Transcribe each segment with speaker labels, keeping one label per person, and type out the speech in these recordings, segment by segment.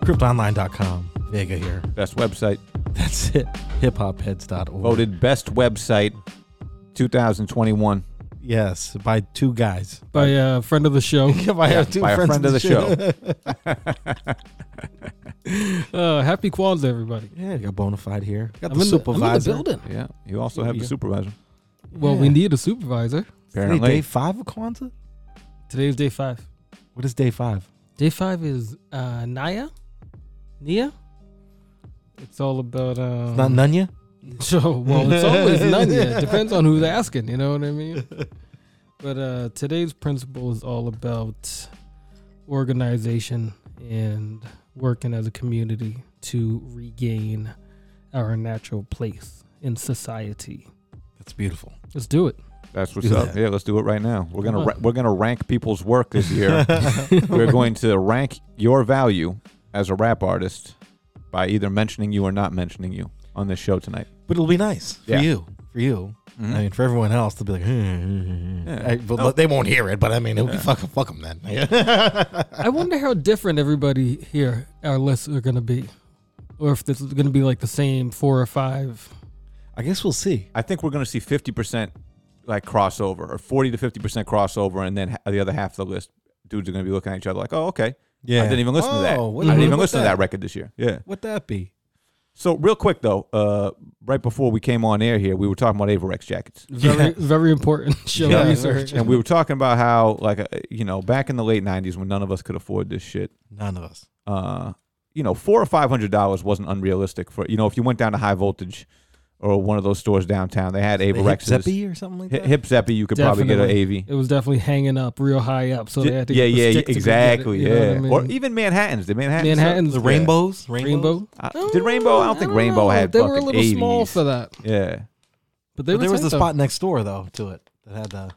Speaker 1: HipHopOnline.com. Vega here.
Speaker 2: Best website.
Speaker 1: That's it. HipHopHeads.org.
Speaker 2: Voted best website 2021
Speaker 1: Yes, by two guys.
Speaker 3: by a friend of the show.
Speaker 1: If I have two
Speaker 2: by a
Speaker 1: friends
Speaker 2: friend of the show.
Speaker 3: Uh, happy quads, everybody.
Speaker 1: Yeah, you got bona fide here. Got
Speaker 3: I'm
Speaker 1: the
Speaker 3: in the- I'm in the
Speaker 1: supervisor.
Speaker 3: building.
Speaker 2: yeah. You also have the supervisor.
Speaker 3: Well, we
Speaker 1: Yeah.
Speaker 3: need a supervisor.
Speaker 1: Today,
Speaker 2: Apparently.
Speaker 1: day five of Kwanzaa?
Speaker 3: Today is day five.
Speaker 1: What is day five?
Speaker 3: Day five is uh, Naya, Nia. It's all about. Um,
Speaker 1: It's not Nunya?
Speaker 3: So well, it's always none yet. Depends on who's asking. You know what I mean? But uh, today's principle is all about organization and working as a community to regain our natural place in society.
Speaker 1: That's beautiful.
Speaker 3: Let's do it.
Speaker 2: That's what's
Speaker 1: Do
Speaker 2: up.
Speaker 1: that.
Speaker 2: Yeah, let's do it right now. We're gonna
Speaker 3: Come
Speaker 2: ra-
Speaker 3: on.
Speaker 2: we're gonna rank people's work this year. we're going to rank your value as a rap artist by either mentioning you or not mentioning you on this show tonight.
Speaker 1: But it'll be nice for
Speaker 2: Yeah. Mm-hmm.
Speaker 1: you. For you. I mean, for everyone else, they'll be like, hmm.
Speaker 2: Yeah.
Speaker 1: I- but but they won't hear it. But I mean, it'll be fuck, fuck them then.
Speaker 3: I wonder how different everybody here, our lists, are going to be, or if this is going to be like the same four or five.
Speaker 1: I guess we'll see.
Speaker 2: I think we're gonna see fifty percent like crossover or forty to fifty percent crossover, and then ha- the other half of the list dudes are gonna be looking at each other like, oh okay,
Speaker 1: Yeah.
Speaker 2: I didn't even listen to that.
Speaker 1: Oh,
Speaker 2: I
Speaker 1: what- what
Speaker 2: didn't even
Speaker 1: about
Speaker 2: listen to
Speaker 1: that?
Speaker 2: that record this year. Yeah.
Speaker 1: What that be?
Speaker 2: So real quick though, uh, right before we came on air here, we were talking about Avarex jackets.
Speaker 3: Very,
Speaker 1: Yeah.
Speaker 3: very important show
Speaker 2: Yeah.
Speaker 3: research.
Speaker 2: and we were talking about how like uh, you know back in the late 90s when none of us could afford this shit
Speaker 1: None of us.
Speaker 2: uh you know four or five hundred dollars wasn't unrealistic for you know if you went down to high voltage or one of those stores downtown they had
Speaker 1: The Hip
Speaker 2: avorexes
Speaker 1: Zeppy or something like
Speaker 2: Hi-
Speaker 1: that?
Speaker 2: hip zeppy you could probably
Speaker 3: Definitely.
Speaker 2: get an av
Speaker 3: It was definitely hanging up real high up, so they had to
Speaker 2: yeah
Speaker 3: get the
Speaker 2: yeah
Speaker 3: stick to go
Speaker 2: exactly
Speaker 3: get it, you know
Speaker 2: yeah
Speaker 3: what I mean?
Speaker 2: or even manhattans did manhattans
Speaker 3: Manhattans,
Speaker 1: The
Speaker 2: yeah.
Speaker 1: rainbows?
Speaker 3: Rainbow.
Speaker 2: Uh, did rainbow i don't think rainbow
Speaker 3: know.
Speaker 2: had
Speaker 3: They were a
Speaker 2: fucking
Speaker 3: little small
Speaker 2: 80s.
Speaker 3: for that,
Speaker 2: yeah
Speaker 3: but they
Speaker 1: But
Speaker 3: were
Speaker 1: there was a
Speaker 3: tight, though.
Speaker 1: spot next door, though, to it that had the.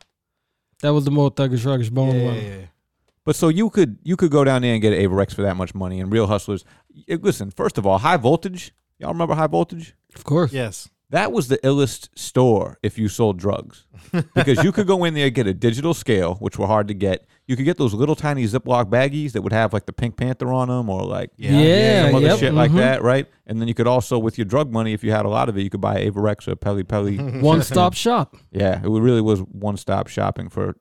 Speaker 3: That was the more thuggish, ruggish bone one.
Speaker 2: But so you could you could go down there and get an Avarex for that much money and real hustlers. eh, Listen, first of all, high voltage. Y'all remember high voltage?
Speaker 3: Of course,
Speaker 1: Yes.
Speaker 2: That was the illest store if you sold drugs because you could go in there get a digital scale, which were hard to get. You could get those little tiny Ziploc baggies that would have like the Pink Panther on them or like
Speaker 3: yeah, yeah,
Speaker 2: some other
Speaker 3: yep,
Speaker 2: shit like
Speaker 3: mhm.
Speaker 2: that, right? And then you could also with your drug money, if you had a lot of it, you could buy Avarex or Peli Peli.
Speaker 3: One-stop shop.
Speaker 2: yeah, it really was one stop shopping for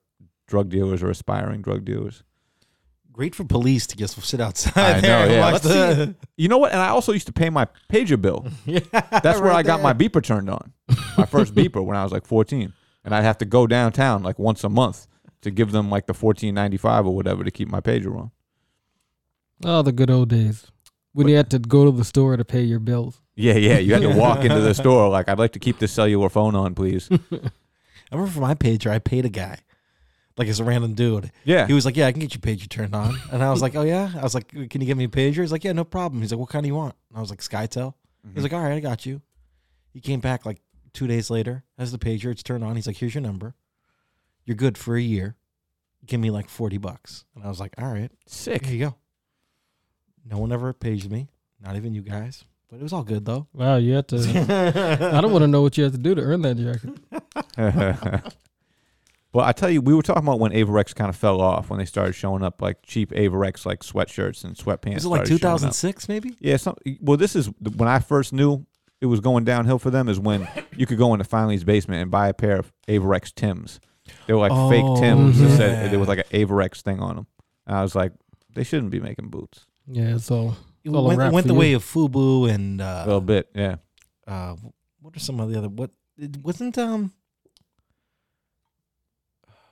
Speaker 2: drug dealers or aspiring drug dealers.
Speaker 1: Great for police to just sit outside
Speaker 2: I
Speaker 1: there uh,
Speaker 2: know,
Speaker 1: and
Speaker 2: yeah.
Speaker 1: watch
Speaker 2: Let's
Speaker 1: the-
Speaker 2: see. You know what? And I also used to pay my pager bill. That's where
Speaker 1: right
Speaker 2: I got
Speaker 1: there.
Speaker 2: my beeper turned on. My first beeper when I was like 14. And I'd have to go downtown like once a month to give them like the 14.95 or whatever to keep my pager on.
Speaker 3: Oh, the good old days when you had to go to the store to pay your bills.
Speaker 2: Yeah, yeah. You had to walk into the store like I'd like to keep this cellular phone on, please.
Speaker 1: I remember for my pager, I paid a guy. Like it's a random dude.
Speaker 2: Yeah.
Speaker 1: He was like, Yeah, I can get your pager turned on. And I was like, Oh yeah? I was like, Can you give me a pager? He's like, Yeah, no problem. He's like, What kind do you want? And I was like, SkyTel. He's like, All right, I got you. He came back like two days later, has the pager, it's turned on. He's like, Here's your number. You're good for a year. Give me like forty bucks. And I was like, All right,
Speaker 2: Sick.
Speaker 1: here you go. No one ever paged me, not even you guys. But it was all good though.
Speaker 3: Wow, you had to. I don't want to know what you had to do to earn that jacket.
Speaker 2: well, I tell you, we were talking about when Avarex kind of fell off when they started showing up like cheap Avarex like sweatshirts and sweatpants.
Speaker 1: Was it like
Speaker 2: started showing up.
Speaker 1: 2006 maybe?
Speaker 2: Yeah, some, well, this is the- when I first knew it was going downhill for them is when you could go into Finley's basement and buy a pair of Avarex Tims. They were like
Speaker 1: Oh,
Speaker 2: fake Tims. that
Speaker 1: yeah.
Speaker 2: said there was like an Avarex thing on them. And I was like, they shouldn't be making boots.
Speaker 3: Yeah, so
Speaker 1: It
Speaker 3: Well, a
Speaker 1: went,
Speaker 3: wrap
Speaker 1: it went
Speaker 3: for
Speaker 1: the
Speaker 3: you.
Speaker 1: way of Fubu and
Speaker 2: a little
Speaker 1: uh,
Speaker 2: bit, yeah.
Speaker 1: uh, what are some of the other what it wasn't um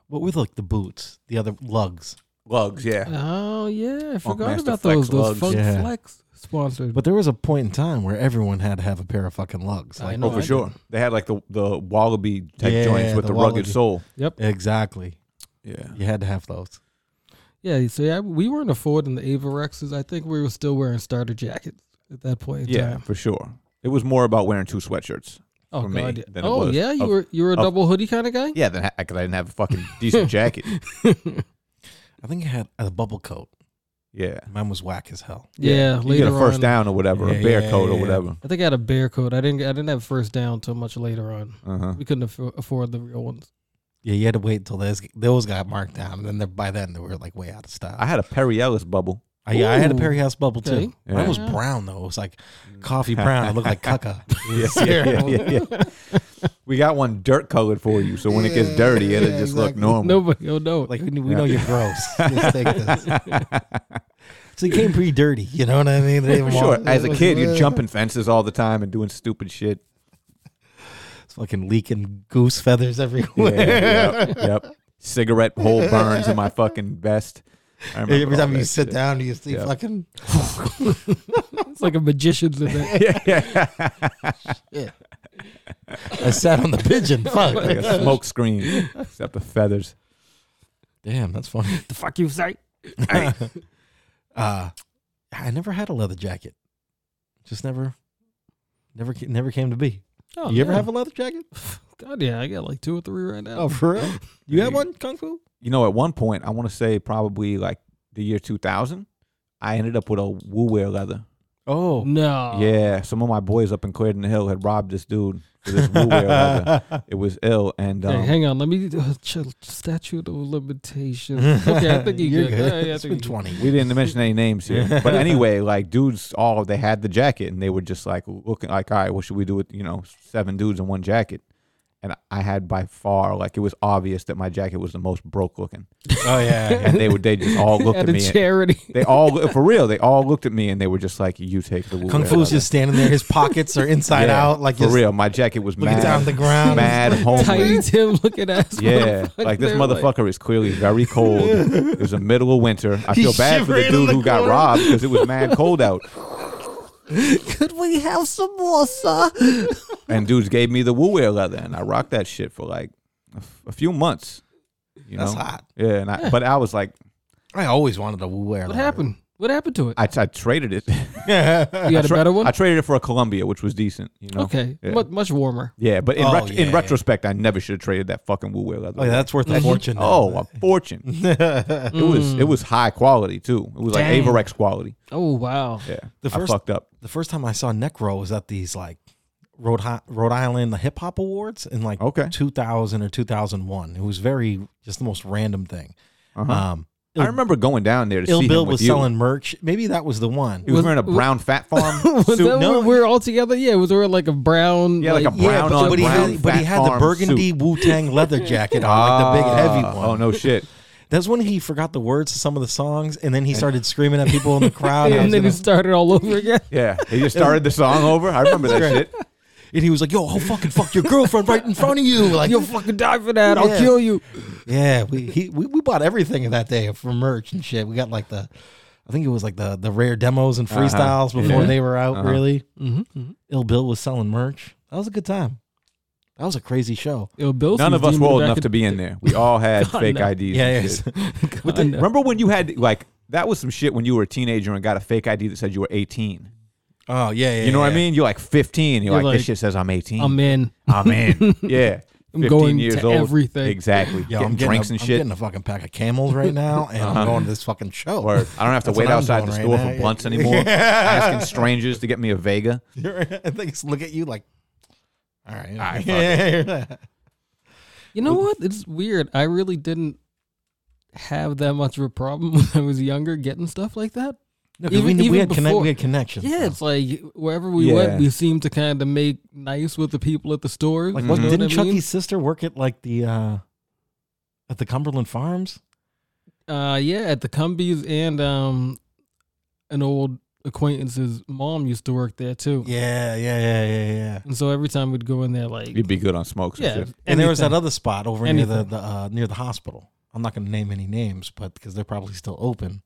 Speaker 1: what were like the boots the other lugs
Speaker 2: Lugs, yeah.
Speaker 3: oh yeah, I forgot
Speaker 2: Master
Speaker 3: about
Speaker 2: Flex
Speaker 3: those those
Speaker 2: lugs.
Speaker 3: Funk
Speaker 1: Yeah.
Speaker 3: Flex sponsored.
Speaker 1: but there was a point in time where everyone had to have a pair of fucking lugs
Speaker 3: I
Speaker 1: like
Speaker 3: know.
Speaker 2: Oh, for
Speaker 3: I
Speaker 2: sure. They had like the, the wallaby type
Speaker 1: Yeah,
Speaker 2: joints with the,
Speaker 1: the
Speaker 2: rugged
Speaker 1: wallaby.
Speaker 2: sole.
Speaker 3: yep.
Speaker 1: exactly
Speaker 2: Yeah.
Speaker 1: you had to have those
Speaker 3: Yeah, so yeah, we weren't affording the Avarexes. I think we were still wearing starter jackets at that point in
Speaker 2: Yeah,
Speaker 3: time.
Speaker 2: for sure. It was more about wearing two sweatshirts.
Speaker 3: Oh
Speaker 2: for me
Speaker 3: god. yeah.
Speaker 2: than it
Speaker 3: Oh
Speaker 2: was
Speaker 3: yeah, you
Speaker 2: of-
Speaker 3: were you were a
Speaker 2: of-
Speaker 3: double hoodie kind of guy?
Speaker 2: Yeah, then I, 'cause I didn't have a fucking decent jacket.
Speaker 1: i think i had a bubble coat
Speaker 2: Yeah.
Speaker 1: mine was whack as hell
Speaker 3: Yeah,
Speaker 2: You get
Speaker 3: Uh, later
Speaker 2: a first
Speaker 3: on.
Speaker 2: down or whatever,
Speaker 1: Yeah,
Speaker 2: a bear
Speaker 1: yeah,
Speaker 2: coat or
Speaker 1: yeah.
Speaker 2: whatever.
Speaker 3: I think I had a bear coat. I didn't I didn't have first down till much later on.
Speaker 2: Uh huh.
Speaker 3: We couldn't affo- afford the real ones.
Speaker 1: yeah you had to wait until those those got marked down and then they're- by then they were like way out of style
Speaker 2: I had a Perry Ellis bubble.
Speaker 1: I, yeah, I had a
Speaker 3: Ooh.
Speaker 1: Perry House bubble
Speaker 3: Okay.
Speaker 1: too. Mine
Speaker 2: Yeah.
Speaker 1: was brown though. It was like coffee brown. It looked like caca. Cereal.
Speaker 2: We got one dirt colored for you, so when it gets dirty, it'll
Speaker 4: Yeah,
Speaker 2: just look
Speaker 4: exactly.
Speaker 2: normal.
Speaker 3: Nobody will know.
Speaker 1: Like we, we know you're gross.
Speaker 4: Just take this.
Speaker 1: So it came pretty dirty. You know what I mean? They didn't
Speaker 2: For
Speaker 1: even
Speaker 2: sure.
Speaker 1: want
Speaker 2: As a kid, you're jumping fences all the time and doing stupid shit.
Speaker 1: it's fucking leaking goose feathers everywhere.
Speaker 2: yep, yep. Cigarette hole burns in my fucking vest. I remember
Speaker 1: Every
Speaker 2: all
Speaker 1: time you
Speaker 2: that
Speaker 1: sit
Speaker 2: shit.
Speaker 1: down, you see
Speaker 2: Yeah.
Speaker 1: fucking
Speaker 3: it's like a magician's event.
Speaker 2: yeah, yeah.
Speaker 1: I sat on the pigeon.
Speaker 2: like
Speaker 1: Fuck.
Speaker 2: a smoke screen, except the feathers.
Speaker 1: Damn, that's funny.
Speaker 3: the fuck you say?
Speaker 1: Uh I never had a leather jacket. Just never, never, ca- never came to be.
Speaker 3: Oh,
Speaker 1: you ever
Speaker 3: yeah.
Speaker 1: have a leather jacket?
Speaker 3: God, yeah, I got like two or three right now.
Speaker 1: Oh, for real? You have
Speaker 2: Hey.
Speaker 1: one, Kung Fu?
Speaker 2: You know, at one point, I want to say probably like the year 2000, I ended up with a woo wear leather.
Speaker 1: Oh,
Speaker 3: no.
Speaker 2: Yeah, some of my boys up in Clarendon Hill had robbed this dude for this woo wear leather. It was ill, and
Speaker 3: Hey,
Speaker 2: um,
Speaker 3: hang on. Let me uh, chill, statute of limitations. Okay, I think you
Speaker 1: You're
Speaker 3: good. Yeah, yeah, I
Speaker 1: it's been
Speaker 3: think you good.
Speaker 1: twenty.
Speaker 2: we didn't mention any names here. But anyway, like dudes, all they had the jacket, and they were just like looking like, all right, what should we do with you know seven dudes in one jacket? And I had by far like it was obvious that my jacket was the most broke looking,
Speaker 1: Oh yeah,
Speaker 2: and they would they just all looked
Speaker 3: At
Speaker 2: at
Speaker 3: a
Speaker 2: me. and-
Speaker 3: charity.
Speaker 2: They all for real. They all looked at me and they were just like, "You take the woo
Speaker 1: Kung
Speaker 2: wear
Speaker 1: Fu's
Speaker 2: leather."
Speaker 1: just standing there. His pockets are inside
Speaker 2: Yeah,
Speaker 1: out, like
Speaker 2: for
Speaker 1: his,
Speaker 2: real. My jacket was
Speaker 1: looking
Speaker 2: mad,
Speaker 1: down at the ground.
Speaker 2: mad homely.
Speaker 3: Tiny Tim looking ass.
Speaker 2: Yeah, like this
Speaker 3: motherfucker.
Speaker 2: motherfucker is clearly very cold. it was the middle of winter. I feel
Speaker 1: He's
Speaker 2: bad for the
Speaker 1: shivering in
Speaker 2: dude
Speaker 1: the
Speaker 2: who got
Speaker 1: corner.
Speaker 2: robbed because it was mad cold out.
Speaker 1: Could we have some more, sir?
Speaker 2: And dudes gave me the woo wear leather, and I rocked that shit for like a, f- a few months. You
Speaker 1: That's
Speaker 2: know?
Speaker 1: hot.
Speaker 2: Yeah, and I, but I was like,
Speaker 1: I always wanted a Wu wear.
Speaker 3: What happened? What happened to it?
Speaker 2: I, I traded it.
Speaker 3: You had a
Speaker 2: tra-
Speaker 3: better one?
Speaker 2: I traded it for a Columbia, which was decent. You know.
Speaker 3: okay.
Speaker 2: Yeah.
Speaker 3: Mu- much warmer.
Speaker 2: Yeah, but in,
Speaker 1: Oh,
Speaker 2: ret-
Speaker 1: yeah,
Speaker 2: in
Speaker 1: yeah.
Speaker 2: retrospect, I never should have traded that fucking woo wear leather.
Speaker 1: Like that's worth a fortune. now.
Speaker 2: Oh, a fortune. It was it was high quality too. It was like
Speaker 3: Dang.
Speaker 2: Avarex quality.
Speaker 3: Oh, wow.
Speaker 2: Yeah,
Speaker 1: The first-
Speaker 2: I fucked up.
Speaker 1: the first time I saw Necro was at these like Rhode, Hi- Rhode Island uh, Hip Hop Awards in like
Speaker 2: Okay.
Speaker 1: 2000 or 2001. It was very just the most random thing.
Speaker 2: Uh-huh.
Speaker 1: Um,
Speaker 2: I
Speaker 1: Ill-
Speaker 2: remember going down there to
Speaker 1: Ill
Speaker 2: see
Speaker 1: Bill
Speaker 2: him with
Speaker 1: was
Speaker 2: you.
Speaker 1: selling merch. Maybe that was the one.
Speaker 2: He was,
Speaker 3: Was-
Speaker 2: wearing a
Speaker 3: was-
Speaker 2: brown fat farm.
Speaker 3: Was
Speaker 2: suit.
Speaker 3: that
Speaker 1: no.
Speaker 3: when we were all together? Yeah, was there like a brown?
Speaker 2: Yeah, like a brown
Speaker 1: but,
Speaker 2: on
Speaker 1: but he
Speaker 2: brown
Speaker 1: had, but he
Speaker 2: fat
Speaker 1: had the
Speaker 2: farm
Speaker 1: burgundy Wu Tang leather jacket on, like the big heavy
Speaker 2: Ah,
Speaker 1: one.
Speaker 2: Oh no shit!
Speaker 1: That's when he forgot the words to some of the songs, and then he started screaming at people in the crowd.
Speaker 3: and
Speaker 1: and, I was
Speaker 3: then
Speaker 1: gonna-
Speaker 3: it started all over again.
Speaker 2: Yeah, he just started the song over. I remember that shit.
Speaker 1: and he was like, "Yo, I'll fucking fuck your girlfriend right in front of you!" Like,
Speaker 3: You'll fucking die for that. I'll
Speaker 1: Yeah.
Speaker 3: kill you.
Speaker 1: Yeah, we he we, we bought everything that day for merch and shit. We got like the, I think it was like the the rare demos and freestyles before
Speaker 2: Uh-huh. Yeah.
Speaker 1: they were out.
Speaker 2: Uh-huh.
Speaker 1: Really,
Speaker 3: Mm-hmm, mm-hmm.
Speaker 1: Ill Bill was selling merch. That was a good time. That was a crazy show.
Speaker 3: Yo, Bill
Speaker 2: None of us were old enough to be in there. We all had
Speaker 3: God,
Speaker 2: fake
Speaker 3: no.
Speaker 2: IDs. and
Speaker 1: Yeah,
Speaker 2: shit.
Speaker 1: yes.
Speaker 3: With the,
Speaker 2: Remember when you had like that was some shit when you were a teenager and got a fake ID that said you were 18.
Speaker 1: oh yeah, yeah.
Speaker 2: You know what I
Speaker 1: yeah.
Speaker 2: mean? You're like 15. You're,
Speaker 3: You're
Speaker 2: like, this
Speaker 3: like,
Speaker 2: shit says I'm 18.
Speaker 3: I'm in.
Speaker 2: I'm in. Yeah.
Speaker 3: I'm
Speaker 2: 15
Speaker 3: going
Speaker 2: years
Speaker 3: to
Speaker 2: old.
Speaker 3: everything.
Speaker 2: Exactly.
Speaker 1: Yo,
Speaker 2: getting
Speaker 1: I'm getting
Speaker 2: drinks
Speaker 1: a,
Speaker 2: and
Speaker 1: I'm
Speaker 2: shit. Uh-huh.
Speaker 1: getting a fucking pack of camels right now, and I'm going to this fucking show.
Speaker 2: Word. I don't have to
Speaker 1: That's
Speaker 2: wait
Speaker 1: what I'm
Speaker 2: outside the
Speaker 1: doing right
Speaker 2: store
Speaker 1: now,
Speaker 2: for
Speaker 1: yeah.
Speaker 2: blunts anymore. Asking strangers to get me a Vega.
Speaker 1: You're- they just look at you like, all right,
Speaker 2: right, fuck
Speaker 3: You know what? It's weird. I really didn't have that much of a problem when I was younger getting stuff like that.
Speaker 1: No, 'cause
Speaker 3: Even-
Speaker 1: we, knew- we
Speaker 3: even
Speaker 1: had connect,
Speaker 3: before-
Speaker 1: we had connections.
Speaker 3: Yeah,
Speaker 1: though.
Speaker 3: it's like wherever we
Speaker 2: Yeah.
Speaker 3: went, we seemed to kind of make nice with the people at the store.
Speaker 1: Like,
Speaker 3: you
Speaker 1: what,
Speaker 3: know
Speaker 1: didn't E
Speaker 3: what I
Speaker 2: E.
Speaker 3: mean?
Speaker 1: Chucky's sister work at like the uh at the Cumberland Farms?
Speaker 3: Uh, yeah, at the Cumbies and um, an old acquaintance's mom used to work there too.
Speaker 1: Yeah, yeah, yeah, yeah, yeah.
Speaker 3: And so every time we'd go in there, like,
Speaker 2: You'd be good on smokes
Speaker 3: yeah,
Speaker 2: and shit.
Speaker 1: And there was that
Speaker 3: anything.
Speaker 1: other spot over near the
Speaker 3: Anything.
Speaker 1: the uh, near the hospital. I'm not going to name any names, but because they're probably still open,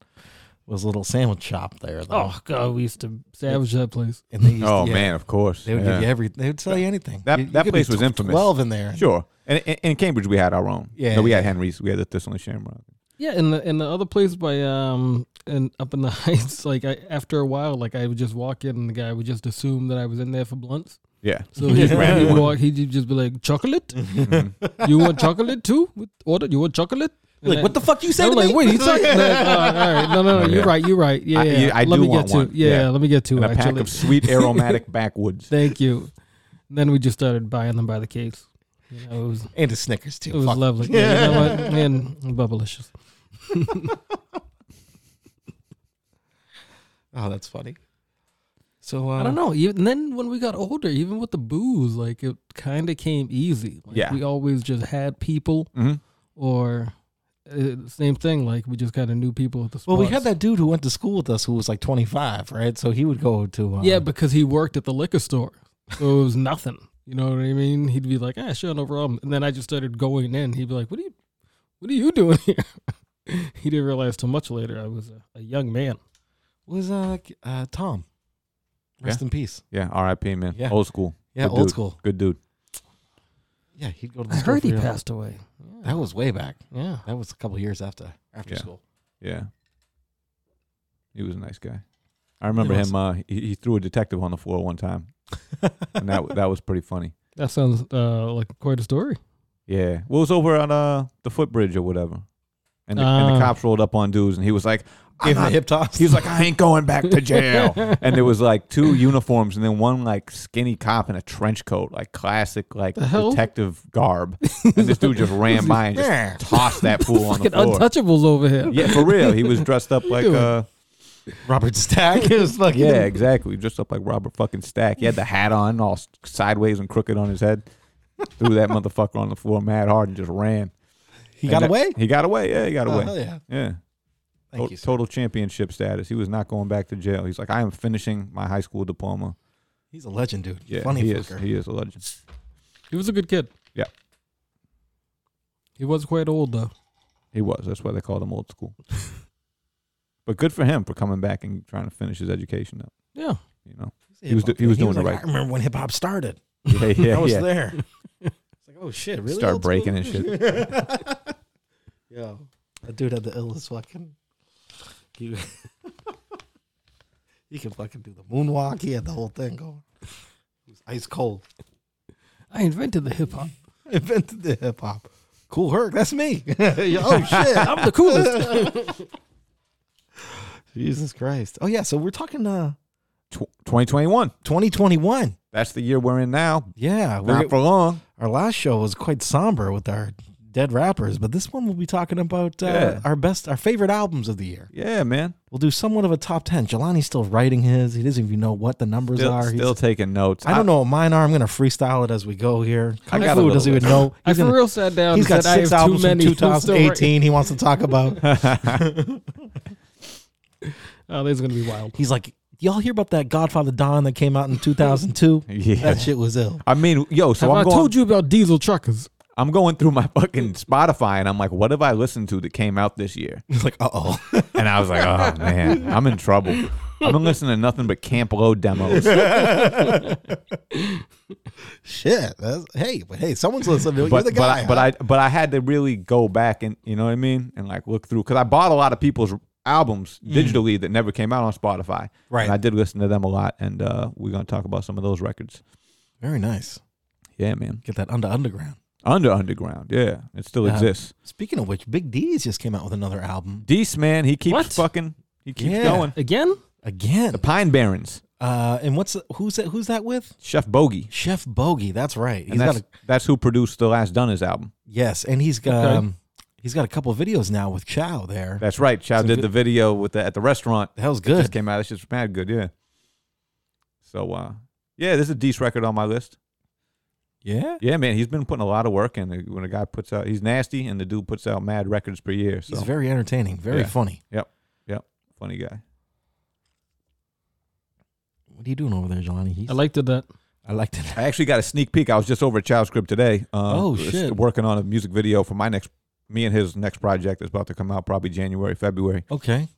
Speaker 1: was a little sandwich shop there. Though.
Speaker 3: Oh god, we used to savage that place.
Speaker 1: and they used to-
Speaker 2: Oh,
Speaker 1: yeah,
Speaker 2: man, of course.
Speaker 1: they would
Speaker 2: Yeah.
Speaker 1: give you every. They would sell you anything.
Speaker 2: That-
Speaker 1: You- you
Speaker 2: that
Speaker 1: could be
Speaker 2: place was
Speaker 1: tw-
Speaker 2: infamous.
Speaker 1: Twelve in there.
Speaker 2: Sure. And in, in Cambridge, we had our own.
Speaker 1: Yeah,
Speaker 2: No, we had
Speaker 1: yeah.
Speaker 2: Henry's. We had the Thistle and Shamrock.
Speaker 3: Yeah, and the and the other place by um and up in the heights, like I, after a while, like I would just walk in and the guy would just assume that I was in there for blunts.
Speaker 2: Yeah.
Speaker 3: So he'd,
Speaker 2: grab you
Speaker 3: he'd
Speaker 2: one.
Speaker 3: walk, he'd just be like, "Chocolate?
Speaker 2: Mhm.
Speaker 3: You want chocolate too? With order? You want chocolate?" And
Speaker 1: Like
Speaker 3: I-
Speaker 1: what the fuck you
Speaker 3: I'm
Speaker 1: said? to
Speaker 3: like,
Speaker 1: me?
Speaker 3: what are you talking? Like, uh, all right, no, no, no.
Speaker 2: Oh, Yeah.
Speaker 3: You're right. You're right. Yeah,
Speaker 2: I-
Speaker 3: yeah.
Speaker 2: you- I
Speaker 3: let
Speaker 2: do
Speaker 3: me
Speaker 2: want
Speaker 3: get
Speaker 2: one.
Speaker 3: to. Yeah,
Speaker 2: Yeah.
Speaker 3: let me get to.
Speaker 2: And a
Speaker 3: it,
Speaker 2: pack
Speaker 3: actually,
Speaker 2: of sweet aromatic backwoods.
Speaker 3: thank you. And then we just started buying them by the case. You know, it was
Speaker 1: And the Snickers too.
Speaker 3: it was
Speaker 1: Fuck.
Speaker 3: lovely. Yeah, you know what? And bubblicious.
Speaker 1: Oh, that's funny. So uh,
Speaker 3: I don't know. Even and then, when we got older, even with the booze, like it kind of came easy. Like,
Speaker 2: Yeah.
Speaker 3: we always just had people,
Speaker 2: Mm-hmm.
Speaker 3: or uh, same thing. Like we just kind of knew people at the.
Speaker 1: Well, we had
Speaker 3: spots.
Speaker 1: that dude who went to school with us who was like 25, right? So he would go to uh,
Speaker 3: Yeah, because he worked at the liquor store, so it was nothing. You know what I mean? He'd be like, "Ah, sure, no problem." And then I just started going in. He'd be like, "What are you, what are you doing here?" he didn't realize till much later I was a, a young man.
Speaker 1: was uh, uh Tom. Rest in peace.
Speaker 2: Yeah, R.I.P. Man.
Speaker 1: Yeah.
Speaker 2: Old school.
Speaker 1: Yeah,
Speaker 2: Good
Speaker 1: old
Speaker 2: dude.
Speaker 1: school.
Speaker 2: Good dude.
Speaker 1: Yeah, he'd go to the
Speaker 3: I
Speaker 1: store
Speaker 3: heard he
Speaker 1: for your-
Speaker 3: passed away. Yeah.
Speaker 1: That was way back.
Speaker 3: yeah.
Speaker 1: That was a couple years after after
Speaker 2: Yeah.
Speaker 1: school.
Speaker 2: Yeah, he was a nice guy. I remember
Speaker 1: was.
Speaker 2: him. Uh, he, he threw a detective on the floor one time, and that that was pretty funny.
Speaker 3: That sounds uh, like quite a story.
Speaker 2: Yeah, well, it was over on uh the footbridge or whatever, and the, and
Speaker 3: Ah.
Speaker 2: the cops rolled up on dudes, and he was like, I'm
Speaker 1: Give him the
Speaker 2: not-
Speaker 1: hip toss.
Speaker 2: he was like, I ain't going back to jail. and there was like two uniforms, and then one like skinny cop in a trench coat, like classic like
Speaker 3: The hell?
Speaker 2: detective garb. And this dude just ran by and just
Speaker 1: yeah.
Speaker 2: tossed that fool on the
Speaker 3: Fucking
Speaker 2: floor.
Speaker 3: untouchables over here.
Speaker 2: Yeah, for real. He was dressed up like
Speaker 3: doing?
Speaker 2: uh
Speaker 1: Robert Stack is fucking
Speaker 2: Yeah, exactly. Dressed up like Robert fucking Stack. He had the hat on, all s- sideways and crooked on his head. Threw that motherfucker on the floor mad hard and just ran.
Speaker 1: He
Speaker 2: And
Speaker 1: got
Speaker 2: that-
Speaker 1: away?
Speaker 2: He got away. Yeah, he got
Speaker 1: Oh,
Speaker 2: away.
Speaker 1: hell yeah.
Speaker 2: Yeah.
Speaker 1: Thank
Speaker 2: To-
Speaker 1: you. sir.
Speaker 2: total championship status. He was not going back to jail. He's like, I am finishing my high school diploma.
Speaker 1: He's a legend, dude.
Speaker 2: Yeah,
Speaker 1: Funny
Speaker 2: he
Speaker 1: fucker.
Speaker 2: is. He is a legend.
Speaker 3: He was a good kid.
Speaker 2: Yeah.
Speaker 3: He was quite old though.
Speaker 2: He was. That's why they called him old school. but good for him for coming back and trying to finish his education up.
Speaker 3: Yeah.
Speaker 2: You know.
Speaker 1: a
Speaker 2: He was
Speaker 1: hip-hop
Speaker 2: do- he was
Speaker 1: fan.
Speaker 2: doing the
Speaker 1: like,
Speaker 2: right-
Speaker 1: I remember when hip hop started.
Speaker 2: Yeah, yeah,
Speaker 1: I was
Speaker 2: yeah.
Speaker 1: there. It's like, oh shit, really?
Speaker 2: Start
Speaker 1: Old
Speaker 2: breaking and
Speaker 1: school?
Speaker 2: shit.
Speaker 1: Yo, that dude had the illest fucking. He, he could fucking do the moonwalk. He had the whole thing going. He was ice cold.
Speaker 3: I invented the hip hop.
Speaker 1: Invented the hip hop. Cool Herc, that's me. Yo, oh shit, I'm the coolest. Jesus Christ. Oh yeah, so we're talking uh,
Speaker 2: Tw- 2021.
Speaker 1: 2021.
Speaker 2: That's the year we're in now.
Speaker 1: Yeah, we're-
Speaker 2: Not for long.
Speaker 1: our last show was quite somber with our dead rappers, but this one we'll be talking about uh,
Speaker 2: Yeah.
Speaker 1: our best, our favorite albums of the year.
Speaker 2: Yeah, man.
Speaker 1: We'll do somewhat of a top ten. Jelani's still writing his. He doesn't even know what the numbers
Speaker 2: Still,
Speaker 1: are. He's-
Speaker 2: still taking notes.
Speaker 1: I don't know what mine are. I'm gonna freestyle it as we go here.
Speaker 2: I
Speaker 1: Kung
Speaker 2: got a
Speaker 1: Fu
Speaker 2: little
Speaker 1: doesn't
Speaker 2: bit.
Speaker 1: even know.
Speaker 3: I
Speaker 1: He's
Speaker 3: for
Speaker 1: gonna-
Speaker 3: real sat down
Speaker 1: he's
Speaker 3: and
Speaker 1: got
Speaker 3: said I
Speaker 1: six
Speaker 3: have too
Speaker 1: albums from
Speaker 3: many. I'm still writing.
Speaker 1: 2018. He wants to talk about.
Speaker 3: Oh, this is gonna be wild.
Speaker 1: He's like, y'all hear about that Godfather Don that came out in 2002?
Speaker 2: Yeah.
Speaker 1: That shit was ill.
Speaker 2: I mean, yo, so
Speaker 3: have
Speaker 2: I'm
Speaker 3: I
Speaker 2: going,
Speaker 3: told you about diesel truckers?
Speaker 2: I'm going through my fucking Spotify and I'm like, what have I listened to that came out this year?
Speaker 1: He's like, uh oh.
Speaker 2: And I was like, oh man, I'm in trouble. I've been listening to nothing but Camp Low demos.
Speaker 1: Shit. That's, hey, but hey, someone's listening. You're
Speaker 2: but
Speaker 1: the
Speaker 2: but I,
Speaker 1: guy.
Speaker 2: but I but I had to really go back and you know what I mean and like look through because I bought a lot of people's albums digitally that never came out on Spotify.
Speaker 1: Mm. Right.
Speaker 2: And I did listen to them a lot, and uh, we're gonna talk about some of those records.
Speaker 1: Very nice.
Speaker 2: Yeah, man.
Speaker 1: Get that under underground.
Speaker 2: Under Underground. Yeah, it still
Speaker 1: Yeah.
Speaker 2: exists.
Speaker 1: Speaking of which, Big D's just came out with another album
Speaker 2: Deese, man, he keeps
Speaker 3: What?
Speaker 2: fucking. He keeps
Speaker 1: Yeah.
Speaker 2: going.
Speaker 3: Again?
Speaker 1: again.
Speaker 2: The Pine Barrens,
Speaker 1: Uh, and what's who's that? Who's that with?
Speaker 2: Chef Bogey.
Speaker 1: Chef Bogey. That's right. He's
Speaker 2: And that's,
Speaker 1: got a,
Speaker 2: that's who produced the last Dunners album.
Speaker 1: yes, and he's got
Speaker 3: Okay.
Speaker 1: um, he's got a couple videos now with Chow there.
Speaker 2: That's right. Chow
Speaker 1: Some
Speaker 2: did
Speaker 1: good-
Speaker 2: the video with the, at the restaurant.
Speaker 1: That was
Speaker 2: Just
Speaker 1: good.
Speaker 2: came out. That shit's mad good. Yeah. So uh, yeah, this is a Deese record on my list.
Speaker 1: Yeah.
Speaker 2: Yeah, man, he's been putting a lot of work in. When a guy puts out, he's nasty, and the dude puts out mad records per year. So
Speaker 1: He's very entertaining, very
Speaker 2: Yeah.
Speaker 1: funny.
Speaker 2: funny guy.
Speaker 1: What are you doing over there, Johnny? He's,
Speaker 3: I liked it that.
Speaker 1: I liked it.
Speaker 2: I actually got a sneak peek. I was just over at Child's Crib today. Uh,
Speaker 1: Oh,
Speaker 2: just
Speaker 1: shit.
Speaker 2: Working on a music video for my next, me and his next project that's about to come out probably January, February.
Speaker 1: Okay.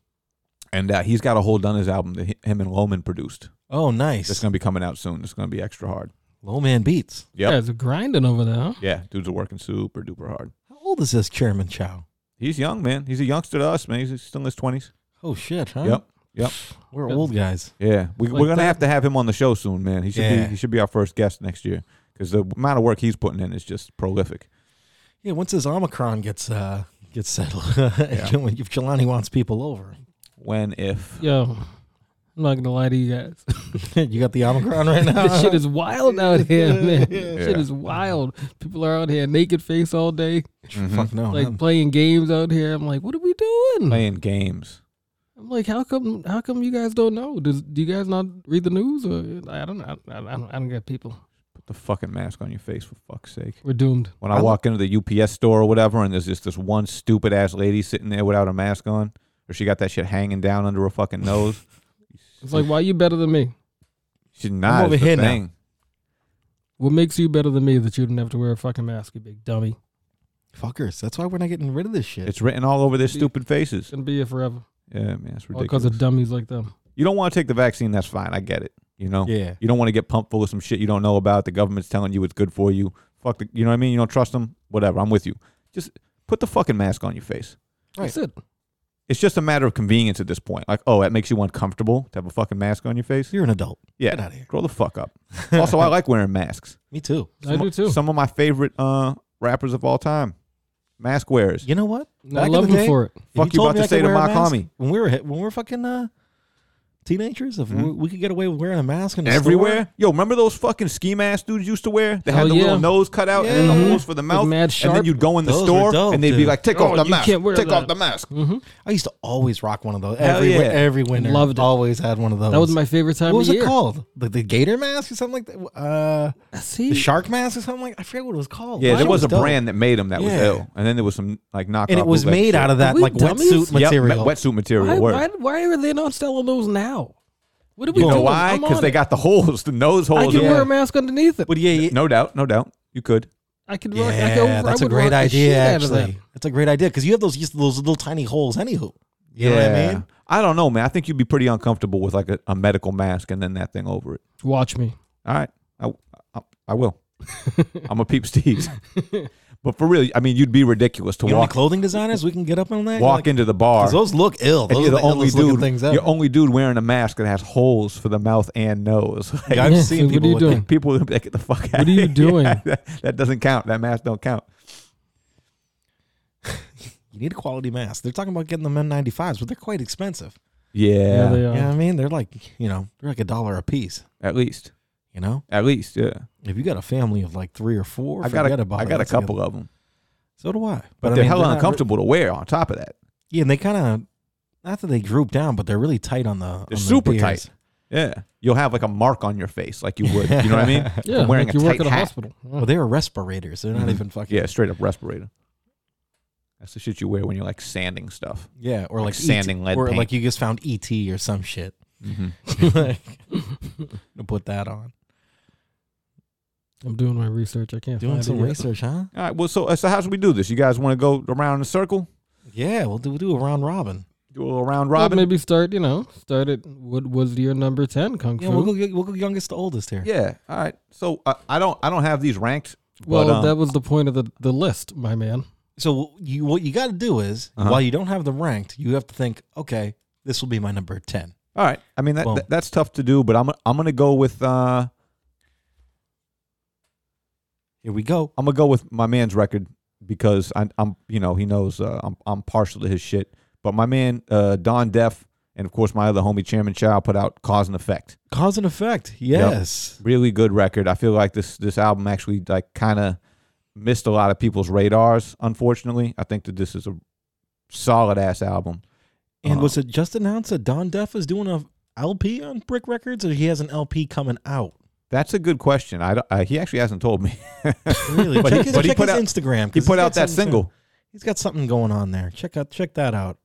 Speaker 2: And uh, he's got a whole Dunners album that hi- him and Loman produced.
Speaker 1: Oh,
Speaker 2: That's
Speaker 1: nice.
Speaker 2: gonna be coming out soon. It's gonna be extra hard.
Speaker 1: Low man beats.
Speaker 2: Yep.
Speaker 3: Yeah, it's grinding over there. Huh?
Speaker 2: Yeah, dudes are working super duper hard.
Speaker 1: How old is this Chairman Chow?
Speaker 2: He's young, man. He's a youngster to us, man. He's still in his twenties.
Speaker 1: Oh shit, huh?
Speaker 2: Yep.
Speaker 1: We're old guys.
Speaker 2: Yeah, we,
Speaker 3: Like
Speaker 2: we're gonna
Speaker 3: that.
Speaker 2: have to have him on the show soon, man. He should
Speaker 1: Yeah.
Speaker 2: be he should be our first guest next year because the amount of work he's putting in is just prolific.
Speaker 1: Yeah. Once his Omicron gets uh gets settled,
Speaker 2: Yeah.
Speaker 1: if Jelani wants people over,
Speaker 2: When if
Speaker 3: Yo, I'm not gonna lie to you guys.
Speaker 1: you got the Omicron right now.
Speaker 3: this shit is wild out here, man. Shit
Speaker 2: Yeah.
Speaker 3: is wild. People are out here naked face all day,
Speaker 2: Mhm.
Speaker 1: Fuck no.
Speaker 3: like
Speaker 1: not-
Speaker 3: playing games out here. I'm like, what are we doing?
Speaker 2: playing games,
Speaker 3: I'm like, how come? How come you guys don't know? Does do you guys not read the news? Or I don't know. I, I, I don't, I don't get people.
Speaker 2: Put the fucking mask on your face for fuck's sake.
Speaker 3: We're doomed.
Speaker 2: When I,
Speaker 1: I
Speaker 2: walk into the UPS store or whatever, and there's just this one stupid ass lady sitting there without a mask on, or she got that shit hanging down under her fucking nose.
Speaker 3: It's like, why you better than me?
Speaker 2: She's not.
Speaker 1: over
Speaker 2: it's the
Speaker 1: here now.
Speaker 2: thing.
Speaker 3: What makes you better than me that you didn't have to wear a fucking mask, you big dummy?
Speaker 1: Fuckers. That's why we're not getting rid of this shit.
Speaker 2: It's written all over their
Speaker 3: See-
Speaker 2: stupid faces.
Speaker 3: Shouldn't be here forever.
Speaker 2: Yeah, man, it's
Speaker 3: All because
Speaker 2: ridiculous.
Speaker 3: of dummies like them.
Speaker 2: you don't want to take the vaccine. That's fine. I get it. You know,
Speaker 1: yeah.
Speaker 2: you don't want to get pumped full of some shit you don't know about. The government's telling you it's good for you. Fuck the. You know what I mean? You don't trust them. Whatever. I'm with you. Just put the fucking mask on your face.
Speaker 1: Right.
Speaker 3: That's it.
Speaker 2: it's just a matter of convenience at this point. Like, oh, that makes you uncomfortable to have a fucking mask on your face.
Speaker 1: You're an adult. Get
Speaker 2: Yeah,
Speaker 1: out of here.
Speaker 2: grow the fuck up. Also, I like wearing masks.
Speaker 1: Me too.
Speaker 3: I do too.
Speaker 2: Some of my favorite uh, rappers of all time, mask wearers.
Speaker 1: You know what?
Speaker 3: And I
Speaker 1: Back in
Speaker 3: love
Speaker 1: the
Speaker 3: them
Speaker 1: day,
Speaker 3: for it.
Speaker 1: If
Speaker 2: Fuck you
Speaker 1: told
Speaker 2: about
Speaker 1: me
Speaker 2: to
Speaker 1: I
Speaker 2: say
Speaker 1: could
Speaker 2: to
Speaker 1: wear a
Speaker 2: my
Speaker 1: mask-
Speaker 2: commie.
Speaker 1: When we were hit- when we were fucking uh, teenagers, if we,
Speaker 2: Mhm.
Speaker 1: we could get away with wearing a mask in the store,
Speaker 2: Everywhere, yo, remember those fucking ski mask dudes used to wear? They had
Speaker 3: Oh,
Speaker 2: the
Speaker 3: yeah.
Speaker 2: little nose cut out and then
Speaker 3: Yeah.
Speaker 2: the holes for the
Speaker 3: With
Speaker 2: mouth,
Speaker 3: mad
Speaker 2: and
Speaker 3: sharp.
Speaker 2: then you'd go in the
Speaker 1: Those were
Speaker 2: store
Speaker 1: dope,
Speaker 2: and they'd be
Speaker 1: dude.
Speaker 2: like, "Take
Speaker 3: Oh,
Speaker 2: off the
Speaker 3: you
Speaker 2: mask,
Speaker 3: can't wear
Speaker 2: take off
Speaker 3: that."
Speaker 2: the mask."
Speaker 3: hmm
Speaker 1: I used to always rock one of those.
Speaker 2: Hell
Speaker 1: Every, wi-
Speaker 2: yeah.
Speaker 1: every winter.
Speaker 3: Loved it.
Speaker 1: Always had one of those.
Speaker 3: That was my favorite time
Speaker 1: What was
Speaker 3: of year.
Speaker 1: it called? The, the gator mask or something like that? Uh,
Speaker 3: See,
Speaker 1: the shark mask or something like I forget what it Oh, was called.
Speaker 2: Yeah,
Speaker 1: That
Speaker 2: there
Speaker 1: shit
Speaker 2: was a
Speaker 1: dope.
Speaker 2: brand that made them that was
Speaker 1: Yeah.
Speaker 2: ill, and then there was some like knockoff.
Speaker 1: And it was made out of that
Speaker 3: we
Speaker 1: like
Speaker 3: dummies?
Speaker 1: wetsuit
Speaker 2: yep, ma-
Speaker 1: material.
Speaker 2: wetsuit material.
Speaker 3: why,
Speaker 2: word.
Speaker 3: why, why are they not selling those now? What are we
Speaker 2: You know
Speaker 3: doing?
Speaker 2: why?
Speaker 3: I'm
Speaker 2: Because
Speaker 3: on
Speaker 2: they
Speaker 3: it.
Speaker 2: got the holes, the nose
Speaker 3: I
Speaker 2: holes.
Speaker 3: could
Speaker 2: in
Speaker 1: Yeah.
Speaker 2: them.
Speaker 3: wear a mask underneath it.
Speaker 1: But yeah, yeah,
Speaker 2: No doubt, no doubt. You could.
Speaker 3: I could rock. I
Speaker 1: yeah,
Speaker 3: could over,
Speaker 1: that's
Speaker 3: I
Speaker 1: a
Speaker 3: would
Speaker 1: great
Speaker 3: rock the
Speaker 1: idea.
Speaker 3: shit out of
Speaker 1: Actually, that's a great idea because you have those just those little tiny holes. Anywho, you know what I mean?
Speaker 2: I don't know, man. I think you'd be pretty uncomfortable with like a, a medical mask and then that thing over it.
Speaker 3: that. Watch me.
Speaker 2: All right, I, I, I will. I'm a peep Steve. but for real, I mean, you'd be ridiculous to
Speaker 1: You know, any
Speaker 2: walk
Speaker 1: clothing designers, we can get up on that.
Speaker 2: walk
Speaker 1: in.
Speaker 2: into the bar.
Speaker 1: those look ill.
Speaker 2: And
Speaker 1: Those
Speaker 2: you're
Speaker 1: are
Speaker 2: the,
Speaker 1: the,
Speaker 2: only
Speaker 1: illest looking
Speaker 2: dude.
Speaker 1: things
Speaker 2: You're
Speaker 1: ever.
Speaker 2: only dude wearing a mask that has holes for the mouth and nose. Like,
Speaker 1: Yeah, I've
Speaker 3: Yeah, so
Speaker 1: seen
Speaker 3: what are
Speaker 1: people
Speaker 3: you
Speaker 1: with
Speaker 3: doing?
Speaker 1: it.
Speaker 2: people would be like, get the fuck out.
Speaker 3: What are you doing?
Speaker 2: that, that doesn't count. That mask don't count.
Speaker 1: You need a quality mask. They're talking about getting them N95s, but they're quite expensive.
Speaker 3: Yeah, they
Speaker 2: yeah.
Speaker 3: are.
Speaker 1: You know what I mean? They're like, you know, they're like a dollar a piece,
Speaker 2: at least,
Speaker 1: you know?
Speaker 2: at least, yeah.
Speaker 1: If you got a family of like three or four,
Speaker 2: I got
Speaker 1: forget
Speaker 2: a,
Speaker 1: about
Speaker 2: I
Speaker 1: it.
Speaker 2: got a
Speaker 1: That's good.
Speaker 2: couple of them,
Speaker 1: So do I.
Speaker 2: but,
Speaker 1: I
Speaker 2: they're
Speaker 1: mean,
Speaker 2: hella
Speaker 1: not re-
Speaker 2: uncomfortable to wear. On top of that,
Speaker 1: yeah, and they kind of, not that they droop down, but they're really tight on the. on
Speaker 2: They're
Speaker 1: the
Speaker 2: super
Speaker 1: beers.
Speaker 2: tight. yeah, you'll have like a mark on your face, like you would. You know what I mean?
Speaker 3: Yeah,
Speaker 2: From wearing
Speaker 3: like
Speaker 2: a
Speaker 3: you work
Speaker 2: tight
Speaker 3: at a
Speaker 2: hat.
Speaker 3: hospital. Yeah.
Speaker 1: Well, they were respirators. They're not
Speaker 2: Mhm.
Speaker 1: even fucking.
Speaker 2: Yeah, straight up respirator. That's the shit you wear when you're like sanding stuff.
Speaker 1: Yeah, or like,
Speaker 2: Like sanding
Speaker 1: ET,
Speaker 2: lead
Speaker 1: Or
Speaker 2: paint.
Speaker 1: like you just found ET or some shit.
Speaker 2: Mm-hmm.
Speaker 1: to put that on.
Speaker 3: I'm doing my research. I can't
Speaker 1: Doing
Speaker 3: find
Speaker 1: some
Speaker 3: it yet.
Speaker 1: research, huh?
Speaker 2: All right. Well, so so how should we do this? You guys want to go around in a circle,
Speaker 1: Yeah, we'll do, we'll do a round robin.
Speaker 2: do a little round
Speaker 3: Well,
Speaker 2: robin?
Speaker 3: maybe start. You know, start at what was your number ten kung
Speaker 1: Yeah,
Speaker 3: fu.
Speaker 1: we'll go, we'll go youngest to oldest here.
Speaker 2: yeah. All right. So uh, I don't I don't have these ranked.
Speaker 3: well,
Speaker 2: but, um,
Speaker 3: that was the point of the, the list, my man.
Speaker 1: So you what you got to do is
Speaker 2: Uh-huh.
Speaker 1: while you don't have the ranked, you have to think, okay, this will be my number ten.
Speaker 2: all right. I mean that,
Speaker 1: Boom.
Speaker 2: that that's tough to do, but I'm I'm gonna go with uh
Speaker 1: Here we go.
Speaker 2: I'm gonna go with my man's record because I, I'm, you know, he knows uh, I'm, I'm partial to his shit. But my man uh, Don Def and of course my other homie Chairman Chow put out Cause and Effect,
Speaker 1: Cause and effect. Yes.
Speaker 2: really good record. I feel like this this album actually like kind of missed a lot of people's radars. Unfortunately, I think that this is a solid ass album.
Speaker 1: And
Speaker 2: Uh,
Speaker 1: was it just announced that Don Def is doing a LP on Brick Records, or he has an LP coming out?
Speaker 2: That's a good question. I, don't- uh, he actually hasn't told me.
Speaker 1: Really?
Speaker 2: But
Speaker 1: check
Speaker 2: he-
Speaker 1: his,
Speaker 2: but he
Speaker 1: check
Speaker 2: put
Speaker 1: his
Speaker 2: out-
Speaker 1: Instagram. 'cause
Speaker 2: He
Speaker 1: he's
Speaker 2: put
Speaker 1: got
Speaker 2: out that
Speaker 1: something-
Speaker 2: single.
Speaker 1: He's got something going on there. Check out check that out.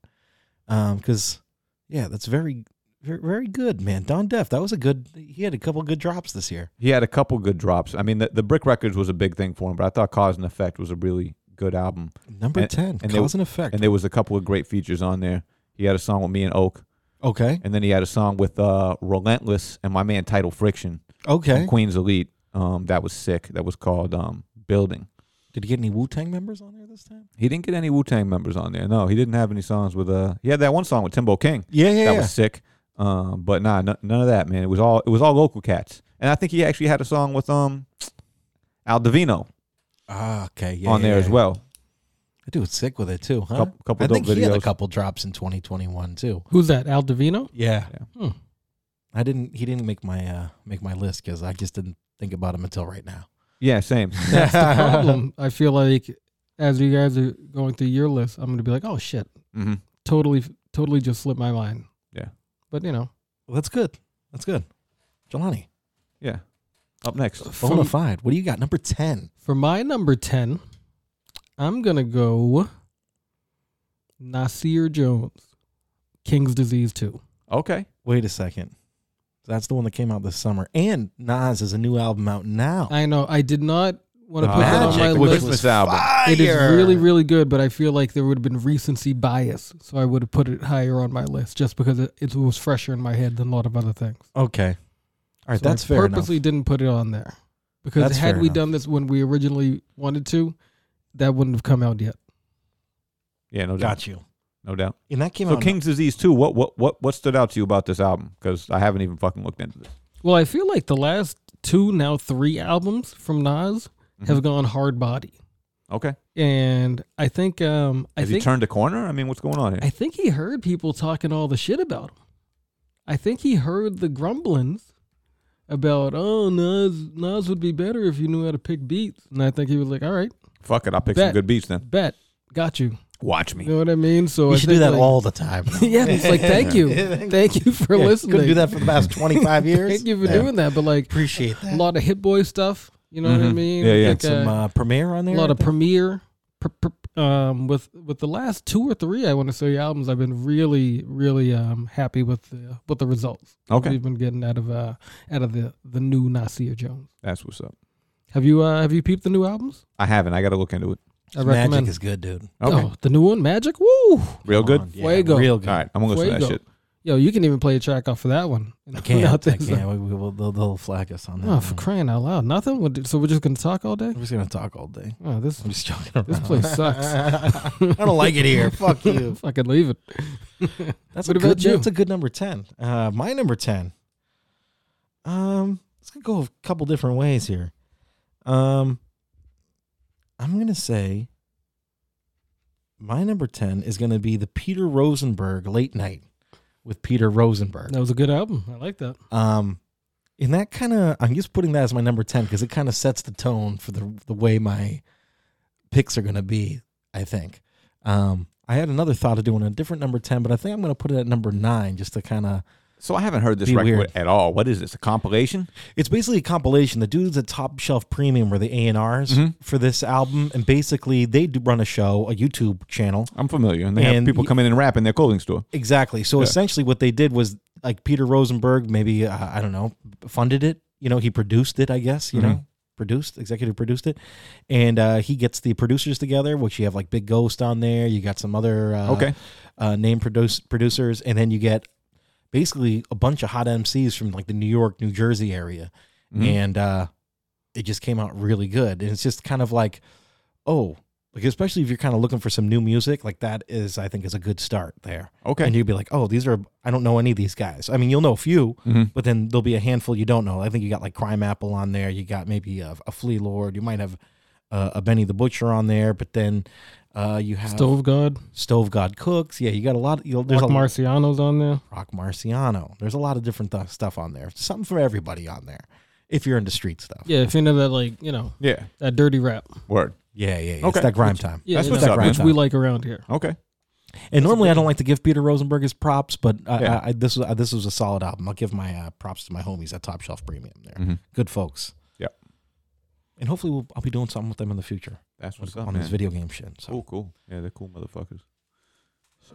Speaker 1: Um, because yeah, that's very very, very good, man. Don Def, that was a good. He had a couple good drops this year.
Speaker 2: He had a couple good drops. I mean, the, the Brick Records was a big thing for him, but I thought Cause and Effect was a really good album.
Speaker 1: Number
Speaker 2: And-
Speaker 1: ten,
Speaker 2: and they-
Speaker 1: cause and effect.
Speaker 2: and there was a couple of great features on there. He had a song with me and Oak,
Speaker 1: okay,
Speaker 2: and then he had a song with uh, Relentless and my man Title Friction
Speaker 1: okay.
Speaker 2: from Queens Elite. Um, that was sick. That was called um, Building.
Speaker 1: Did he get any Wu Tang members on there this time?
Speaker 2: He didn't get any Wu Tang members on there. No, he didn't have any songs with. Uh, he had that one song with Timbo King.
Speaker 1: Yeah, yeah,
Speaker 2: That was sick. Um, but nah, n- none of that, man. It was all it was all local cats. And I think he actually had a song with um Al Divino
Speaker 1: ah, okay, yeah,
Speaker 2: on there as well.
Speaker 1: That dude's sick with it too, huh?
Speaker 2: Couple, couple
Speaker 1: I
Speaker 2: dope
Speaker 1: think he had a
Speaker 2: videos.
Speaker 1: couple drops in 2021 too.
Speaker 3: Who's that? Al Davino.
Speaker 1: Yeah,
Speaker 3: Hmm.
Speaker 1: I didn't. He didn't make my uh make my list because I just didn't think about him until right now.
Speaker 2: Yeah, same.
Speaker 3: That's the problem. I
Speaker 1: Mm-hmm.
Speaker 3: feel like as you guys are going through your list, I'm gonna be like, oh shit,
Speaker 2: hmm
Speaker 3: totally totally just slipped my mind.
Speaker 2: Yeah.
Speaker 3: But you know,
Speaker 1: Well, that's good. That's good. Jelani,
Speaker 2: Yeah. Up next.
Speaker 1: bona
Speaker 3: from,
Speaker 1: fide. What do you got? Number 10.
Speaker 3: for my number ten, I'm gonna go Nasir Jones, King's Disease Two.
Speaker 2: Okay.
Speaker 1: Wait a second. That's the one that came out this summer. And Nas has a new album out now.
Speaker 3: I know I did not want to put that on
Speaker 1: Magic,
Speaker 3: my
Speaker 1: which
Speaker 3: list.
Speaker 1: was
Speaker 2: Christmas album.
Speaker 1: Fire.
Speaker 3: It is really, really good, but I feel like there would have been recency bias, so I would have put it higher on my list just because it, it was fresher in my head than a lot of other things.
Speaker 1: Okay. All right,
Speaker 3: So
Speaker 1: that's
Speaker 3: I
Speaker 1: fair enough.
Speaker 3: Purposely didn't put it on there because
Speaker 1: That's
Speaker 3: had
Speaker 1: fair
Speaker 3: we
Speaker 1: enough.
Speaker 3: done this when we originally wanted to, that wouldn't have come out yet.
Speaker 2: Yeah, no doubt.
Speaker 1: Got you.
Speaker 2: No doubt.
Speaker 1: And that came
Speaker 2: So
Speaker 1: out.
Speaker 2: King's Disease 2, what what what what stood out to you about this album? Because I haven't even fucking looked into this.
Speaker 3: Well, I feel like the last two, now three albums from Nas have gone hard body,
Speaker 2: Mm-hmm. Okay.
Speaker 3: and I think um, I
Speaker 2: Has he
Speaker 3: think
Speaker 2: turned a corner? I mean, what's going on here?
Speaker 3: I think he heard people talking all the shit about him. I think he heard the grumblings about, oh, Nas, Nas would be better if you knew how to pick beats. And I think he was like, all right,
Speaker 2: Fuck it, I'll pick
Speaker 3: Bet.
Speaker 2: some good beats then.
Speaker 3: bet, got you.
Speaker 2: Watch
Speaker 3: You
Speaker 2: me.
Speaker 3: know what I mean? So
Speaker 1: You
Speaker 3: I
Speaker 1: should
Speaker 3: think,
Speaker 1: do that
Speaker 3: like-
Speaker 1: all the time.
Speaker 3: yeah, it's like thank you, thank you for listening.
Speaker 1: Couldn't do that for the past 25 years.
Speaker 3: Thank you for
Speaker 1: Yeah.
Speaker 3: doing that. But like
Speaker 1: Appreciate
Speaker 3: a
Speaker 1: that.
Speaker 3: lot of Hit Boy stuff. You know what I
Speaker 2: Mhm.
Speaker 3: mean?
Speaker 2: Yeah, yeah.
Speaker 3: Like,
Speaker 1: Some
Speaker 3: uh,
Speaker 1: uh, premiere on
Speaker 3: a
Speaker 1: there.
Speaker 3: lot
Speaker 1: I
Speaker 3: of
Speaker 1: think?
Speaker 3: premiere pr- pr- um with with the last two or three i want to say albums i've been really really um happy with the with the results
Speaker 2: Okay.
Speaker 3: we've been getting out of uh out of the the new nasir jones
Speaker 2: That's what's up.
Speaker 3: have you uh have you peeped the new albums
Speaker 2: I haven't. I gotta look into it.
Speaker 3: i
Speaker 1: Magic is good, dude.
Speaker 2: Okay.
Speaker 3: oh the new one magic woo
Speaker 2: Real
Speaker 1: Come
Speaker 2: good?
Speaker 1: on. Yeah,
Speaker 3: Fuego.
Speaker 1: Real good.
Speaker 2: All right. I'm gonna listen to that
Speaker 3: Fuego.
Speaker 2: shit.
Speaker 3: yo you can even play a track off of that one
Speaker 1: I can't. I
Speaker 3: Nothing.
Speaker 1: can't. We, we, will they'll, they'll flag us on that.
Speaker 3: oh for
Speaker 1: one.
Speaker 3: crying out loud nothing We'll do- so we're just gonna talk all day
Speaker 1: I'm just gonna talk all day.
Speaker 3: oh this
Speaker 1: I'm just joking around.
Speaker 3: This place sucks.
Speaker 1: I don't like it here. Fuck you.
Speaker 3: fucking leave it
Speaker 1: That's
Speaker 3: What
Speaker 1: a
Speaker 3: about
Speaker 1: good,
Speaker 3: you?
Speaker 1: That's a good number ten. Uh, my number ten. Um, it's gonna go a couple different ways here. Um, I'm gonna say my number ten is gonna be the Peter Rosenberg late night with Peter Rosenberg.
Speaker 3: that was a good album i like that
Speaker 1: Um, and that kind of I'm just putting that as my number ten because it kind of sets the tone for the the way my picks are gonna be. I think. Um, I had another thought of doing a different number ten, but I think I'm gonna put it at number nine just to kind of.
Speaker 2: So I haven't heard this
Speaker 1: Be
Speaker 2: record
Speaker 1: weird.
Speaker 2: at all. What is this? A compilation?
Speaker 1: It's basically a compilation. The dudes at Top Shelf Premium were the A and R's
Speaker 2: Mhm.
Speaker 1: for this album, and basically they do run a show, a YouTube channel,
Speaker 2: I'm familiar. And they have
Speaker 1: And
Speaker 2: people
Speaker 1: y-
Speaker 2: come in and rap in their clothing store.
Speaker 1: Exactly. So
Speaker 2: Yeah.
Speaker 1: essentially, what they did was like Peter Rosenberg, maybe uh, I don't know, funded it. You know, he produced it. I guess you know,
Speaker 2: Mm-hmm.
Speaker 1: produced, executive produced it, and uh, he gets the producers together. Which you have like Big Ghost on there. You got some other uh,
Speaker 2: Okay.
Speaker 1: uh, name produce producers, and then you get basically a bunch of hot MCs from like the New York, New Jersey area,
Speaker 2: Mhm.
Speaker 1: and uh, it just came out really good. And it's just kind of like, oh, like especially if you're kind of looking for some new music, like that is, I think, is a good start there.
Speaker 2: Okay.
Speaker 1: And you'd be like, oh, these are, I don't know any of these guys. I mean, you'll know a few,
Speaker 2: Mhm.
Speaker 1: but then there'll be a handful you don't know. I think you got like Crime Apple on there. You got maybe a, a Flea Lord. You might have uh, a Benny the Butcher on there, but then uh, you have Stove,
Speaker 3: stove god
Speaker 1: God Cooks. Yeah, you got a lot. You know, there's
Speaker 3: Rock
Speaker 1: a
Speaker 3: marciano's on there
Speaker 1: Rock Marciano. There's a lot of different th- stuff on there. Something for everybody on there if you're into street stuff.
Speaker 3: Yeah, if you know that, like you know
Speaker 2: Yeah.
Speaker 3: that dirty rap.
Speaker 2: Word.
Speaker 1: Yeah, yeah, yeah.
Speaker 2: Okay.
Speaker 1: It's that grime
Speaker 2: Which-
Speaker 1: time.
Speaker 3: Yeah,
Speaker 2: That's
Speaker 3: you
Speaker 2: what's
Speaker 3: know,
Speaker 2: up,
Speaker 3: which
Speaker 1: man.
Speaker 3: we like around here.
Speaker 2: Okay.
Speaker 1: And normally I don't like to give Peter Rosenberg his props, but I,
Speaker 2: Yeah.
Speaker 1: I, I, this was uh, this was a solid album. I'll give my uh, props to my homies at Top Shelf Premium. There,
Speaker 2: Mhm.
Speaker 1: good folks.
Speaker 2: Yep.
Speaker 1: And hopefully we'll, I'll be doing something with them in the future
Speaker 2: That's what's
Speaker 1: on
Speaker 2: up,
Speaker 1: this
Speaker 2: man.
Speaker 1: video game shit. So
Speaker 2: Cool, cool. Yeah, they're cool motherfuckers.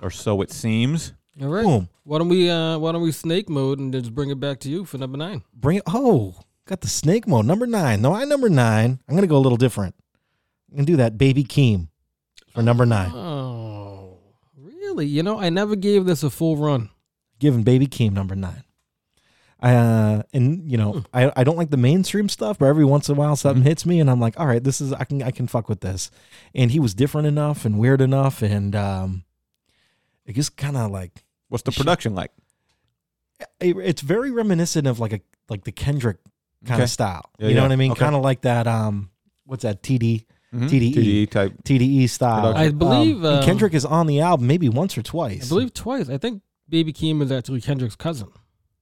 Speaker 2: Or so it seems.
Speaker 3: All right.
Speaker 1: boom,
Speaker 3: Why don't we uh why don't we snake mode and just bring it back to you for number nine?
Speaker 1: bring it. Oh, got the snake mode number nine. No, I number nine. I'm gonna go a little different. I'm gonna do that, baby Keem, for number nine.
Speaker 3: Oh, really? You know, I never gave this a full run.
Speaker 1: Giving baby Keem number nine. I, uh, and you
Speaker 3: Hmm.
Speaker 1: know, I, I don't like the mainstream stuff, but every once in a while something hits me, and I'm like, all right, this is I can I can fuck with this. And he was different enough and weird enough, and um, it just kind of like
Speaker 2: What's the
Speaker 1: Shit.
Speaker 2: production like?
Speaker 1: it, it's very reminiscent of like a like the Kendrick kind
Speaker 2: Okay.
Speaker 1: of style.
Speaker 2: Yeah,
Speaker 1: you know
Speaker 2: yeah.
Speaker 1: what I mean?
Speaker 2: Okay.
Speaker 1: Kind of like that. Um, what's that? TD
Speaker 2: Mhm.
Speaker 1: TDE.
Speaker 2: TDE type.
Speaker 1: TDE E style.
Speaker 2: Production.
Speaker 3: I believe,
Speaker 1: Um, and
Speaker 3: um,
Speaker 1: Kendrick is on the album maybe once or
Speaker 3: I
Speaker 1: twice.
Speaker 3: believe twice. I think Baby Keem is actually Kendrick's cousin.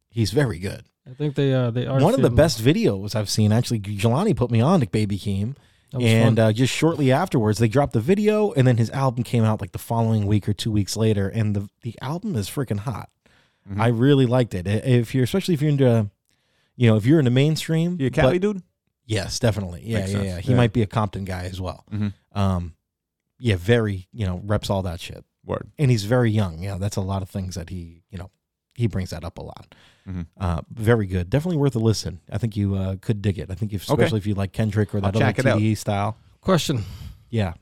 Speaker 1: he's very good.
Speaker 3: I think they uh they are
Speaker 1: One of the
Speaker 3: feeling-
Speaker 1: best videos I've seen actually. Jelani put me on to Baby Keem.
Speaker 3: That was
Speaker 1: and
Speaker 3: fun.
Speaker 1: uh, just shortly afterwards, they dropped the video, and then his album came out like the following week or two weeks later. And the the album is freaking hot.
Speaker 2: Mhm.
Speaker 1: I really liked it. I- If you're especially if you're into, you know, if you're in the mainstream,
Speaker 2: You a
Speaker 1: but-
Speaker 2: Cali dude?
Speaker 1: yes, definitely, yeah,
Speaker 2: Makes
Speaker 1: yeah,
Speaker 2: sense.
Speaker 1: yeah. He
Speaker 2: Yeah.
Speaker 1: might be a Compton guy as well.
Speaker 2: Mhm.
Speaker 1: Um, yeah, very, you know, reps all that shit,
Speaker 2: Word.
Speaker 1: and he's very young. You know, that's a lot of things that he, you know, he brings that up a lot.
Speaker 2: Mhm.
Speaker 1: Uh, very good, definitely worth a listen. I think you uh, could dig it. I think if,
Speaker 2: Okay.
Speaker 1: especially if you like Kendrick or
Speaker 2: I'll
Speaker 1: that
Speaker 2: check
Speaker 1: other
Speaker 2: it out.
Speaker 1: TDE style,
Speaker 3: Question.
Speaker 1: yeah.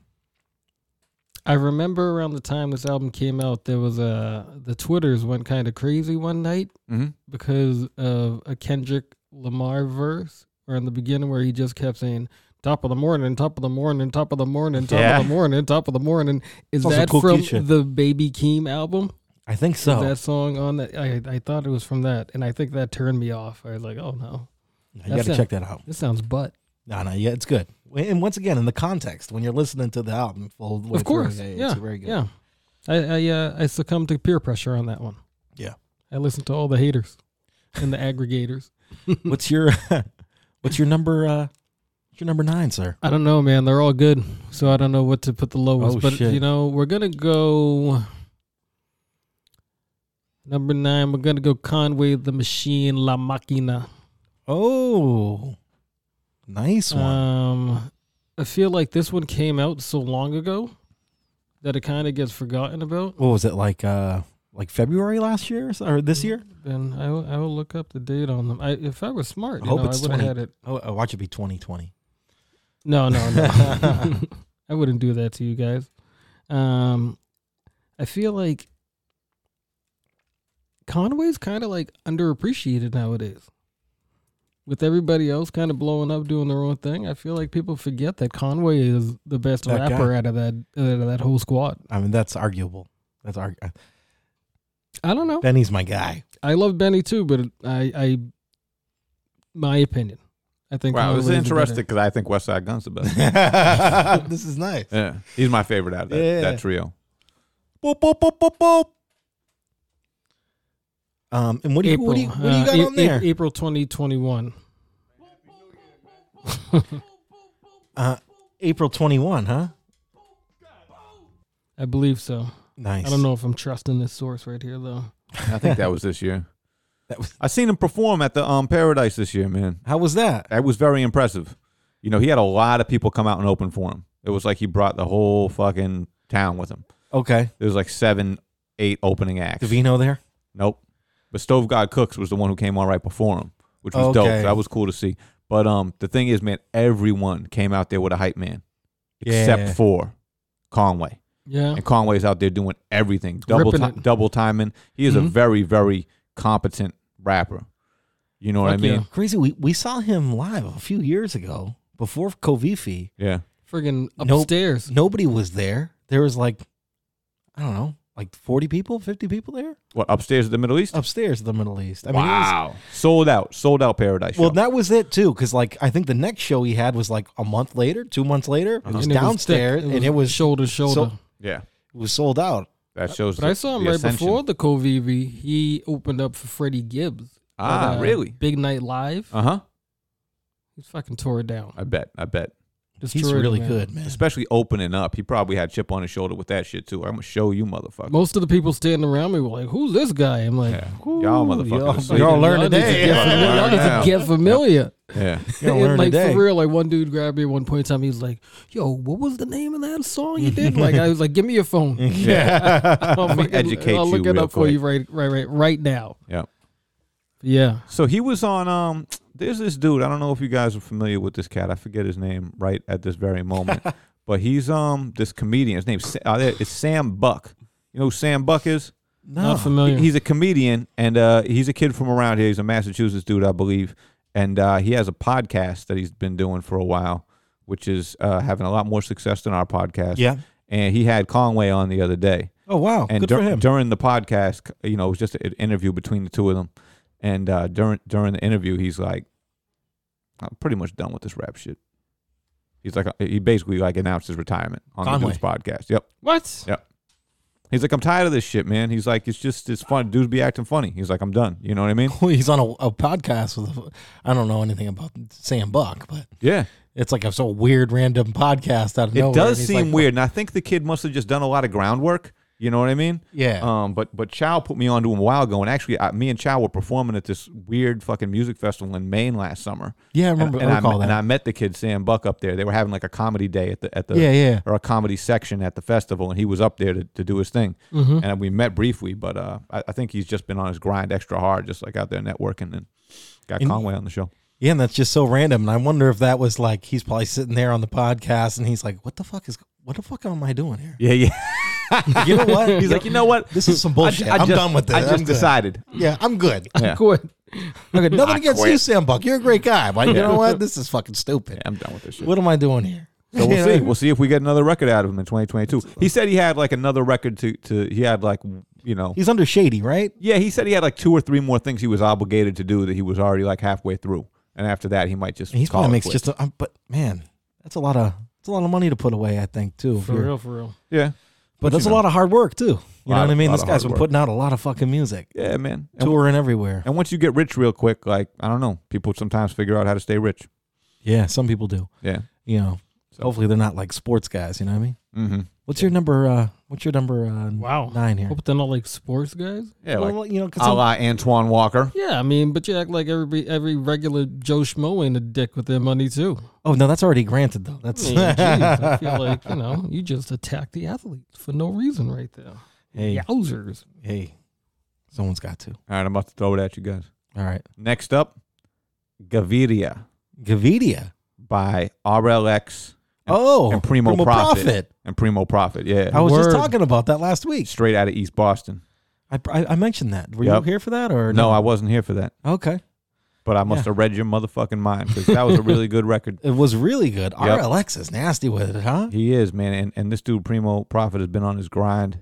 Speaker 3: I remember around the time this album came out, there was a the Twitters went kind of crazy one night
Speaker 2: Mm-hmm.
Speaker 3: because of a Kendrick Lamar verse, or in the beginning where he just kept saying "top of the morning, top of the morning, top of the morning, top
Speaker 2: Yeah.
Speaker 3: of the morning, top of the morning." Is
Speaker 1: It's also
Speaker 3: that
Speaker 1: Cool
Speaker 3: from
Speaker 1: Kid shit.
Speaker 3: the Baby Keem album?
Speaker 1: I think
Speaker 3: Is
Speaker 1: so.
Speaker 3: that song on that? I I thought it was from that, and I think that turned me off. I was like, "Oh no,
Speaker 1: you
Speaker 3: that's
Speaker 1: got to
Speaker 3: it.
Speaker 1: check that out.
Speaker 3: this sounds butt."
Speaker 1: No, no, yeah, it's good. And once again, in the context, when you're listening to the album, full way
Speaker 3: of course,
Speaker 1: through,
Speaker 3: yeah,
Speaker 1: it's very good.
Speaker 3: yeah. I I uh, I succumbed to peer pressure on that one.
Speaker 1: Yeah.
Speaker 3: I listened to all the haters and the aggregators.
Speaker 1: What's your, what's your number? Uh, what's your number nine, sir?
Speaker 3: I don't know, man. They're all good, so I don't know what to put the lowest.
Speaker 1: Oh,
Speaker 3: but
Speaker 1: shit.
Speaker 3: you know, we're gonna go number nine. We're gonna go Conway the Machine, La Machina.
Speaker 1: Oh, nice one.
Speaker 3: Um, I feel like this one came out so long ago that it kind of gets forgotten about.
Speaker 1: what was it like? Uh, like February last year or so- or this year?
Speaker 3: Then I will, I will look up the date on them. I, if I was smart,
Speaker 1: I
Speaker 3: you
Speaker 1: hope
Speaker 3: know, I
Speaker 1: it's
Speaker 3: would have
Speaker 1: 20.
Speaker 3: had it.
Speaker 1: Oh, uh, watch it be 2020.
Speaker 3: No, no, no. I wouldn't do that to you guys. Um, I feel like Conway's kind of like underappreciated nowadays. With everybody else kind of blowing up, doing their own thing, I feel like people forget that Conway is the best
Speaker 1: That guy.
Speaker 3: rapper out of that out of that whole squad.
Speaker 1: I mean, that's arguable. That's arg- uh,
Speaker 3: I don't know.
Speaker 1: Benny's my guy.
Speaker 3: I love Benny too, but I, I, my opinion, I think.
Speaker 2: Wow, this
Speaker 3: Conway
Speaker 2: is
Speaker 3: the better-
Speaker 2: interesting because I think West Side Gun's the best.
Speaker 1: this is nice.
Speaker 2: yeah, he's my favorite out of that,
Speaker 1: Yeah.
Speaker 2: that trio.
Speaker 1: Boop, boop, boop, boop, boop. Um, and what do you,
Speaker 3: April,
Speaker 1: what do you, what do you
Speaker 3: uh,
Speaker 1: got
Speaker 3: A-
Speaker 1: on there?
Speaker 3: A- April twenty twenty one.
Speaker 1: Uh, April 21, huh?
Speaker 3: I believe so.
Speaker 1: Nice.
Speaker 3: I don't know if I'm trusting this source right here though.
Speaker 2: I think that was this year.
Speaker 1: That was,
Speaker 2: I seen him perform at the um Paradise this year, man.
Speaker 1: how was that?
Speaker 2: That was very impressive. You know, he had a lot of people come out and open for him. It was like he brought the whole fucking town with him.
Speaker 1: Okay.
Speaker 2: There was like seven, eight opening acts.
Speaker 1: Davino there?
Speaker 2: Nope. But Stove God Cooks was the one who came on right before him, which was
Speaker 1: Okay.
Speaker 2: dope. That was cool to see. But um, the thing is, man, everyone came out there with a hype man, except
Speaker 1: Yeah.
Speaker 2: for Conway.
Speaker 3: Yeah.
Speaker 2: And Conway's out there doing everything, double
Speaker 3: Ripping
Speaker 2: ti-
Speaker 3: it.
Speaker 2: double timing. He is a
Speaker 3: Mhm.
Speaker 2: very, very competent rapper. You know what
Speaker 3: Fuck
Speaker 2: I mean?
Speaker 3: yeah.
Speaker 1: Crazy. We, we saw him live a few years ago before Kovifi.
Speaker 2: Yeah.
Speaker 3: Friggin'
Speaker 1: Nope.
Speaker 3: upstairs.
Speaker 1: Nobody was there. There was like, I don't know, like 40 people, 50 people there
Speaker 2: What upstairs at the Middle East?
Speaker 1: upstairs in the Middle East. I mean, it was-
Speaker 2: wow, sold out, sold out Paradise.
Speaker 1: well,
Speaker 2: show.
Speaker 1: that was it too. Cause like, I think the next show he had was like a month later, two months later.
Speaker 2: Uh-huh.
Speaker 1: It was
Speaker 3: And it was
Speaker 1: downstairs
Speaker 3: thick.
Speaker 1: and it was,
Speaker 3: shoulder to shoulder.
Speaker 2: yeah,
Speaker 1: it was sold out.
Speaker 2: that shows.
Speaker 3: but I saw him
Speaker 2: the
Speaker 3: right
Speaker 2: ascension.
Speaker 3: before the Covivi. He opened up for Freddie Gibbs. at,
Speaker 2: Ah,
Speaker 3: uh,
Speaker 2: really?
Speaker 3: Big Night Live.
Speaker 2: Uh huh.
Speaker 3: He's fucking tore it down.
Speaker 2: I bet. I bet.
Speaker 1: He's
Speaker 3: Destroyed it,
Speaker 1: really
Speaker 3: man.
Speaker 1: good, man.
Speaker 2: Especially opening up, he probably had a chip on his shoulder with that shit too. I'm gonna show you, motherfucker.
Speaker 3: Most of the people standing around me were like, "Who's this guy?" I'm like,
Speaker 2: yeah. Y'all
Speaker 1: y'all-
Speaker 2: motherfuckers.
Speaker 1: So y'all learn
Speaker 3: need to
Speaker 1: today.
Speaker 3: get familiar-
Speaker 2: Yeah.
Speaker 3: Y'all need to
Speaker 2: Yeah.
Speaker 3: get familiar.
Speaker 2: yeah.
Speaker 1: You're gonna
Speaker 3: And,
Speaker 1: learn
Speaker 3: like
Speaker 1: today.
Speaker 3: for real, like one dude grabbed me at one point in time. He was like, "Yo, what was the name of that song you did?" like I was like, "Give me your phone.
Speaker 2: Yeah.
Speaker 3: I'll,
Speaker 2: Let me
Speaker 3: fucking-
Speaker 2: educate
Speaker 3: I'll
Speaker 2: you
Speaker 3: look it
Speaker 2: real
Speaker 3: up for
Speaker 2: quick.
Speaker 3: you right, right, right, right now."
Speaker 2: Yeah.
Speaker 3: Yeah.
Speaker 2: So he was on. Um, there's this dude. I don't know if you guys are familiar with this cat. I forget his name right at this very moment. but he's um this comedian. His name's Sa- uh, it's Sam Buck. You know who Sam Buck is?
Speaker 1: No.
Speaker 3: Not familiar.
Speaker 2: He's a comedian and uh, he's a kid from around here. He's a Massachusetts dude, I believe. And uh, he has a podcast that he's been doing for a while, which is uh, having a lot more success than our podcast.
Speaker 1: Yeah.
Speaker 2: And he had Conway on the other day.
Speaker 1: Oh, wow.
Speaker 2: and
Speaker 1: Good
Speaker 2: dur-
Speaker 1: for him.
Speaker 2: during the podcast, you know, it was just an interview between the two of them. And uh, during during the interview, he's like, "I'm pretty much done with this rap shit." He's like, uh, he basically like announced his retirement on the
Speaker 1: Conway.
Speaker 2: dude's podcast. Yep.
Speaker 3: what?
Speaker 2: He's like, I'm tired of this shit, man. He's like, it's just, it's fun. Dudes be acting funny. He's like, I'm done. You know what I mean?
Speaker 1: Well, he's on a, a podcast with. A, I don't know anything about Sam Buck, but
Speaker 2: Yeah.
Speaker 1: It's like a so weird random podcast out of nowhere.
Speaker 2: it does
Speaker 1: and he's
Speaker 2: seem
Speaker 1: like,
Speaker 2: weird, and I think the kid must have just done a lot of groundwork. You know what I mean?
Speaker 1: Yeah.
Speaker 2: Um, but but Chow put me onto him a while ago, and actually, I, me and Chow were performing at this weird fucking music festival in Maine last summer.
Speaker 1: Yeah, I remember-
Speaker 2: And, and
Speaker 1: I recall
Speaker 2: met-
Speaker 1: that.
Speaker 2: and I met the kid Sam Buck up there. They were having like a comedy day at the at the
Speaker 1: Yeah, yeah.
Speaker 2: or a comedy section at the festival, and he was up there to, to do his thing.
Speaker 1: Mm-hmm.
Speaker 2: And we met briefly, but uh, I, I think he's just been on his grind extra hard, just like out there networking, and got
Speaker 1: And-
Speaker 2: Conway on the show.
Speaker 1: Yeah, and that's just so random. And I wonder if that was like he's probably sitting there on the podcast and he's like, "What the fuck is? What the fuck am I doing here?
Speaker 2: Yeah, yeah.
Speaker 1: You know what?
Speaker 2: He's like, you know what?
Speaker 1: this is some bullshit. I, am
Speaker 2: just-
Speaker 1: done with this.
Speaker 2: I
Speaker 1: I'm
Speaker 2: just
Speaker 1: good."
Speaker 2: decided.
Speaker 1: Yeah, I'm good.
Speaker 2: Yeah.
Speaker 3: Quit.
Speaker 1: Okay, nothing against you,
Speaker 2: quit.
Speaker 1: Sam Buck. You're a great guy, but you know what? This is fucking stupid.
Speaker 2: I'm done with this shit.
Speaker 1: What am I doing here?
Speaker 2: So we'll see. We'll see if we get another record out of him in 2022. He said he had like another record to to. He had like you know.
Speaker 1: He's under shady, right?
Speaker 2: Yeah, he said he had like two or three more things he was obligated to do that he was already like halfway through, and after that he might just.
Speaker 1: And he's
Speaker 2: call
Speaker 1: probably
Speaker 2: it
Speaker 1: makes
Speaker 2: quits.
Speaker 1: just. A, um, but man, that's a lot of. It's a lot of money to put away, I think, too. if
Speaker 3: For
Speaker 1: you're-
Speaker 3: real, for real.
Speaker 2: yeah,
Speaker 1: But that's
Speaker 2: you
Speaker 1: a
Speaker 2: know.
Speaker 1: lot of hard work too. You know
Speaker 2: Lot
Speaker 1: what I
Speaker 2: of-
Speaker 1: mean?
Speaker 2: lot
Speaker 1: This
Speaker 2: of
Speaker 1: guy's
Speaker 2: hard
Speaker 1: been
Speaker 2: work.
Speaker 1: putting out a lot of fucking music,
Speaker 2: yeah, man. And,
Speaker 1: touring everywhere.
Speaker 2: and once you get rich real quick, like I don't know, people sometimes figure out how to stay rich.
Speaker 1: Yeah, some people do.
Speaker 2: Yeah.
Speaker 1: You know,
Speaker 2: So-
Speaker 1: hopefully they're not like sports guys. You know what I mean?
Speaker 2: Mm-hmm.
Speaker 1: What's your number? uh What's your number? Uh,
Speaker 3: Wow.
Speaker 1: nine here.
Speaker 3: Hope they're not like sports guys.
Speaker 2: Yeah, like
Speaker 1: Well, you know, 'cause
Speaker 2: a
Speaker 1: some-
Speaker 2: la Antoine Walker.
Speaker 3: Yeah, I mean, but you act like every every regular Joe Schmo ain't a dick with their money too.
Speaker 1: oh no, that's already granted though.
Speaker 3: I
Speaker 1: That's
Speaker 3: mean, jeez, I feel like you know you just attack the athlete for no reason right there.
Speaker 1: hey,
Speaker 3: Yowzers!
Speaker 1: hey, someone's got to.
Speaker 2: All right, I'm about to throw it at you guys.
Speaker 1: All right,
Speaker 2: Next up, Gaviria
Speaker 1: Gavidia.
Speaker 2: by RLX And-
Speaker 1: oh,
Speaker 2: and Primo, Profit. and Primo Profit. Yeah,
Speaker 1: I was
Speaker 3: Word.
Speaker 1: just talking about that last week.
Speaker 2: straight out of East Boston.
Speaker 1: I I, I mentioned that. Were
Speaker 2: Yep.
Speaker 1: you here for that or
Speaker 2: No, I wasn't here for that,
Speaker 1: Okay,
Speaker 2: but I must
Speaker 1: Yeah.
Speaker 2: have read your motherfucking mind because that was a really good record.
Speaker 1: it was really good.
Speaker 2: Yep.
Speaker 1: RLX is nasty with it, huh?
Speaker 2: He is man, and, and this dude Primo Profit has been on his grind.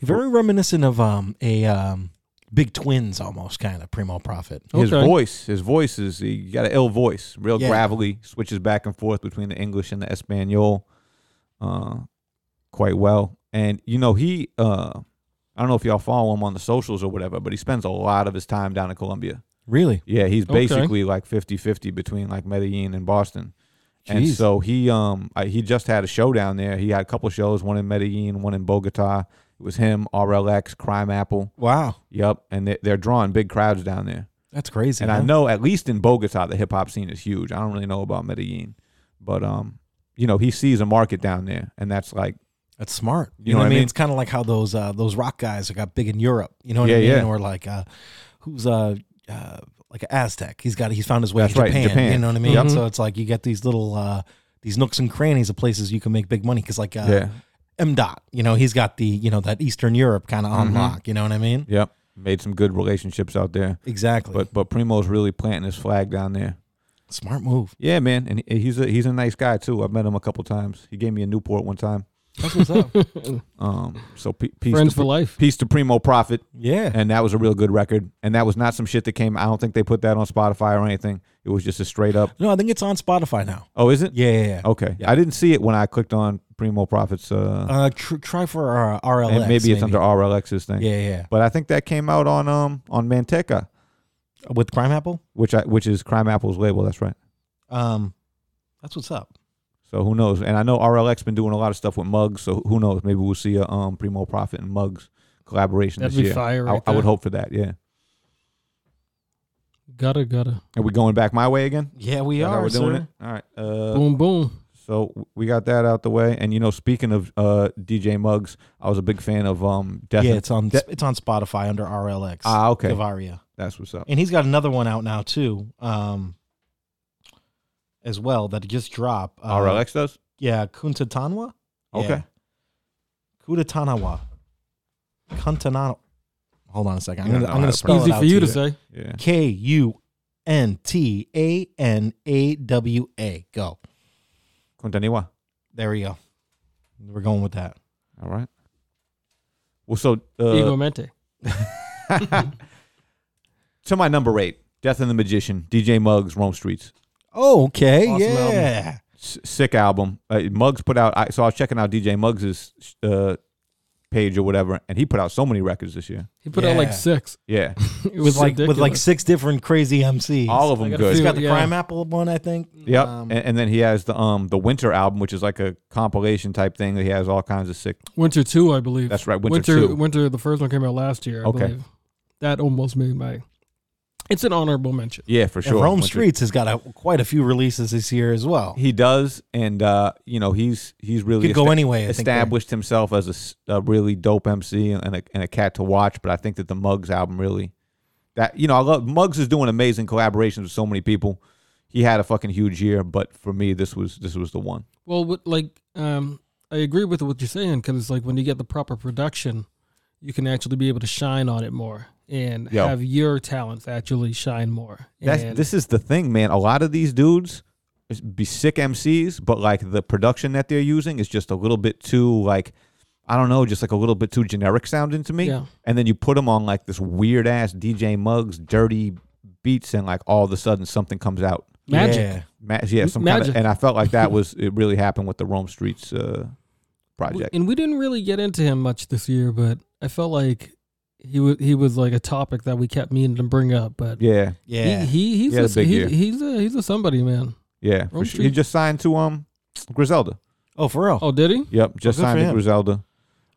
Speaker 1: Very reminiscent of um a um big twins almost kind of Primo Profit.
Speaker 2: His
Speaker 3: Okay.
Speaker 2: voice, his voice is he got an ill voice, real
Speaker 1: Yeah.
Speaker 2: gravelly, switches back and forth between the English and the Espanol, uh, quite well. And you know he, uh, I don't know if y'all follow him on the socials or whatever, but he spends a lot of his time down in Colombia.
Speaker 1: Really?
Speaker 2: Yeah, he's
Speaker 3: Okay.
Speaker 2: basically like 50-50 between like Medellin and Boston. And
Speaker 1: Jeez.
Speaker 2: so he um I, he just had a show down there. He had a couple shows, one in Medellin, one in Bogota. It was him, RLX, Crime Apple.
Speaker 1: Wow,
Speaker 2: Yep, and they, they're drawing big crowds down there.
Speaker 1: that's crazy.
Speaker 2: And I
Speaker 1: huh?
Speaker 2: know at least in Bogota the hip hop scene is huge. I don't really know about Medellin, but um you know, he sees a market down there and that's like
Speaker 1: That's smart. You,
Speaker 2: You
Speaker 1: know, what I mean?
Speaker 2: mean?
Speaker 1: It's kind of like how those uh, those rock guys that got big in Europe. You know what I mean?
Speaker 2: Yeah, yeah.
Speaker 1: Or like uh, who's uh, uh like an Aztec. He's got he's found his way
Speaker 2: That's
Speaker 1: to
Speaker 2: right,
Speaker 1: Japan,
Speaker 2: Japan.
Speaker 1: You know what I mean?
Speaker 3: Yep.
Speaker 1: So it's like you get these little uh, these nooks and crannies of places you can make big money. Because like uh,
Speaker 2: Yeah.
Speaker 1: M Dot, you know, he's got the you know that Eastern Europe kind
Speaker 2: Mm-hmm.
Speaker 1: of on lock. You know what I mean?
Speaker 2: Yep. Made some good relationships out there.
Speaker 1: Exactly.
Speaker 2: But but Primo's really planting his flag down there.
Speaker 1: smart move.
Speaker 2: Yeah, man, and he- he's a he's a nice guy too. I've met him a couple times. He gave me a Newport one time.
Speaker 1: That's what's up.
Speaker 2: Um, so pe- peace
Speaker 3: Friends
Speaker 2: to
Speaker 3: for
Speaker 2: Pri-
Speaker 3: life.
Speaker 2: peace to Primo Profit,
Speaker 1: yeah.
Speaker 2: and that was a real good record. And that was not some shit that came. I don't think they put that on Spotify or anything. It was just a straight up.
Speaker 1: No, I think it's on Spotify now.
Speaker 2: Oh, is it?
Speaker 1: Yeah, yeah, yeah.
Speaker 2: Okay, I didn't see it when I clicked on Primo Profit's. Uh,
Speaker 1: Uh, tr- try for uh, RLX.
Speaker 2: and maybe, it's under RLX's thing.
Speaker 1: Yeah, yeah.
Speaker 2: But I think that came out on um on Manteca,
Speaker 1: With Crime Apple.
Speaker 2: which I which is Crime Apple's label. That's right.
Speaker 1: Um, that's what's up.
Speaker 2: So who knows? And I know RLX been doing a lot of stuff with mugs. So who knows? Maybe we'll see a um, Primo Profit and mugs collaboration
Speaker 3: That'd
Speaker 2: this
Speaker 3: be
Speaker 2: year.
Speaker 3: fire
Speaker 2: I,
Speaker 3: right
Speaker 2: I would
Speaker 3: there.
Speaker 2: hope for that. Yeah.
Speaker 3: Gotta gotta.
Speaker 2: Are we going back my way again?
Speaker 1: Yeah, we
Speaker 2: Is that how
Speaker 1: are.
Speaker 2: we're doing
Speaker 1: sir.
Speaker 2: it. All right. Uh,
Speaker 3: boom boom.
Speaker 2: so we got that out the way. And you know, speaking of uh, DJ Mugs, I was a big fan of um, Death.
Speaker 1: Yeah,
Speaker 2: and-
Speaker 1: it's on
Speaker 2: That-
Speaker 1: it's on Spotify under RLX.
Speaker 2: ah, okay.
Speaker 1: Gavaria,
Speaker 2: That's what's up.
Speaker 1: and he's got another one out now too, um, as well that just dropped. Uh,
Speaker 2: RLX does.
Speaker 1: yeah, Kuntatanwa.
Speaker 2: Okay.
Speaker 1: Kuntatanawa. Kuntanana. Hold on a second. I'm
Speaker 2: You don't
Speaker 1: gonna,
Speaker 2: know
Speaker 1: I'm
Speaker 2: how
Speaker 1: gonna
Speaker 2: to
Speaker 1: spell
Speaker 3: Easy
Speaker 1: it out
Speaker 3: for you
Speaker 1: to
Speaker 3: to say.
Speaker 2: Yeah.
Speaker 1: K U N T A N A W A. Go.
Speaker 2: Continua.
Speaker 1: There we go. We're going with that.
Speaker 2: All right. Well, so
Speaker 3: Ego
Speaker 2: uh,
Speaker 3: mente.
Speaker 2: to my number eight, Death and the Magician, DJ Muggs, Rome Streets.
Speaker 1: Oh, okay.
Speaker 3: Awesome album.
Speaker 1: yeah.
Speaker 2: S- sick album. Uh, Muggs put out. I, so I was checking out DJ Muggs's uh, page or whatever, and he put out so many records this year.
Speaker 3: He put out like
Speaker 1: Yeah.
Speaker 3: six.
Speaker 2: Yeah,
Speaker 3: It was
Speaker 1: like with like
Speaker 3: ridiculous.
Speaker 1: six different crazy MCs.
Speaker 2: all of
Speaker 3: I
Speaker 2: them
Speaker 3: gotta
Speaker 2: good.
Speaker 1: He's got the
Speaker 3: Yeah.
Speaker 1: Crime Apple one, I think.
Speaker 2: Yep.
Speaker 1: Um,
Speaker 2: and, and then he has the um the winter album, which is like a compilation type thing. That he has all kinds of sick.
Speaker 3: Winter Two, I believe.
Speaker 2: That's right, winter,
Speaker 3: Winter,
Speaker 2: two.
Speaker 3: Winter, the first one came out last year. I
Speaker 2: Okay.
Speaker 3: believe. That almost made my. It's an honorable mention.
Speaker 2: Yeah, for
Speaker 1: and
Speaker 2: sure.
Speaker 1: Rome
Speaker 2: Winter-
Speaker 1: Streets has got a, quite a few releases this year as well.
Speaker 2: He does, and uh, you know he's he's
Speaker 1: You
Speaker 2: really
Speaker 1: could go
Speaker 2: esta-
Speaker 1: anyway. I think, right?
Speaker 2: established himself as a s- a, really dope MC and a, and a cat to watch. But I think that the Muggs album really that you know I love Muggs is doing amazing collaborations with so many people. He had a fucking huge year, but for me this was this was the one.
Speaker 3: Well, what, like um, I agree with what you're saying because it's like when you get the proper production, you can actually be able to shine on it more and
Speaker 2: Yeah.
Speaker 3: have your talents actually shine more.
Speaker 2: That's,
Speaker 3: And-
Speaker 2: this is the thing, man. A lot of these dudes is- be sick MCs, but like the production that they're using is just a little bit too like I don't know, just like a little bit too generic sounding to me.
Speaker 3: Yeah.
Speaker 2: And then you put them on like this weird ass DJ Muggs dirty beats, and like all of a sudden something comes out.
Speaker 3: magic.
Speaker 1: Yeah.
Speaker 2: Ma- yeah, some kind of,
Speaker 3: Magic.
Speaker 2: and I felt like that was it. Really happened with the Rome Streets uh,
Speaker 3: We-
Speaker 2: project.
Speaker 3: And we didn't really get into him much this year, but I felt like he was he was like a topic that we kept meaning to bring up. But
Speaker 2: Yeah,
Speaker 1: Yeah.
Speaker 3: he, he he's
Speaker 2: He had
Speaker 3: a,
Speaker 2: a big
Speaker 3: he-
Speaker 2: year.
Speaker 3: he's a he's a somebody man.
Speaker 2: yeah.
Speaker 3: Rome
Speaker 2: For sure. He
Speaker 3: Street-
Speaker 2: just signed to um Griselda.
Speaker 1: oh, for real.
Speaker 3: Oh, did he?
Speaker 2: Yep, just
Speaker 1: good for
Speaker 2: signed to
Speaker 1: him.
Speaker 2: Griselda.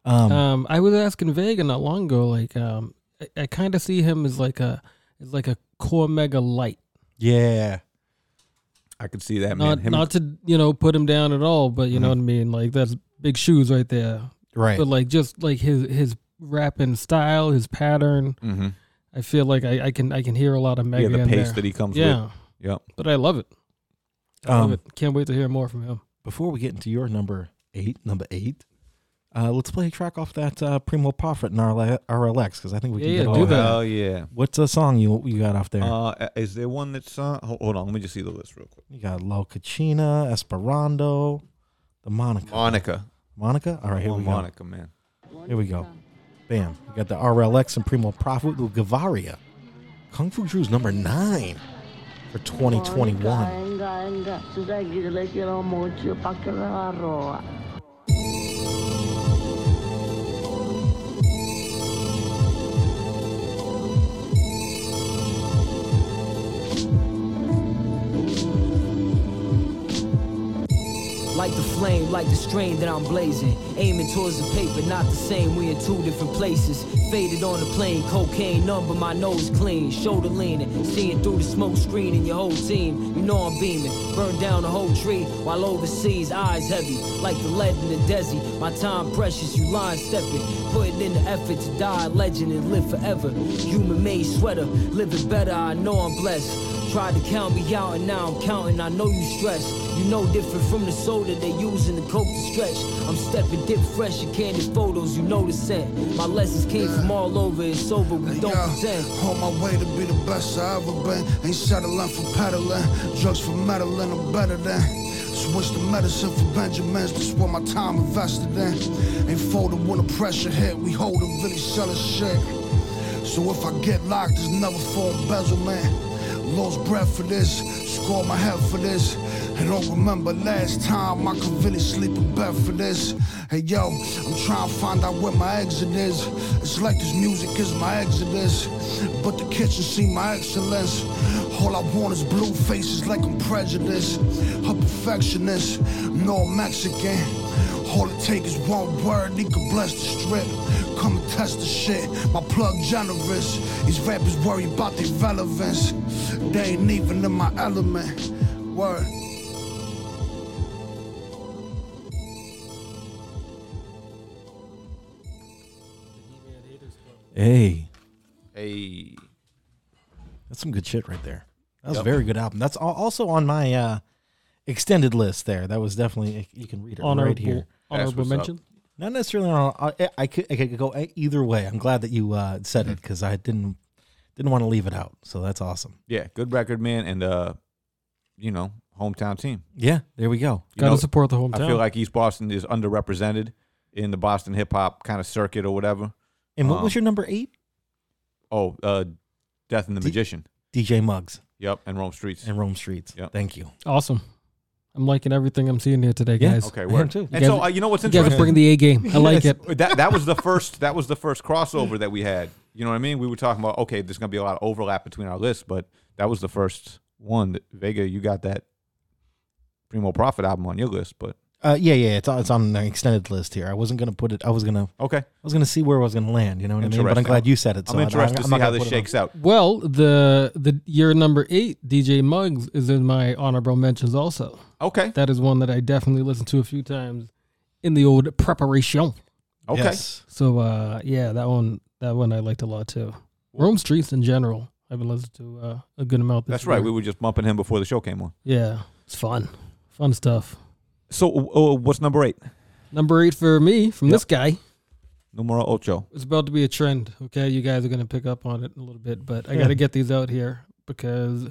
Speaker 1: Um,
Speaker 3: Um, I was asking Vega not long ago. Like, um, I, I kind of see him as like a as like a core mega light.
Speaker 1: yeah.
Speaker 2: I could see that man.
Speaker 3: Not not to you know put him down at all, but you know
Speaker 2: Mhm.
Speaker 3: what I mean. Like that's big shoes right there.
Speaker 1: Right.
Speaker 3: But like just like his his rapping style, his pattern.
Speaker 2: hmm
Speaker 3: I feel like I, I can I can hear a lot of mega
Speaker 2: yeah, the
Speaker 3: in
Speaker 2: pace
Speaker 3: there.
Speaker 2: that he comes with.
Speaker 3: yeah.
Speaker 2: Yep.
Speaker 3: But I love it. I love
Speaker 1: Um,
Speaker 3: it. Can't wait to hear more from him.
Speaker 1: Before we get into your number eight, number eight, uh, let's play a track off that uh, Primo Profit in our RLX because I think we
Speaker 3: Yeah,
Speaker 1: can
Speaker 3: yeah,
Speaker 1: get
Speaker 3: do
Speaker 1: all
Speaker 3: that.
Speaker 2: hell yeah.
Speaker 1: What's a song you you got off there?
Speaker 2: Uh, is there one that's uh, ho- hold on? Let me just see the list real quick.
Speaker 1: you got Lo Cachina, Esperando, the Monica.
Speaker 2: Monica,
Speaker 1: Monica? All right, here
Speaker 2: Oh,
Speaker 1: we go.
Speaker 2: Monica, man.
Speaker 1: Here we go. Bam. We got the RLX and Primo Profit with Gavaria. Kung Fu Drew's number nine for 2021.
Speaker 4: Venga, venga, tú sabes que yo le quiero mucho para que me la roba.
Speaker 5: Like the flame, like the strain that I'm blazing. Aiming towards the paper, not the same. We in two different places. Faded on the plane, cocaine number, my nose clean. Shoulder leaning, seeing through the smoke screen and your whole team. You know I'm beaming. Burned down the whole tree while overseas, eyes heavy. Like the lead in the desi. My time precious, you line stepping. Putting in the effort to die a legend and live forever. Human made sweater, living better, I know I'm blessed. Tried to count me out and now I'm counting. I know you stressed. You know different from the soda they use in the coke to stretch. I'm stepping dip fresh and candid photos. You know the scent. My lessons came from all over. It's over. We don't
Speaker 6: Yeah,
Speaker 5: pretend.
Speaker 6: On my way to be the best I ever been. Ain't settling for peddling. Drugs for meddling, I'm better than. Switch to medicine for Benjamins. That's what my time invested in. Ain't folding when the pressure hit. We holding, really selling shit. So if I get locked, it's never for embezzlement. Lost breath for this, score my head for this. I don't remember last time I could really sleep in bed for this. Hey yo, I'm trying to find out where my exit is. It's like this music is my exodus, but the kitchen see my excellence. All I want is blue faces like I'm prejudiced. A perfectionist, no Mexican. All it take is one word, and he could bless the strip. Come and test the shit, my plug generous. These rappers worry about their relevance. They ain't even in my element. Word.
Speaker 1: Hey,
Speaker 2: Hey,
Speaker 1: that's some good shit right there. That was a very good album. That's al- also on my uh, extended list there. That was definitely, you can read it
Speaker 3: Honorable
Speaker 1: right here.
Speaker 3: honorable
Speaker 2: what's up.
Speaker 3: mention.
Speaker 1: Not necessarily on. I, I could I could go eh, either way. I'm glad that you uh, said
Speaker 2: Mm-hmm.
Speaker 1: it because I didn't didn't want to leave it out. So that's awesome.
Speaker 2: yeah, good record, man, and uh, you know, hometown team.
Speaker 1: Yeah, there we go.
Speaker 2: You
Speaker 3: Got to
Speaker 2: know,
Speaker 3: support
Speaker 2: I
Speaker 3: the hometown.
Speaker 2: feel like East Boston is underrepresented in the Boston hip hop kind of circuit or whatever.
Speaker 1: And what was
Speaker 2: Um,
Speaker 1: your number eight?
Speaker 2: Oh, uh, Death and the
Speaker 1: D-
Speaker 2: Magician.
Speaker 1: DJ Muggs
Speaker 2: Yep, and Rome Streets.
Speaker 1: and Rome Streets.
Speaker 2: Yep.
Speaker 1: Thank you.
Speaker 3: awesome. I'm liking everything I'm seeing here today,
Speaker 1: Yeah,
Speaker 3: guys.
Speaker 2: Okay,
Speaker 1: I
Speaker 2: word.
Speaker 1: am too.
Speaker 2: And
Speaker 3: You
Speaker 2: so
Speaker 3: guys-
Speaker 2: uh, you know what's
Speaker 3: You guys
Speaker 2: interesting?
Speaker 3: are bringing the A game. I like it.
Speaker 2: that that was the first that was the first crossover that we had. You know what I mean? We were talking about okay, there's gonna be a lot of overlap between our lists, but that was the first one. That, Vega, you got that Primo Profit album on your list, but
Speaker 1: Uh, yeah, yeah, it's on, it's on the extended list here. I wasn't gonna put it. I was gonna, I
Speaker 2: okay.
Speaker 1: was gonna see where I was gonna land. You know what I mean? But I'm
Speaker 2: Interesting.
Speaker 1: glad you said it. So
Speaker 2: I'm
Speaker 1: I-
Speaker 2: interested to
Speaker 1: I'm
Speaker 2: see
Speaker 1: not
Speaker 2: how
Speaker 1: gonna
Speaker 2: this
Speaker 1: put it on.
Speaker 2: shakes out.
Speaker 3: Well, the the year number eight, DJ Muggs, is in my honorable mentions also.
Speaker 2: Okay,
Speaker 3: That is one that I definitely listened to a few times in the old preparation.
Speaker 2: okay.
Speaker 1: Yes.
Speaker 3: So uh yeah, that one that one I liked a lot too. Rome Streets in general. I've been listening to uh, a good amount this
Speaker 2: That's right.
Speaker 3: year.
Speaker 2: We were just bumping him before the show came on.
Speaker 3: yeah. It's fun. Fun stuff.
Speaker 2: So uh, what's number eight?
Speaker 3: Number eight for me from this guy.
Speaker 2: Numero ocho.
Speaker 3: It's about to be a trend. Okay. You guys are gonna pick up on it in a little bit, but I gotta get these out here because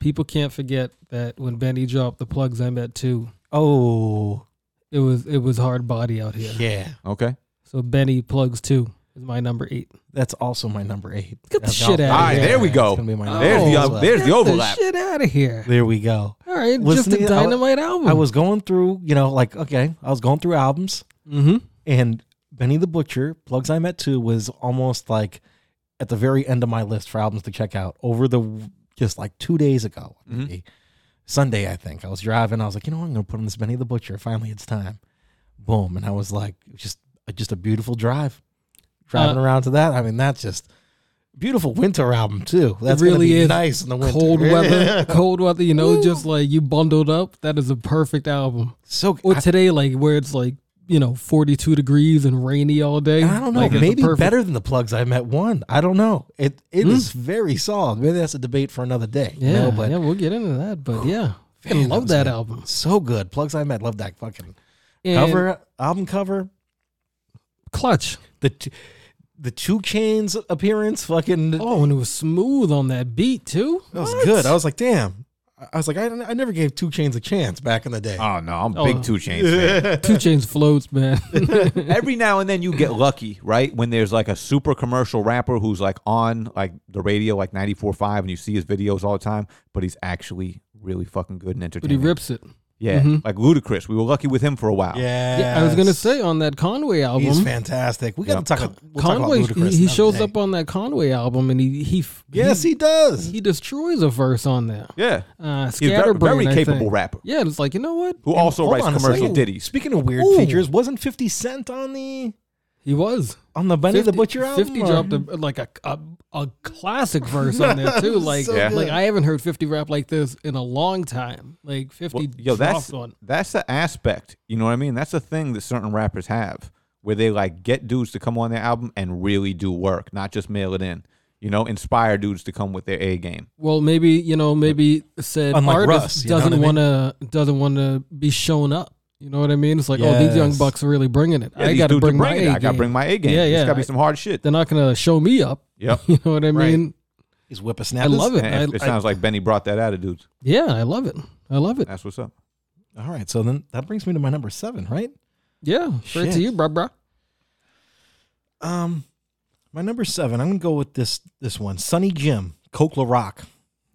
Speaker 3: people can't forget that when Benny dropped the plugs I met too,
Speaker 1: Oh,
Speaker 3: it was it was hard body out here.
Speaker 1: yeah.
Speaker 2: Okay.
Speaker 3: So Benny plugs two is my number eight.
Speaker 1: That's also my number eight.
Speaker 3: Get the
Speaker 1: That's
Speaker 3: shit
Speaker 1: also-
Speaker 3: outta
Speaker 2: All right,
Speaker 3: here.
Speaker 2: there we
Speaker 1: It's
Speaker 2: go.
Speaker 1: gonna be my
Speaker 2: There's
Speaker 1: number
Speaker 2: the
Speaker 1: as
Speaker 2: uh,
Speaker 1: well.
Speaker 2: there's the
Speaker 3: Get
Speaker 2: overlap.
Speaker 3: shit out of here.
Speaker 1: There we go.
Speaker 3: All right,
Speaker 1: Listen
Speaker 3: just a
Speaker 1: to the- I wa-
Speaker 3: dynamite album.
Speaker 1: I was going through, you know, like okay, I was going through albums,
Speaker 3: Mm-hmm.
Speaker 1: and Benny the Butcher, Plugs I Met Too, was almost like at the very end of my list for albums to check out over the just like two days ago,
Speaker 2: Mm-hmm.
Speaker 1: maybe. Sunday, I think. I was driving. I was like, you know, what? I'm going to put on this Benny the Butcher. Finally, it's time. Boom, and I was like, just uh, just a beautiful drive, driving
Speaker 3: Uh,
Speaker 1: around to that. I mean, that's just beautiful winter album too. That's
Speaker 3: it
Speaker 1: gonna
Speaker 3: really
Speaker 1: be
Speaker 3: is
Speaker 1: nice in the winter.
Speaker 3: Cold weather, cold weather. You know, just like you bundled up. That is a perfect album.
Speaker 1: So
Speaker 3: Or
Speaker 1: I-
Speaker 3: today, like where it's like you know 42 degrees and rainy all day.
Speaker 1: I don't know.
Speaker 3: Like, it's a
Speaker 1: maybe
Speaker 3: perfect- Hmm.
Speaker 1: better than the plugs I met one. I don't know. It it is very solid. Maybe that's a debate for another day. you
Speaker 3: Yeah,
Speaker 1: know, but
Speaker 3: yeah. We'll get into that, but yeah, I
Speaker 1: Man,
Speaker 3: love
Speaker 1: was
Speaker 3: that
Speaker 1: good.
Speaker 3: album.
Speaker 1: So good. Plugs I met. Love that fucking
Speaker 3: And
Speaker 1: cover album cover.
Speaker 3: clutch.
Speaker 1: The t- the two chains appearance. Fucking
Speaker 3: Oh, and it was smooth on that beat too.
Speaker 1: that was
Speaker 3: What?
Speaker 1: good. I was like, damn. I- I was like, I, I never gave two chains a chance back in the day.
Speaker 2: Oh no, I'm
Speaker 3: Oh.
Speaker 2: big two chains. fan.
Speaker 3: Two Chains floats, man.
Speaker 2: Every now and then you get lucky, right? When there's like a super commercial rapper who's like on like the radio like 94.5 and you see his videos all the time, but he's actually really fucking good and
Speaker 3: but he
Speaker 2: entertaining.
Speaker 3: rips it. Mm-hmm.
Speaker 2: yeah, like Ludacris. We were lucky with him for a while.
Speaker 1: yeah,
Speaker 3: Yeah, I was gonna say on that Conway album.
Speaker 1: he's fantastic. We got to talk. We'll talk about
Speaker 3: Conway,
Speaker 1: Ludacris
Speaker 3: he, he
Speaker 1: another
Speaker 3: shows
Speaker 1: day.
Speaker 3: up on that Conway album, and he he f-
Speaker 1: Yes, he does.
Speaker 3: he destroys a verse on there.
Speaker 2: Yeah.
Speaker 3: Uh,
Speaker 2: He's a very,
Speaker 3: Scatterbrain,
Speaker 2: very
Speaker 3: I
Speaker 2: capable
Speaker 3: think.
Speaker 2: rapper
Speaker 3: Yeah, it's like you know what
Speaker 2: who also
Speaker 1: Hold
Speaker 2: writes
Speaker 1: on a
Speaker 2: commercial
Speaker 1: second.
Speaker 2: ditties.
Speaker 1: Speaking of weird
Speaker 3: Ooh.
Speaker 1: features, wasn't Fifty Cent on the
Speaker 3: he was.
Speaker 1: on the Benny the
Speaker 3: 50
Speaker 1: Butcher album?
Speaker 3: Fifty
Speaker 1: or-
Speaker 3: dropped a, like a, a a classic verse on there too. Like
Speaker 1: So
Speaker 2: Yeah.
Speaker 3: like I haven't heard Fifty rap like this in a long time. Like Fifty
Speaker 2: Well, yo,
Speaker 3: dropped
Speaker 2: that's
Speaker 3: on.
Speaker 2: that's the aspect. You know what I mean? That's the thing that certain rappers have, where they like get dudes to come on their album and really do work, not just mail it in. You know, inspire dudes to come with their A game.
Speaker 3: Well, maybe you know maybe said
Speaker 1: Unlike
Speaker 3: artist
Speaker 1: Russ, you know
Speaker 3: doesn't
Speaker 1: what I
Speaker 3: want
Speaker 1: mean?
Speaker 3: to doesn't want to be shown up. You know what I mean? It's like oh these young
Speaker 1: Yes.
Speaker 3: bucks are really bringing it.
Speaker 2: Yeah,
Speaker 3: I
Speaker 2: these
Speaker 3: got to
Speaker 2: dudes are
Speaker 3: bring my
Speaker 2: bringing it.
Speaker 3: A
Speaker 2: I got to
Speaker 3: game.
Speaker 2: bring my A game.
Speaker 3: Yeah,
Speaker 2: It's
Speaker 3: yeah,
Speaker 2: got to be
Speaker 3: I-
Speaker 2: some hard shit.
Speaker 3: They're not gonna show me up.
Speaker 2: Yep.
Speaker 3: You know what I
Speaker 1: Right.
Speaker 3: mean?
Speaker 1: He's
Speaker 3: I
Speaker 1: whippersnappers.
Speaker 3: love it.
Speaker 2: Man,
Speaker 3: I,
Speaker 2: it
Speaker 3: I-
Speaker 2: sounds like Benny brought that attitude.
Speaker 3: yeah, I love it. I love it.
Speaker 2: That's what's up.
Speaker 1: All right, so then that brings me to my number seven, right?
Speaker 3: Yeah, straight to
Speaker 1: Shit.
Speaker 3: you, bruh, bruh.
Speaker 1: Um, my number seven. I'm gonna go with this this one, Sunny Jim, Coke La Rock.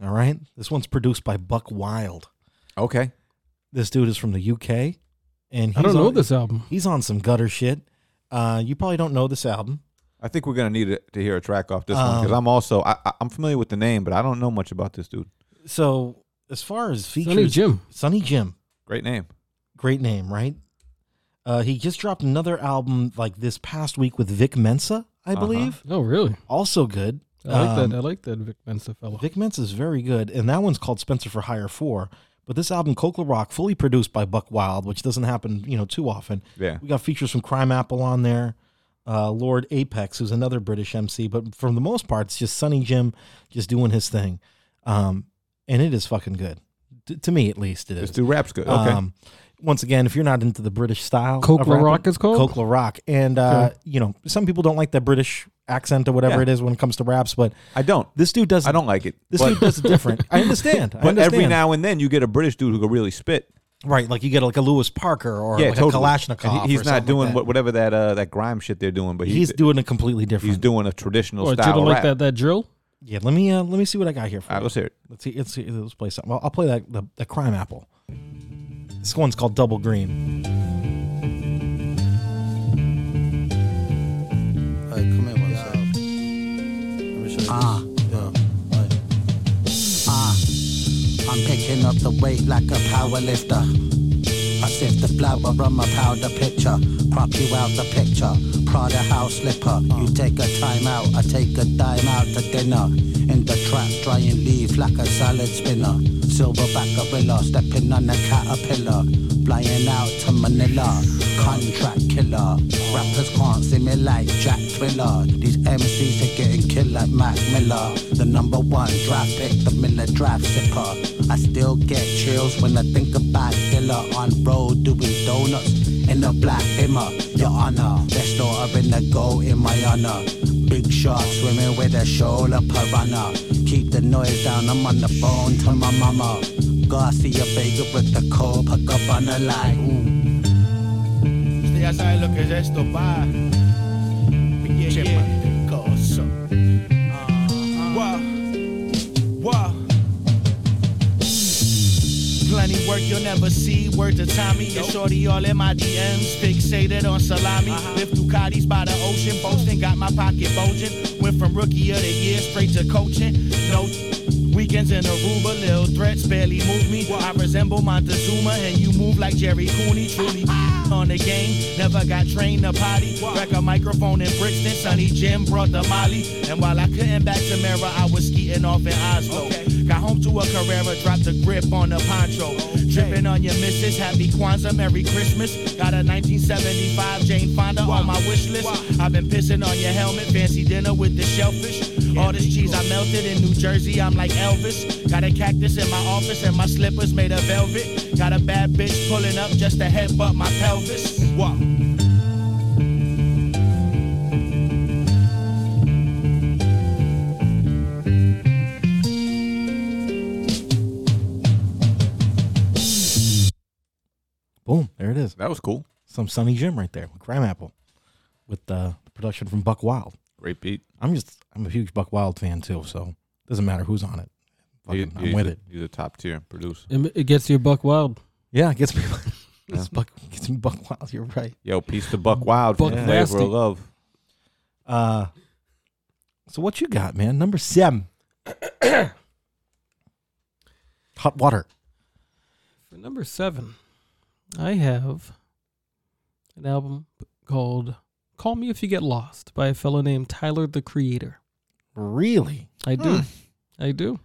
Speaker 1: All right, this one's produced by Buck Wild.
Speaker 2: Okay.
Speaker 1: This dude is from the UK, and he's
Speaker 3: I don't know
Speaker 1: on,
Speaker 3: this album.
Speaker 1: He's on some gutter shit. Uh, you probably don't know this album.
Speaker 2: I think we're gonna need to- to hear a track off this one one because
Speaker 1: Um,
Speaker 2: I'm also I, I- I'm familiar with the name, but I don't know much about this dude.
Speaker 1: So as far as features,
Speaker 3: Sonny Jim.
Speaker 1: Sunny Jim,
Speaker 2: Great name.
Speaker 1: great name, right? Uh, he just dropped another album like this past week with Vic Mensa, I
Speaker 2: Uh-huh.
Speaker 1: believe.
Speaker 3: Oh, really?
Speaker 1: Also good.
Speaker 3: I like
Speaker 1: Um,
Speaker 3: that. I like that Vic Mensa fellow.
Speaker 1: Vic Mensa is very good, and that one's called Spencer for Hire Four. But this album, Kokla Rock, fully produced by Buck Wild, which doesn't happen, you know, too often.
Speaker 2: Yeah.
Speaker 1: we got features from Crime Apple on there, uh, Lord Apex, who's another British MC. But for the most part, it's just Sonny Jim just doing his thing, um, and it is fucking good. T- to me, at least, it is.
Speaker 2: This dude raps good. Okay.
Speaker 1: Um, once again, if you're not into the British style,
Speaker 3: Coke
Speaker 1: of
Speaker 3: La
Speaker 1: rapping-
Speaker 3: Rock is called?
Speaker 1: Coke La Rock, and uh,
Speaker 3: Okay.
Speaker 1: you know some people don't like that British accent or whatever
Speaker 2: Yeah.
Speaker 1: it is when it comes to raps, but
Speaker 2: I don't.
Speaker 1: this dude does.
Speaker 2: I don't like it.
Speaker 1: This
Speaker 2: but,
Speaker 1: dude does it different. I understand. I
Speaker 2: but
Speaker 1: understand.
Speaker 2: every now and then you get a British dude who can really spit.
Speaker 1: right? Like you get like a Lewis Parker or like
Speaker 2: totally.
Speaker 1: a Kalashnikov.
Speaker 2: And he-
Speaker 1: or
Speaker 2: he's not
Speaker 1: something
Speaker 2: doing
Speaker 1: like
Speaker 2: what, whatever that uh, that grime shit they're doing, but
Speaker 1: that.
Speaker 2: he's
Speaker 1: He's
Speaker 2: he's,
Speaker 1: doing it completely different.
Speaker 2: doing a traditional
Speaker 3: What, you
Speaker 2: style
Speaker 3: don't
Speaker 2: rap.
Speaker 3: like that, that drill?
Speaker 1: yeah. Let me uh, let me see what I got here for
Speaker 2: All right,
Speaker 1: you.
Speaker 2: let's hear it.
Speaker 1: Let's see. Let's see. Let's play something. I'll, I'll play that the, the Crime Apple. This one's called Double Green.
Speaker 7: Hey, come here one second. Let me show you. Ah. Yeah. Right.
Speaker 8: Ah, I'm picking up the weight like a power lifter. I sift the flour on my powder picture. Prop you out the picture. Prada house slipper. You take a time out, I take a dime out to dinner. In the trap, dry and leaf like a salad spinner. Silverback gorilla, stepping on a caterpillar. Flying out to Manila, contract killer. Rappers can't see me like Jack Thriller. These MCs are getting killed like Mac Miller. The number one draft pick, the Miller draft sipper. I still get chills when I think about Dilla on road doing donuts in the black immer. Your honor, best daughter in the gold in my honor. Big shark swimming with a shoulder piranha. Keep the noise down, I'm on the phone to my mama. Garcia Vega with the Copacabana like, ooh.
Speaker 9: Usted ya sabe lo que es esto, pa. Pinche mantecoso. Ah, Wow. Wow. Plenty work you'll never see. Word to Tommy, your shorty all in my DMs. Fixated on salami. Lift Ducatis by the ocean. Boasting, got my pocket bulging. Went from rookie of the year straight to coaching. No weekends in Aruba. Lil threats barely move me. I resemble Montezuma, and you move like Jerry Cooney. Truly on the game, never got trained to potty. Wreck a microphone in Brixton. Sonny Jim brought the Molly. And while I couldn't back to Mara, I was skiing off in Oslo. Got home to a Carrera, dropped a grip on a poncho. Dripping on your missus, happy Kwanzaa, Merry Christmas. Got a 1975 Jane Fonda on my wish list. I've been pissing on your helmet, fancy dinner with the shellfish. All this cheese I melted in New Jersey, I'm like Elvis. Got a cactus in my office, and my slippers made of velvet. Got a bad bitch pulling up just to headbutt my pelvis. Wow.
Speaker 1: Boom, there it is.
Speaker 2: That was cool.
Speaker 1: Some Sunny Jim right there with Graham Apple, with uh, the production from Buck Wild.
Speaker 2: Great beat.
Speaker 1: I'm just I'm a huge Buck Wild fan too, so doesn't matter who's on it.
Speaker 2: He-
Speaker 1: Fucking, I'm
Speaker 2: he's
Speaker 1: with
Speaker 2: a-
Speaker 1: it.
Speaker 2: He's a top tier producer.
Speaker 3: It, it gets you buck wild.
Speaker 1: Yeah, it gets me. it's Buck gets me Buck Wild. You're right.
Speaker 2: Yo, peace to Buck Wild from
Speaker 3: Buck
Speaker 2: Flavor
Speaker 3: Nasty.
Speaker 2: of Love.
Speaker 1: Uh, so what you got, man? Number seven. Hot water.
Speaker 3: For number seven, I have an album called "Call Me If You Get Lost" by a fellow named Tyler the Creator.
Speaker 1: Really? Hmm.
Speaker 3: I do. I do.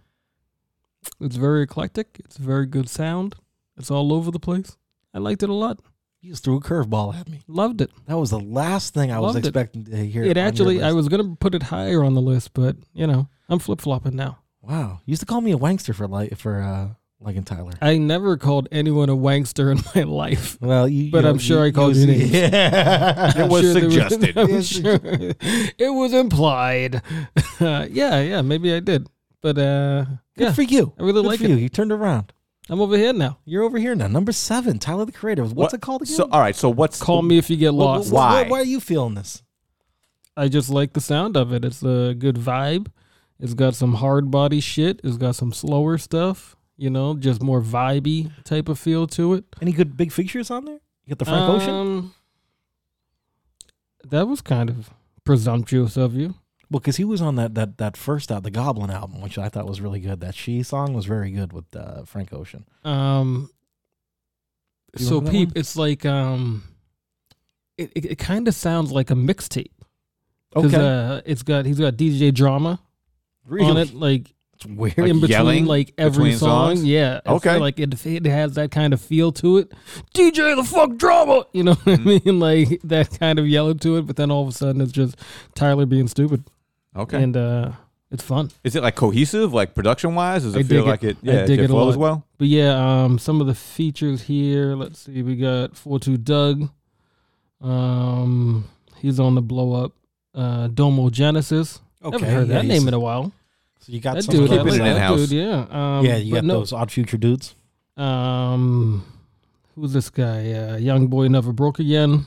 Speaker 3: It's very eclectic. It's very good sound. It's all over the place. I liked it a lot.
Speaker 1: You just threw a curveball at me.
Speaker 3: Loved it.
Speaker 1: That was the last thing I was
Speaker 3: Loved it.
Speaker 1: expecting to hear. on
Speaker 3: it
Speaker 1: your
Speaker 3: actually, I
Speaker 1: list.
Speaker 3: was going to put it higher on the list, but, you know, I'm flip flopping now.
Speaker 1: Wow. Oh, You used to call me a wankster for like for uh liking Tyler.
Speaker 3: I never called anyone a wankster in my life.
Speaker 1: Well, you,
Speaker 3: But
Speaker 1: you-
Speaker 3: I'm sure I called you names.
Speaker 1: Yeah.
Speaker 3: It
Speaker 2: was suggested.
Speaker 3: I'm sure it was implied. yeah, yeah, maybe I did. But, uh,
Speaker 1: Good
Speaker 3: yeah,
Speaker 1: for you.
Speaker 3: I really
Speaker 1: Good
Speaker 3: like
Speaker 1: for
Speaker 3: it.
Speaker 1: you. You turned around.
Speaker 3: I'm over here now.
Speaker 1: You're over here now. Number seven, Tyler the Creator. What's
Speaker 2: What-
Speaker 1: it called again?
Speaker 2: So all right, so what's
Speaker 3: Call me if you get
Speaker 1: Wha- wha-
Speaker 3: lost.
Speaker 1: wha- why?
Speaker 2: Why?
Speaker 1: Why are you feeling this?
Speaker 3: I just like the sound of it. It's a good vibe. It's got some hard body shit. It's got some slower stuff. You know, just more vibey type of feel to it.
Speaker 1: Any good big features on there? You got the Frank Ocean?
Speaker 3: Um, That was kind of presumptuous of you.
Speaker 1: Well, because he was on that that that first out the Goblin album, which I thought was really good. That she song was very good with uh, Frank Ocean.
Speaker 3: Um.
Speaker 1: Do you
Speaker 3: So
Speaker 1: remember that
Speaker 3: peep,
Speaker 1: one?
Speaker 3: it's like um, it it, it kind of sounds like a mixtape. 'Cause,
Speaker 1: Okay.
Speaker 3: Uh, it's got he's got DJ drama on
Speaker 1: Really?
Speaker 3: it, like
Speaker 1: It's weird.
Speaker 2: Like
Speaker 3: in between
Speaker 2: yelling
Speaker 3: like every
Speaker 2: between
Speaker 3: song.
Speaker 2: songs?
Speaker 3: Yeah. It's
Speaker 2: Okay.
Speaker 3: Like it, it has that kind of feel to it. DJ the fuck drama. You know what I
Speaker 2: Mm-hmm.
Speaker 3: mean? Like that kind of yelling to it, but then all of a sudden it's just Tyler being stupid.
Speaker 2: okay?
Speaker 3: And uh it's fun.
Speaker 2: is it like cohesive, like production wise? Does it
Speaker 3: I
Speaker 2: feel
Speaker 3: dig it.
Speaker 2: like it?
Speaker 3: I
Speaker 2: Yeah,
Speaker 3: dig it a
Speaker 2: flows
Speaker 3: lot.
Speaker 2: well.
Speaker 3: But yeah, um some of the features here. Let's see, we got 42 Doug. Um he's on the blow up. Uh Domo Genesis. Okay. Haven't heard
Speaker 1: yeah,
Speaker 3: that
Speaker 1: you
Speaker 3: name
Speaker 1: said-
Speaker 3: in a while.
Speaker 1: So you got
Speaker 3: That
Speaker 1: some
Speaker 3: dude, I
Speaker 2: Keep it
Speaker 3: like
Speaker 2: in
Speaker 3: that
Speaker 2: in-house.
Speaker 3: dude, yeah. Um,
Speaker 1: yeah, you
Speaker 3: but
Speaker 1: got
Speaker 3: no,
Speaker 1: those odd future dudes.
Speaker 3: Um, who's this guy? Uh, young boy never broke again.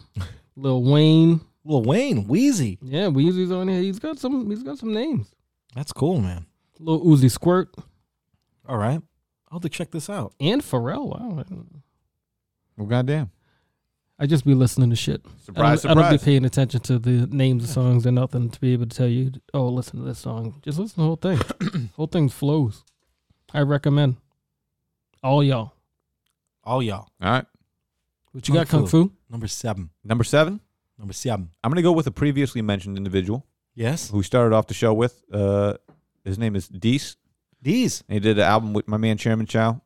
Speaker 3: Lil Wayne.
Speaker 1: Lil Wayne, Wheezy.
Speaker 3: Yeah, Weezy's on here. He's got some. He's got some names.
Speaker 1: That's cool, man.
Speaker 3: Lil Uzi Squirt
Speaker 1: All right. I'll have to check this out.
Speaker 3: and Pharrell. Wow.
Speaker 2: Well, goddamn.
Speaker 3: I just be listening to shit.
Speaker 2: Surprise,
Speaker 3: I don't, I don't
Speaker 2: surprise.
Speaker 3: be paying attention to the names of songs and nothing to be able to tell you. Oh, listen to this song. Just listen to the whole thing. whole thing flows. I recommend all y'all.
Speaker 1: All y'all.
Speaker 2: All right.
Speaker 3: What you got, Kung Fu?
Speaker 1: Number seven.
Speaker 2: Number seven.
Speaker 1: Number seven.
Speaker 2: I'm gonna go with a previously mentioned individual
Speaker 1: Yes.
Speaker 2: who we started off the show with. Uh, his name is Dees.
Speaker 1: These.
Speaker 2: And he did an album with my man Chairman Chow,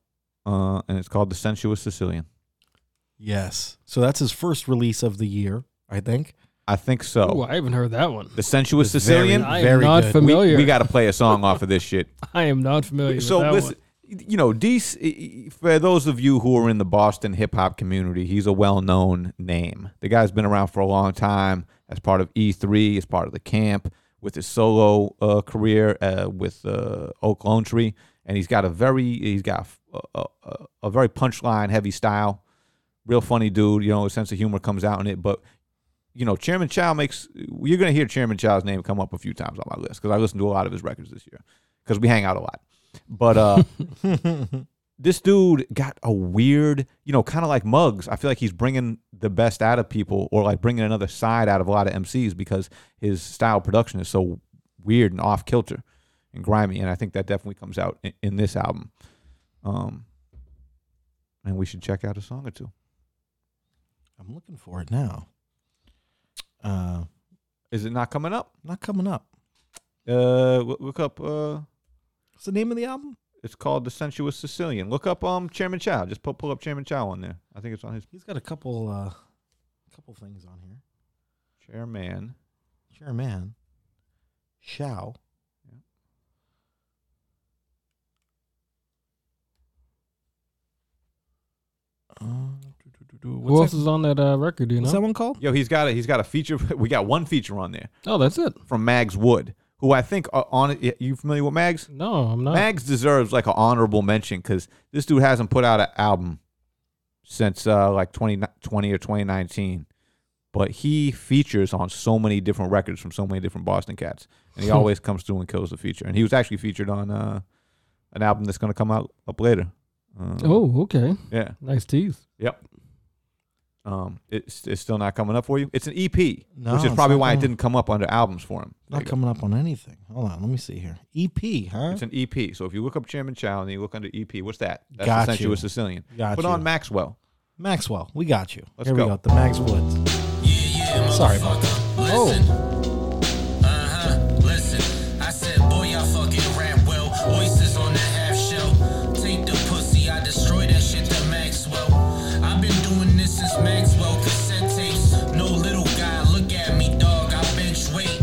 Speaker 2: uh, and it's called The Sensuous Sicilian.
Speaker 1: Yes. So that's his first release of the year, I think.
Speaker 2: I think so.
Speaker 3: Ooh, I haven't heard that one.
Speaker 2: The Sensuous
Speaker 1: It's very
Speaker 2: Sicilian.
Speaker 3: I am
Speaker 1: Very
Speaker 3: not
Speaker 1: good. We-
Speaker 2: we,
Speaker 3: familiar.
Speaker 2: we got to play a song off of this shit.
Speaker 3: I am not familiar.
Speaker 2: So
Speaker 3: with that
Speaker 2: listen,
Speaker 3: one.
Speaker 2: you know, Dees. eh, eh, For those of you who are in the Boston hip hop community, he's a well-known name. The guy's been around for a long time as part of E3, as part of the camp, with his solo uh, career uh, with uh, Oak Lone Tree, and he's got a very, he's got a, a, a, a very punchline heavy style. Real funny dude, you know, his sense of humor comes out in it, but you know, Chairman Chow makes you're gonna hear Chairman Chow's name come up a few times on my list because I listened to a lot of his records this year because we hang out a lot. But uh, this dude got a weird, you know, kind of like Muggs. I feel like he's bringing the best out of people, or like bringing another side out of a lot of MCs because his style of production is so weird and off kilter and grimy. And I think that definitely comes out in, in this album. Um, and we should check out a song or two.
Speaker 1: I'm looking for it now. Uh,
Speaker 2: Is it not coming up?
Speaker 1: not coming up.
Speaker 2: Uh, w- look up. Uh,
Speaker 1: What's the name of the album?
Speaker 2: It's called The Sensuous Sicilian. Look up um Chairman Chow. Just pull, pull up Chairman Chow on there. I think it's on his
Speaker 1: He's got a couple, uh, couple things on here.
Speaker 2: chairman.
Speaker 1: Sure, man. Shao. Uh, do, do, do, do.
Speaker 3: Who
Speaker 1: What's,
Speaker 3: else
Speaker 1: that,
Speaker 3: is on that uh, record? Do you know?
Speaker 1: what's that one called?
Speaker 2: Yo, he's got a he's got a feature. We got one feature on there
Speaker 3: Oh, that's it.
Speaker 2: from Mags Wood, who I think uh, on it. You familiar with Mags?
Speaker 3: No, I'm not.
Speaker 2: Mags deserves like an honorable mention because this dude hasn't put out an album since uh, like 2020 or 2019. But he features on so many different records from so many different Boston cats. And he always comes through and kills the feature. And he was actually featured on uh, an album that's going to come out up later. Uh,
Speaker 3: Oh, okay.
Speaker 2: Yeah.
Speaker 3: Nice tease.
Speaker 2: Yep. Um, it's, it's still not coming up for you. It's an EP,
Speaker 1: No,
Speaker 2: which is
Speaker 1: it's
Speaker 2: probably
Speaker 1: not
Speaker 2: why it
Speaker 1: coming
Speaker 2: didn't come up under albums for him. There
Speaker 1: Not
Speaker 2: you go.
Speaker 1: coming up on anything. Hold on, let me see here. EP, E huh?
Speaker 2: It's an EP. So if you look up Chairman Chow and you look under EP, what's that? That's
Speaker 1: Got
Speaker 2: the Sensuous
Speaker 1: you.
Speaker 2: Sicilian.
Speaker 1: Got
Speaker 2: Put
Speaker 1: you.
Speaker 2: on Maxwell.
Speaker 1: Maxwell, we got you.
Speaker 2: Let's
Speaker 1: here
Speaker 2: go.
Speaker 1: we go. The Max Woods. Sorry about that.
Speaker 10: Oh. Uh-huh. Listen, I said, boy, y'all fucking rap well. Oysters on the half shell. Take the pussy, I destroy that shit to Maxwell. I've been doing this since Maxwell cassette tapes. No little guy, look at me, dog. I bench weight.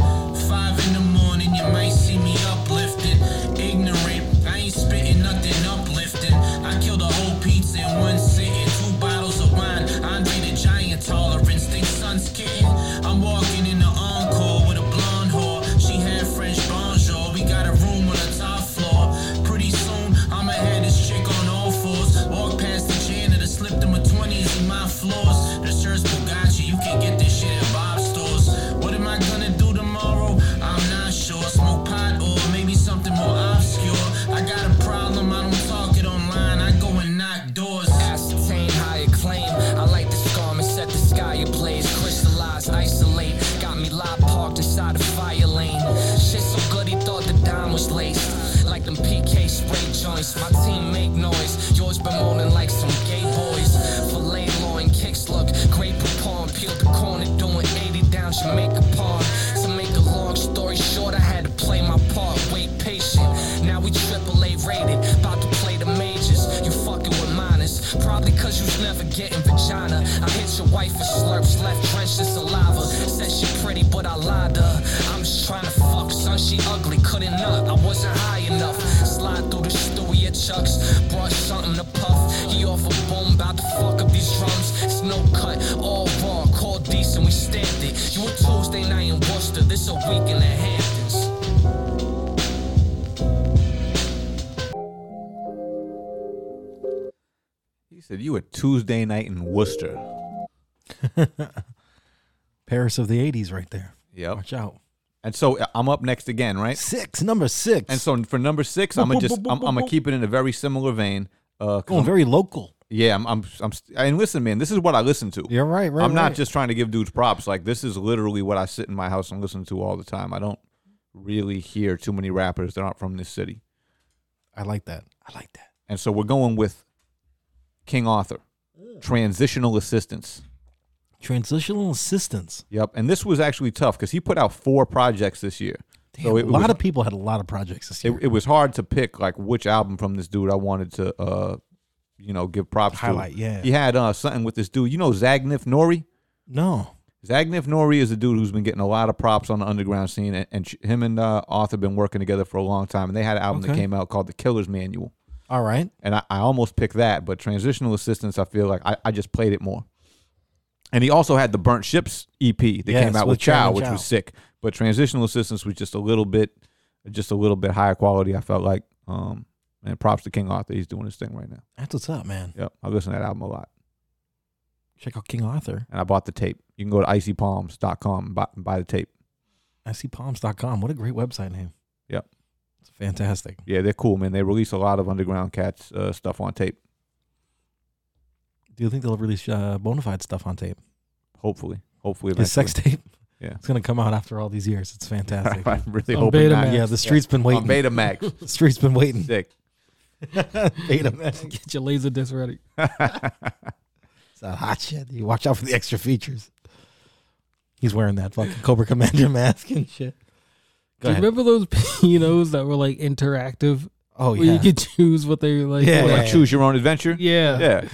Speaker 10: Five in the morning, you might see me uplifted. Ignorant, I ain't spitting nothing uplifting. I killed a whole pizza in one sitting. Two bottles of wine. Andre the Giant tolerance. Think sun's kitten. I'm walking in the encore with a blonde whore. She had French bonjour. We got a room on the top floor. Pretty soon, I'ma have this chick on all fours. Walk past the janitor, slipped him a 20s in my floors. The shirt's Bugatti. You can get this shit at Bob's stores. What am I gonna do tomorrow? I'm not sure. Smoke pot or maybe something more obscure. I got a problem. I don't talk it online. I go and knock doors. Ascertain high acclaim. I like the storm and set the sky ablaze. Crystallize, isolate. Got me live parked inside a fire lane. Shit so good he thought the dime was laced. Like them PK spray joints. My team make noise. Yours bemoaning like some gay boys. Filet loin kicks look great upon. Peel the corner, doing 80 down Jamaica Pond. To make a long story short, I had to play my part. Wait patient. Now we triple A rated. About to play the majors. You fucking with minors. Probably cause you's never getting vagina. I hit your wife with slurps, left drenched in saliva. Said she pretty, but I lied to her. I'm just trying to fuck, son. She ugly, couldn't nut. I wasn't high enough. Slide through the stewie at Chuck's. Brought something to puff. He off a boom, about to fuck up these drums. It's no cut, all raw. Call decent, we stamped it. You a Tuesday night in Worcester. This a week in the Hamptons.
Speaker 2: He said, You a Tuesday night in Worcester.
Speaker 1: Paris of the '80s, right there.
Speaker 2: Yep.
Speaker 1: Watch out.
Speaker 2: And so uh, I'm up next again, right?
Speaker 1: Six, number six.
Speaker 2: And so for number six, I'm gonna just I'm, I'm gonna keep it in a very similar vein. Uh, 'cause
Speaker 1: going
Speaker 2: I'm,
Speaker 1: very local.
Speaker 2: Yeah, I'm, I'm, I'm, st- and listen, man, this is what I listen to.
Speaker 1: You're right, right,
Speaker 2: I'm not
Speaker 1: right.
Speaker 2: just trying to give dudes props. Like, this is literally what I sit in my house and listen to all the time. I don't really hear too many rappers that aren't from this city.
Speaker 1: I like that. I like that.
Speaker 2: And so we're going with King Arthur, Transitional Assistance.
Speaker 1: Transitional assistance.
Speaker 2: Yep. And this was actually tough because he put out four projects this year.
Speaker 1: Damn,
Speaker 2: it
Speaker 1: a lot
Speaker 2: was-
Speaker 1: of people had a lot of projects this year.
Speaker 2: it, it was hard to pick like which album from this dude I wanted to uh you know give props
Speaker 1: Highlight,
Speaker 2: to.
Speaker 1: yeah.
Speaker 2: He had uh something with this dude. You know Zagnif Nori?
Speaker 1: no,
Speaker 2: Zagnif Nori is a dude who's been getting a lot of props on the underground scene and, and sh- him and uh Arthur been working together for a long time and they had an album that
Speaker 1: Okay.
Speaker 2: came out called The Killer's Manual.
Speaker 1: all right.
Speaker 2: And I, I almost picked that, but transitional assistance I feel like I, I just played it more. And he also had the Burnt Ships EP that
Speaker 1: Yes,
Speaker 2: came out
Speaker 1: with
Speaker 2: with, Chow,
Speaker 1: Chow,
Speaker 2: which
Speaker 1: Chow.
Speaker 2: was sick. But transitional assistance was just a little bit, just a little bit higher quality. I felt like, um, and props to King Arthur, he's doing his thing right now.
Speaker 1: That's what's up, man.
Speaker 2: Yep, I listen to that album a lot,
Speaker 1: Check out King Arthur.
Speaker 2: and I bought the tape. You can go to icypalms.com and buy, buy the tape.
Speaker 1: ICPalms.com. What a great website name.
Speaker 2: Yep.
Speaker 1: It's fantastic.
Speaker 2: Yeah, they're cool, man. They release a lot of underground cats uh, stuff on tape.
Speaker 1: Do you think they'll release uh, Bonafide stuff on tape?
Speaker 2: Hopefully, hopefully,
Speaker 1: His sex
Speaker 2: eventually.
Speaker 1: tape.
Speaker 2: Yeah.
Speaker 1: It's gonna come out after all these years. It's fantastic.
Speaker 2: I'm really
Speaker 3: On
Speaker 2: hoping.
Speaker 3: Betamax.
Speaker 2: Not.
Speaker 1: Yeah, the street's been
Speaker 2: On
Speaker 1: waiting.
Speaker 2: Betamax,
Speaker 1: The street's been waiting.
Speaker 2: sick.
Speaker 1: Betamax.
Speaker 3: Get your laser disc ready.
Speaker 1: It's a hot shit. You watch out for the extra features. He's wearing that fucking Cobra Commander mask and shit. Go
Speaker 3: Do you
Speaker 1: ahead.
Speaker 3: remember those pianos that were like interactive,
Speaker 1: Oh
Speaker 3: where you
Speaker 1: yeah.
Speaker 3: could choose what they like?
Speaker 1: Yeah.
Speaker 2: Well, like, choose your own adventure.
Speaker 3: yeah,
Speaker 2: Yeah,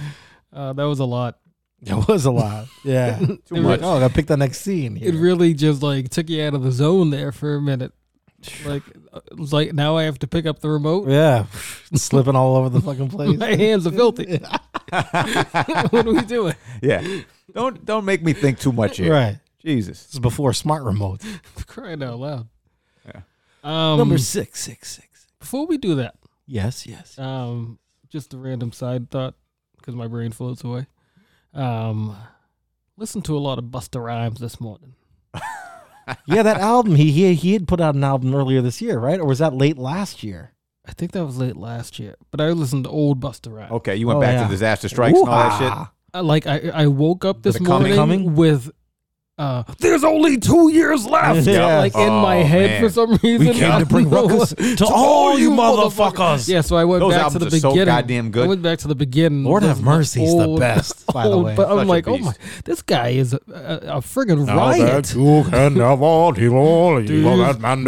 Speaker 3: Uh, that was a lot.
Speaker 1: It was a lot. Yeah.
Speaker 2: too much.
Speaker 1: Oh, I gotta pick the next scene.
Speaker 3: It
Speaker 1: here.
Speaker 3: really just like took you out of the zone there for a minute. Like, uh, it was like now I have to pick up the remote.
Speaker 1: yeah. Slipping all over the fucking place.
Speaker 3: My hands are filthy. what are we doing?
Speaker 2: Yeah. Don't don't make me think too much here.
Speaker 1: Right.
Speaker 2: Jesus.
Speaker 1: This is before smart remotes.
Speaker 3: Crying out loud.
Speaker 2: Yeah.
Speaker 3: Um,
Speaker 1: Number six six six.
Speaker 3: Before we do that,
Speaker 1: Yes, yes.
Speaker 3: um, just a random side thought because my brain floats away. Um, listen to a lot of Buster Rhymes this morning.
Speaker 1: yeah, that album. He he he had put out an album earlier this year, right? Or was that late last year?
Speaker 3: I think that was late last year, but I listened to old Buster Rhymes.
Speaker 2: Okay, you went
Speaker 1: Oh,
Speaker 2: back
Speaker 1: yeah.
Speaker 2: to disaster strikes and all that
Speaker 1: Woo-ha.
Speaker 3: I- like I, I woke up this
Speaker 1: it come
Speaker 3: morning
Speaker 1: coming?
Speaker 3: with uh there's only two years left
Speaker 1: Yeah.
Speaker 3: like in my
Speaker 2: Oh,
Speaker 3: head
Speaker 2: man.
Speaker 3: for some reason.
Speaker 1: We came
Speaker 3: I
Speaker 1: to bring
Speaker 3: don't know
Speaker 1: ruckus
Speaker 3: what-
Speaker 1: to all you motherfuckers.
Speaker 3: Yeah, so I went
Speaker 2: Those
Speaker 3: back to the
Speaker 2: albums are so
Speaker 3: beginning.
Speaker 2: goddamn good.
Speaker 3: I went back to the beginning.
Speaker 1: Lord have
Speaker 3: This is the
Speaker 1: mercy is the
Speaker 3: old-
Speaker 1: best, by the
Speaker 3: old-
Speaker 1: way.
Speaker 3: But
Speaker 2: Such
Speaker 3: I'm
Speaker 2: a
Speaker 3: like, oh my,
Speaker 2: beast.
Speaker 3: this guy is a, a, a friggin' riot.
Speaker 2: you can never all you
Speaker 3: that
Speaker 2: man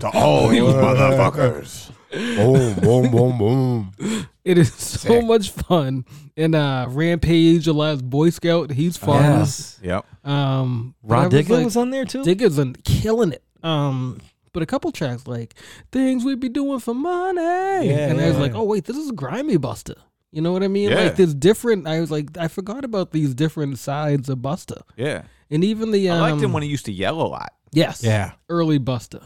Speaker 2: to all you motherfuckers. Oh,
Speaker 7: Boom, boom, boom, boom.
Speaker 3: it is so much fun. And uh, Rampage, the last Boy Scout, he's fun.
Speaker 1: Yes.
Speaker 2: Yep.
Speaker 3: Um, but I
Speaker 1: Ron
Speaker 3: was
Speaker 1: Digga
Speaker 3: like-
Speaker 1: was on there too.
Speaker 3: Digga's been killing it. Um, but a couple tracks like "Things We Be Doing for Money," and I was
Speaker 1: yeah.
Speaker 3: like, "Oh wait, this is Grimy Buster." You know what I mean?
Speaker 2: Yeah.
Speaker 3: Like there's different. I was like, I forgot about these different sides of Buster,
Speaker 2: Yeah.
Speaker 3: and even the um,
Speaker 2: I liked him when he used to yell a lot.
Speaker 3: yes,
Speaker 1: Yeah.
Speaker 3: early Buster.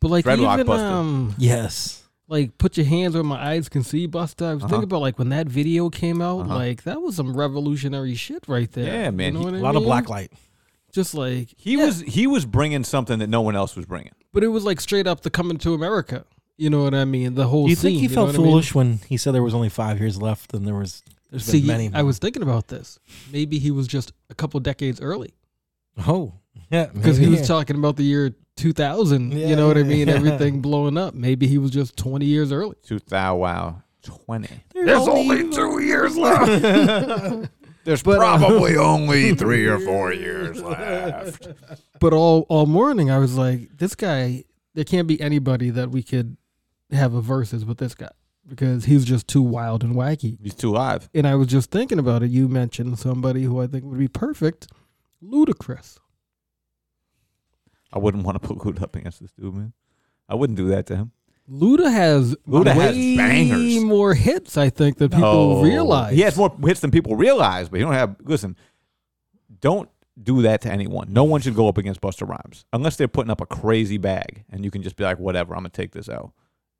Speaker 3: But like
Speaker 2: Mm-hmm. Dreadlock
Speaker 3: even
Speaker 2: Buster.
Speaker 3: um,
Speaker 1: Yes.
Speaker 3: like put your hands where my eyes can see Buster. I was
Speaker 2: Uh-huh.
Speaker 3: thinking about like when that video came out, like that was some revolutionary shit right there.
Speaker 2: Yeah, man. He-
Speaker 3: what
Speaker 1: A
Speaker 3: I
Speaker 1: lot of
Speaker 3: mean?
Speaker 1: black light.
Speaker 3: Just like
Speaker 2: He was he was bringing something that no one else was bringing.
Speaker 3: But it was like straight up the coming to America. You know what I mean? The whole
Speaker 1: Do you
Speaker 3: scene.
Speaker 1: think he
Speaker 3: know
Speaker 1: felt
Speaker 3: what I mean?
Speaker 1: foolish when he said there was only five years left and there was there's been
Speaker 3: See,
Speaker 1: many?
Speaker 3: I was thinking about this. Maybe he was just a couple decades early
Speaker 1: oh yeah
Speaker 3: because he
Speaker 1: maybe,
Speaker 3: was talking about the year 2000.
Speaker 1: Yeah,
Speaker 3: you know what I
Speaker 1: yeah,
Speaker 3: mean?
Speaker 1: yeah.
Speaker 3: Everything blowing up. Maybe he was just 20 years early.
Speaker 2: Two thou wow twenty.
Speaker 1: There's only
Speaker 2: two years left. There's
Speaker 3: uh,
Speaker 2: probably only three or four years left.
Speaker 3: But all all morning I was like, this guy. There can't be anybody that we could have a versus with this guy because he's just too wild and wacky.
Speaker 2: He's too live.
Speaker 3: And I was just thinking about it. You mentioned somebody who I think would be perfect, Ludacris.
Speaker 2: I wouldn't want to put Luda up against this dude, man. I wouldn't do that to him.
Speaker 3: Luda has
Speaker 2: Luda has
Speaker 3: way
Speaker 2: bangers.
Speaker 3: more hits, I think, than
Speaker 2: No.
Speaker 3: people realize.
Speaker 2: Oh. He has more hits than people realize, but he don't have. Listen, don't do that to anyone. No one should go up against Buster Rhymes unless they're putting up a crazy bag, and you can just be like, whatever, I'm gonna take this out.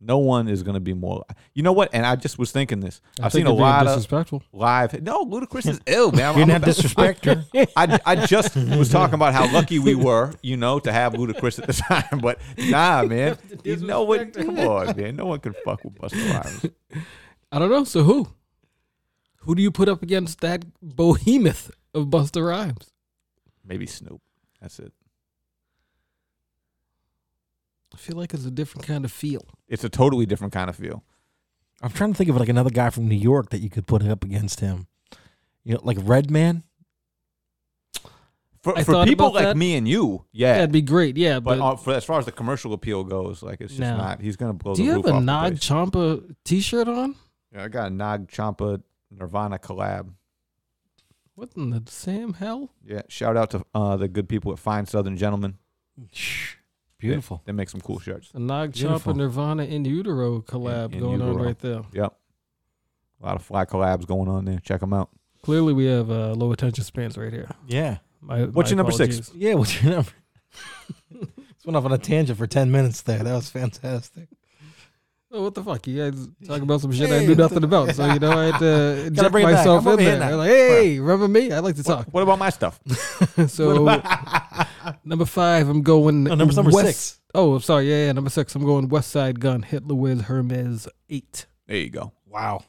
Speaker 2: No one is gonna be more. You know what? And I just was thinking this.
Speaker 3: I
Speaker 2: I've
Speaker 3: think
Speaker 2: seen a
Speaker 3: they're being
Speaker 2: lot of
Speaker 3: disrespectful.
Speaker 2: live. No, Ludacris is ill, man. I'm-
Speaker 1: you
Speaker 2: I'm
Speaker 1: didn't have
Speaker 2: about-
Speaker 1: disrespect her.
Speaker 2: I, I just was talking about how lucky we were, you know, to have Ludacris at the time. But nah, man, you know what? Come on, man. No one can fuck with Buster Rhymes.
Speaker 3: I don't know. So who? Who do you put up against that behemoth of Busta Rhymes?
Speaker 2: Maybe Snoop. That's it.
Speaker 3: I feel like it's a different kind of feel.
Speaker 2: It's a totally different kind of feel.
Speaker 1: I'm trying to think of like another guy from New York that you could put up against him. You know, like Redman.
Speaker 2: For,
Speaker 3: I
Speaker 2: for
Speaker 3: thought
Speaker 2: people
Speaker 3: about
Speaker 2: like
Speaker 3: that.
Speaker 2: me and you, yeah,
Speaker 3: That'd be great. Yeah,
Speaker 2: But,
Speaker 3: but,
Speaker 2: uh, for as far as the commercial appeal goes, like it's just
Speaker 3: No.
Speaker 2: not. He's gonna blow
Speaker 3: do
Speaker 2: the
Speaker 3: you
Speaker 2: roof
Speaker 3: have a
Speaker 2: off the
Speaker 3: Nog
Speaker 2: place.
Speaker 3: Champa T-shirt on?
Speaker 2: Yeah, I got a Nog Champa Nirvana collab.
Speaker 3: What in the Sam hell?
Speaker 2: Yeah, shout out to uh, the good people at Fine Southern Gentlemen.
Speaker 1: Beautiful.
Speaker 2: They, they make some cool shirts.
Speaker 3: A Nog
Speaker 1: Beautiful.
Speaker 3: Champa Nirvana in utero collab
Speaker 2: In- in
Speaker 3: going on
Speaker 2: utero.
Speaker 3: right there.
Speaker 2: Yep, a lot of fly collabs going on there. Check them out.
Speaker 3: Clearly, we have uh, low attention spans right here.
Speaker 1: Yeah.
Speaker 3: My,
Speaker 2: What's
Speaker 3: my
Speaker 2: your number six?
Speaker 3: apologies.
Speaker 1: Yeah. What's your number? Just went off on a tangent for ten minutes there. That was fantastic.
Speaker 3: Oh, what the fuck? You guys talk about some shit I
Speaker 1: Hey,
Speaker 3: knew
Speaker 1: what
Speaker 3: nothing about. So, you know, I had to inject
Speaker 1: bring it back. I'm
Speaker 3: myself in
Speaker 1: over here
Speaker 3: there.
Speaker 1: now.
Speaker 3: Like, hey, remember me? I like to talk.
Speaker 2: What about my stuff?
Speaker 3: So, number five, I'm going.
Speaker 1: No, number- number
Speaker 3: West-
Speaker 1: six.
Speaker 3: Oh, I'm sorry. Yeah, yeah, number six. I'm going West Side Gun, Hitler with Hermes 8.
Speaker 2: There you go.
Speaker 1: Wow.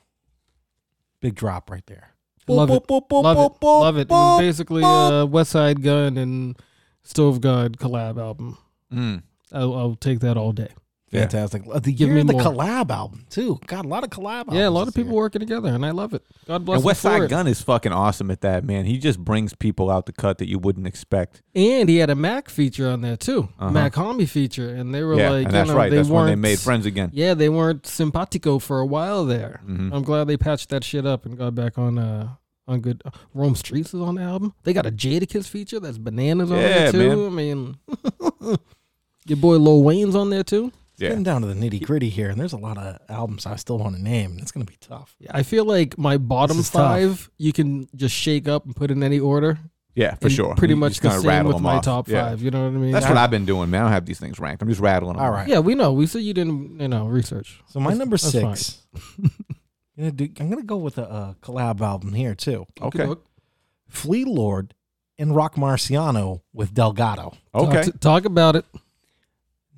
Speaker 1: Big drop right there.
Speaker 3: Love it. Love it. Love it. It was basically uh, West Side Gun and Stove God collab album.
Speaker 2: Mm.
Speaker 3: I'll, I'll take that all day.
Speaker 2: Yeah.
Speaker 1: Fantastic. Uh, The,
Speaker 3: Give
Speaker 1: year
Speaker 3: me
Speaker 1: of the
Speaker 3: more.
Speaker 1: collab album too. God, a lot of collab.
Speaker 3: yeah, a
Speaker 1: albums
Speaker 3: lot of
Speaker 1: this
Speaker 3: people
Speaker 1: year.
Speaker 3: working together, and I love it. God bless
Speaker 2: And
Speaker 3: them
Speaker 2: West
Speaker 3: for
Speaker 2: Side
Speaker 3: it.
Speaker 2: Gun is fucking awesome at that, man. He just brings people out the cut that you wouldn't expect.
Speaker 3: And he had a Mac feature on there too,
Speaker 2: Uh-huh.
Speaker 3: Mac Homie feature, and they were
Speaker 2: yeah,
Speaker 3: like,
Speaker 2: and
Speaker 3: you
Speaker 2: that's
Speaker 3: know,
Speaker 2: right.
Speaker 3: they
Speaker 2: That's when
Speaker 3: weren't,
Speaker 2: they made friends again.
Speaker 3: Yeah, they weren't simpatico for a while there.
Speaker 2: Mhm.
Speaker 3: I'm glad they patched that shit up and got back on uh on good. Rome Streets is on the album. They got a Jadakiss feature that's bananas on
Speaker 2: Yeah,
Speaker 3: there too. I mean, your boy Lil Wayne's on there too.
Speaker 1: Getting
Speaker 2: Yeah,
Speaker 1: down to the nitty gritty here, and there's a lot of albums I still want to name. and It's gonna be tough.
Speaker 3: I feel like my bottom
Speaker 1: This is tough.
Speaker 3: five you can just shake up and put in any order.
Speaker 2: yeah, for
Speaker 3: and
Speaker 2: sure.
Speaker 3: Pretty
Speaker 2: You
Speaker 3: much
Speaker 2: just
Speaker 3: the
Speaker 2: kinda
Speaker 3: same
Speaker 2: rattle
Speaker 3: with
Speaker 2: them
Speaker 3: my
Speaker 2: off.
Speaker 3: top
Speaker 2: Yeah.
Speaker 3: five. You know what I mean?
Speaker 2: That's what I've been doing, man. I don't have these things ranked. I'm just rattling them.
Speaker 1: All
Speaker 2: off.
Speaker 1: right.
Speaker 3: Yeah, we know. We said you didn't, you know, research.
Speaker 1: So my number
Speaker 3: that's fine.
Speaker 1: six. I'm gonna do, I'm gonna go with a, uh collab album here too.
Speaker 2: Okay.
Speaker 1: Flea Lord and Rock Marciano with Delgado.
Speaker 2: Okay.
Speaker 3: Talk, talk about it.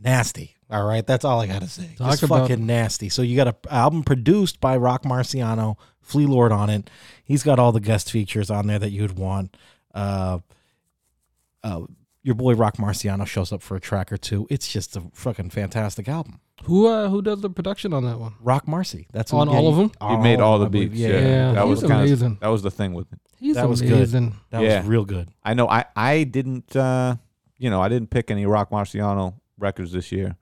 Speaker 1: Nasty. All right, that's all I gotta say.
Speaker 3: Talk
Speaker 1: Just
Speaker 3: about
Speaker 1: fucking nasty. So you got an album produced by Rock Marciano, Flea Lord on it. He's got all the guest features on there that you'd want. Uh, uh, your boy Rock Marciano shows up for a track or two. It's just a fucking fantastic album.
Speaker 3: Who uh, who does the production on that one?
Speaker 1: Rock Marcy. That's
Speaker 3: On all of 'em?
Speaker 2: He made all the
Speaker 1: I believe.
Speaker 2: beats.
Speaker 1: Yeah,
Speaker 2: Yeah,
Speaker 3: Yeah,
Speaker 2: that
Speaker 3: he's
Speaker 2: was kind
Speaker 3: amazing.
Speaker 2: of that was the thing with it.
Speaker 3: He's
Speaker 1: That was good.
Speaker 3: amazing.
Speaker 1: that
Speaker 2: Yeah.
Speaker 1: was real good.
Speaker 2: I know. I I didn't. Uh, you know, I didn't pick any Rock Marciano records this year,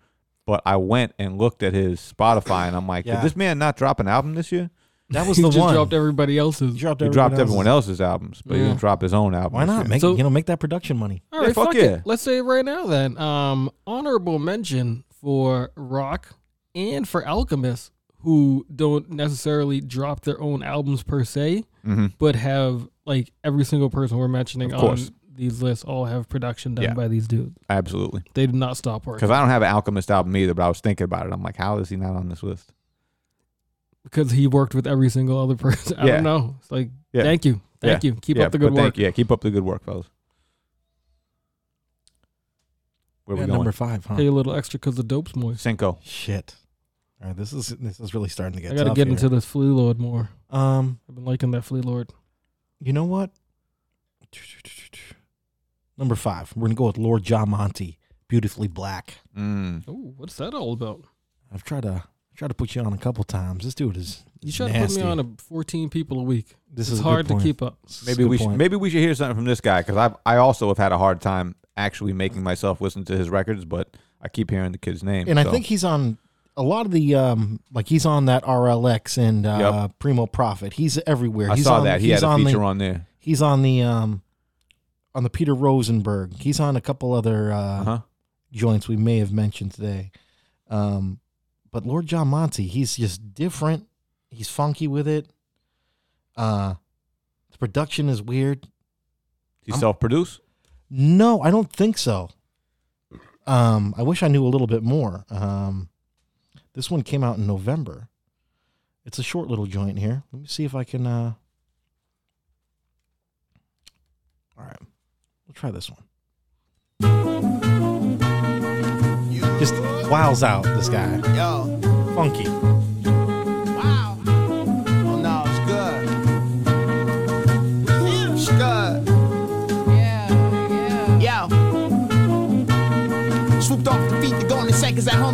Speaker 2: but I went and looked at his Spotify, and I'm like,
Speaker 1: Yeah.
Speaker 2: did this man not drop an album this year?
Speaker 1: That was
Speaker 3: He
Speaker 1: the
Speaker 3: just
Speaker 1: one.
Speaker 3: dropped everybody else's.
Speaker 1: He dropped
Speaker 2: He dropped
Speaker 1: else's.
Speaker 2: everyone else's albums, but he
Speaker 3: Yeah.
Speaker 2: didn't drop his own album.
Speaker 1: Why
Speaker 2: this
Speaker 1: not
Speaker 2: year.
Speaker 1: make
Speaker 3: So-
Speaker 1: you know make that production money?
Speaker 3: All
Speaker 2: Yeah,
Speaker 3: right,
Speaker 2: fuck
Speaker 3: fuck,
Speaker 2: yeah.
Speaker 3: it. Let's say it right now then. Um, honorable mention for Rock and for Alchemist, who don't necessarily drop their own albums per se,
Speaker 2: Mhm.
Speaker 3: but have like every single person we're mentioning
Speaker 2: Of
Speaker 3: on
Speaker 2: course.
Speaker 3: these lists all have production done
Speaker 2: Yeah.
Speaker 3: by these dudes.
Speaker 2: Absolutely.
Speaker 3: They did not stop working
Speaker 2: Because I don't have an Alchemist album either, but I was thinking about it. I'm like, how is he not on this list?
Speaker 3: because he worked with every single other person. I
Speaker 2: Yeah.
Speaker 3: don't know. It's like,
Speaker 2: Yeah.
Speaker 3: thank you, thank you, keep
Speaker 2: Yeah,
Speaker 3: up the
Speaker 2: but
Speaker 3: good
Speaker 2: thank
Speaker 3: work.
Speaker 2: you. Yeah, keep up the good work, fellas. Where
Speaker 1: Yeah,
Speaker 2: we going?
Speaker 1: number five, huh?
Speaker 3: Pay a little extra because the dope's moist.
Speaker 2: Cinco.
Speaker 1: Shit. All right, this is this is really starting to get.
Speaker 3: I gotta
Speaker 1: tough
Speaker 3: get
Speaker 1: here.
Speaker 3: into this flea lord more.
Speaker 1: Um,
Speaker 3: I've been liking that flea lord.
Speaker 1: you know what? Number five, we're gonna go with Lord John Monty, beautifully black.
Speaker 2: Mm.
Speaker 3: Oh, what's that all about?
Speaker 1: I've tried to tried to put you on a couple times. This dude is.
Speaker 3: You try to put
Speaker 1: nasty.
Speaker 3: me on a 14 people a week.
Speaker 1: This
Speaker 3: it's
Speaker 1: is a good
Speaker 3: hard to
Speaker 1: point.
Speaker 3: keep up.
Speaker 1: This is a
Speaker 2: Maybe
Speaker 1: good
Speaker 2: we should,
Speaker 1: point.
Speaker 2: maybe we should hear something from this guy because I I also have had a hard time actually making myself listen to his records, but I keep hearing the kid's name.
Speaker 1: And I
Speaker 2: so-
Speaker 1: think he's on a lot of the um, like he's on that RLX and uh, Primo Profit. He's everywhere.
Speaker 2: I
Speaker 1: he's
Speaker 2: saw
Speaker 1: on,
Speaker 2: that he
Speaker 1: he's
Speaker 2: had a
Speaker 1: on
Speaker 2: feature
Speaker 1: the,
Speaker 2: on there.
Speaker 1: He's on the um, on the Peter Rosenberg. He's on a couple other uh,
Speaker 2: Uh huh.
Speaker 1: joints we may have mentioned today. Um, but Lord John Monty, he's just different. He's funky with it. Uh, the production is weird.
Speaker 2: He
Speaker 1: I'm-
Speaker 2: self produced.
Speaker 1: No, I don't think so. Um, I wish I knew a little bit more. Um, this one came out in November. It's a short little joint here. Let me see if I can. Uh... All right, we'll try this one. Just wows out this guy.
Speaker 7: Yo,
Speaker 1: Funky.
Speaker 7: wow.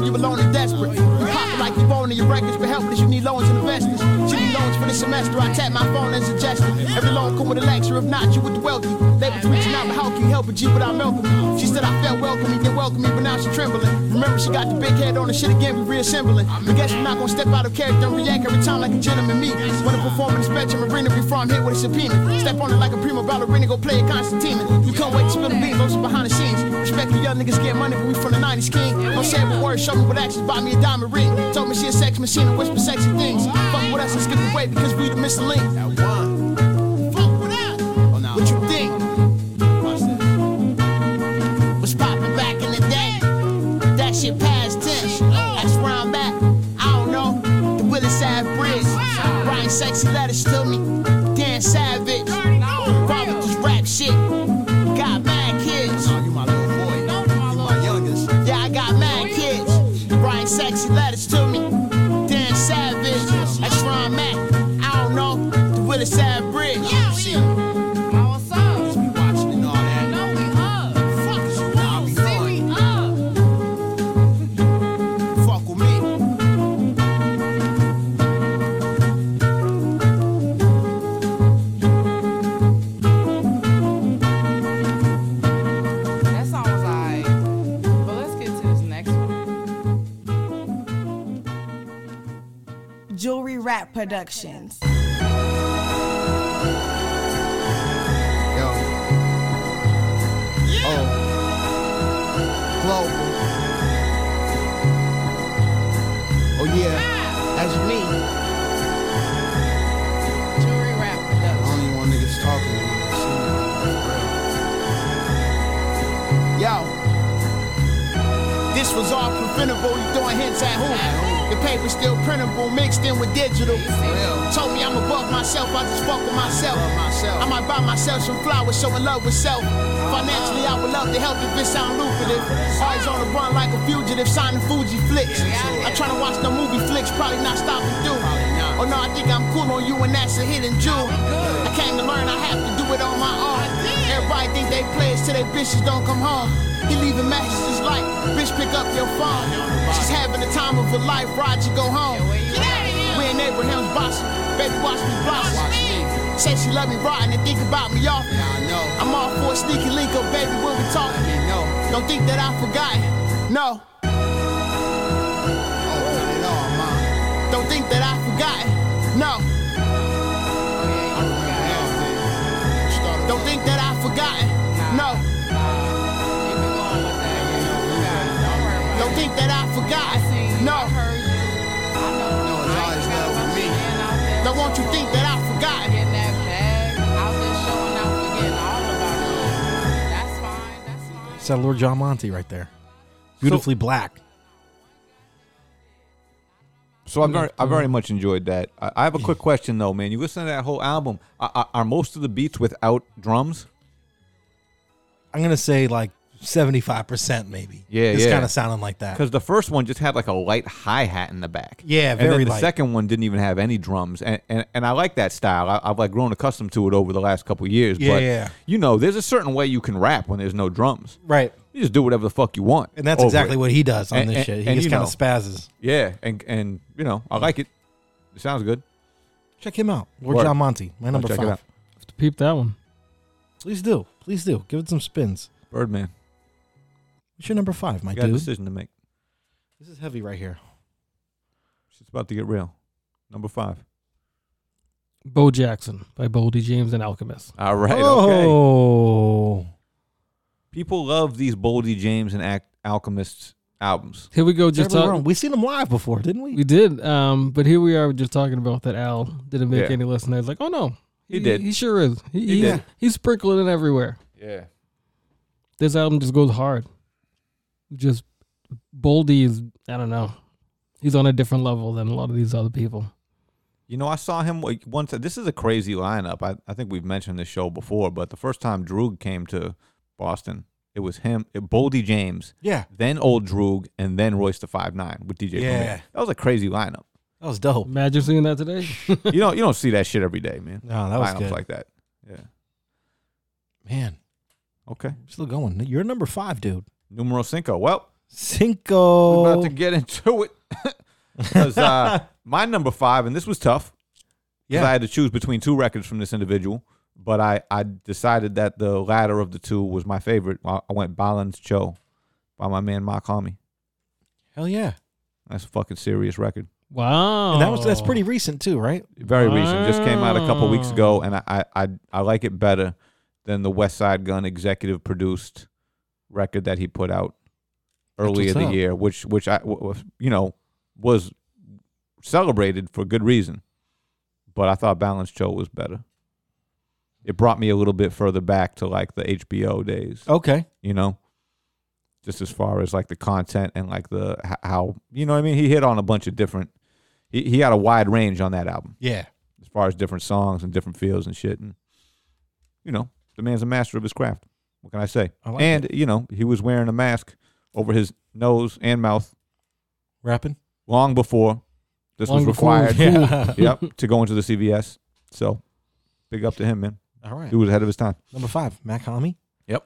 Speaker 11: you alone and desperate. You popping like you own in your records, but helpless, you need loans and investors. She need loans for the semester, I tap my phone and suggested. Every loan come with a lecture, if not, you with the wealthy. They was reaching out, but how can you help a G without milking? She said I felt welcoming, then welcoming, but now she trembling. Remember, she got the big head on and shit again, we reassembling. I guess I'm not gonna step out of character and react every time like a gentleman me. When I perform in the spectrum arena, before I'm hit with a subpoena. Step on it like a prima ballerina, go play a Constantina. You can't wait to spill the beans, those are behind the scenes. Respect the young niggas get money, but we from the 90s, king. Don't say every word, show me with actions, buy me a diamond ring. Told me she a sex machine and whisper sexy things. Fuck with us and skip away because we the missing link. Fuck with us. What you think? Was poppin' back in the day. That shit past tense. That's where I'm at. I don't know. The Willis Ave Bridge. Writing sexy letters to me. Dan Savage. Rob with this rap shit. Got mad kids. you my little boy. You my youngest. Yeah, I got mad kids. Writing sexy letters to me. Dan Savage. That's where I'm at. I don't know. The Willis Ave Bridge. Shit. Just be watching and all that. Fuck is you Nah, I be going. Fuck with me.
Speaker 12: That sounds like. But let's get to this next one.
Speaker 13: Jewelry Rap Productions.
Speaker 11: Oh. Global. Oh yeah, that's me.
Speaker 12: Jewelry rap production.
Speaker 7: Only one niggas talking. to me.
Speaker 11: Yo. This was all preventable, you throwing hints at who? The paper still printable, mixed in with digital. Told me I'm above myself, I just fuck with myself. I might buy myself some flowers, show in love with self. Financially, I would love to help if it sound lucrative. Always on the run like a fugitive, signing Fuji flicks. I'm trying to watch no movie flicks, probably not stopping through. Oh no, I think I'm cool on you, and that's a hidden jewel. I came to learn I have to do it on my own. Everybody think they players till they bitches don't come home. He leaving messages like, bitch, pick up your phone. She's having the time of her life, Roger, go home. We in Abraham's boss, baby, watch me blossom. Say she love me rotten and think about me often. I'm all for a sneaky link up, baby, when we talking. Don't think that I forgot. No. Don't think that I forgot. No. Don't think that I forgot. No. Don't think that I forgot. No. Don't want you think that I forgot.
Speaker 1: It's that Lord John Monty right there. Beautifully black.
Speaker 2: So I've very, I very much enjoyed that. I, I have a quick question though, man. You listen to that whole album. Are, are- are most of the beats without drums?
Speaker 1: I'm gonna say like 75 percent maybe.
Speaker 2: Yeah,
Speaker 1: it's
Speaker 2: yeah.
Speaker 1: kind of sounding like that.
Speaker 2: Because the first one just had like a light hi hat in the back.
Speaker 1: Yeah,
Speaker 2: and then
Speaker 1: very
Speaker 2: the
Speaker 1: light.
Speaker 2: second one didn't even have any drums, and and, and I like that style. I, I've like grown accustomed to it over the last couple years.
Speaker 1: Yeah,
Speaker 2: but
Speaker 1: yeah.
Speaker 2: you know, there's a certain way you can rap when there's no drums.
Speaker 1: Right.
Speaker 2: You just do whatever the fuck you want,
Speaker 1: And that's
Speaker 2: over
Speaker 1: exactly
Speaker 2: it.
Speaker 1: what he does on
Speaker 2: And-
Speaker 1: this
Speaker 2: and-
Speaker 1: shit. He
Speaker 2: and,
Speaker 1: just
Speaker 2: you
Speaker 1: kind
Speaker 2: know,
Speaker 1: of spazzes.
Speaker 2: Yeah, and and you know, I like it. It sounds good.
Speaker 1: Check him out,
Speaker 2: Oh,
Speaker 1: Lord
Speaker 2: Word.
Speaker 1: John Monty, my
Speaker 2: I'll
Speaker 1: number
Speaker 2: check it
Speaker 1: five.
Speaker 2: out.
Speaker 3: Have to peep that one.
Speaker 1: Please do, please do. Give it some spins.
Speaker 2: Birdman,
Speaker 1: What's your number five, my
Speaker 2: you got a
Speaker 1: dude?
Speaker 2: decision to make.
Speaker 1: This is heavy right here.
Speaker 2: It's about to get real. Number five.
Speaker 3: Bo Jackson by Boldy James and Alchemist.
Speaker 2: All right. Okay.
Speaker 1: Oh,
Speaker 2: People love these Boldy James and Ac- Alchemists albums.
Speaker 3: Here we go. Just
Speaker 1: Terribly
Speaker 3: talk-
Speaker 1: wrong. we seen him live before, didn't we?
Speaker 3: We did, um, but here we are just talking about that Al didn't make
Speaker 2: Yeah.
Speaker 3: any less nights. Like, oh no,
Speaker 2: He did.
Speaker 3: He sure is. He,
Speaker 2: He
Speaker 3: he
Speaker 2: did.
Speaker 3: He's sprinkling it everywhere.
Speaker 2: Yeah.
Speaker 3: This album just goes hard. Just Boldy is, I don't know, he's on a different level than a lot of these other people.
Speaker 2: You know, I saw him like once. This is a crazy lineup. I, I think we've mentioned this show before, but the first time Droog came to Boston, it was him, it, Boldy James,
Speaker 1: Yeah.
Speaker 2: then Old Droog, and then Royce the Five Nine with DJ. Premier.
Speaker 1: Yeah.
Speaker 2: that was a crazy lineup.
Speaker 1: That was dope.
Speaker 3: Imagine seeing that today.
Speaker 2: you don't you don't see that shit every day, man.
Speaker 1: No, that was
Speaker 2: lineups
Speaker 1: good.
Speaker 2: like that. Yeah.
Speaker 1: Man,
Speaker 2: Okay.
Speaker 1: still going. You're number five, dude.
Speaker 2: Numero cinco. Well,
Speaker 1: Cinco.
Speaker 2: We're about to get into it. 'Cause, uh, my number five, and this was tough. Because
Speaker 1: Yeah.
Speaker 2: I had to choose between two records from this individual, but I, I decided that the latter of the two was my favorite. I I went Balan's Cho by my man Mark Hami.
Speaker 1: Hell yeah.
Speaker 2: That's a fucking serious record.
Speaker 3: Wow.
Speaker 1: And that was that's pretty recent too, right?
Speaker 2: Very recent. Just came out a couple weeks
Speaker 1: Oh.
Speaker 2: ago, and I, I, I, I like it better than the West Side Gun executive produced record that he put out
Speaker 1: That's
Speaker 2: earlier
Speaker 1: what's
Speaker 2: the
Speaker 1: up.
Speaker 2: year, which which I w- w- you know was celebrated for good reason, but I thought Balance Show was better. It brought me a little bit further back to like the HBO days.
Speaker 1: Okay.
Speaker 2: you know, just as far as like the content and like the h- how you know what I mean. He hit on a bunch of different. He he had a wide range on that album.
Speaker 1: Yeah.
Speaker 2: as far as different songs and different feels and shit, and you know, the man's a master of his craft. What can I say?
Speaker 1: I like
Speaker 2: and you know, he was wearing a mask over his nose and mouth
Speaker 1: Rapping.
Speaker 2: long before this
Speaker 1: Long
Speaker 2: was
Speaker 1: before it
Speaker 2: required.
Speaker 1: was cool. Yeah.
Speaker 2: yep, to go into the CVS. So, big up to him, man.
Speaker 1: All right.
Speaker 2: he was ahead of his time.
Speaker 1: Number five, Mac Hami.
Speaker 2: Yep,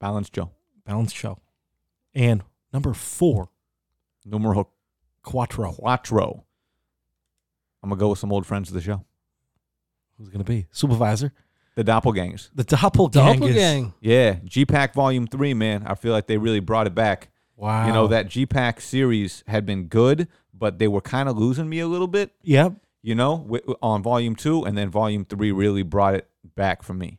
Speaker 2: Balance Joe.
Speaker 1: Balance show. And number four,
Speaker 2: Numero
Speaker 1: Quattro.
Speaker 2: Quattro. I'm gonna go with some old friends of the show,
Speaker 1: Who's gonna be? Supervisor.
Speaker 2: the Doppelgangers.
Speaker 1: The doppelgangers.
Speaker 2: Yeah, G Pack Volume Three, man. I feel like they really brought it back.
Speaker 1: Wow.
Speaker 2: You know that G Pack series had been good, but they were kind of losing me a little bit.
Speaker 1: Yep.
Speaker 2: You know, wi- on Volume Two, and then Volume Three really brought it back for me. Um,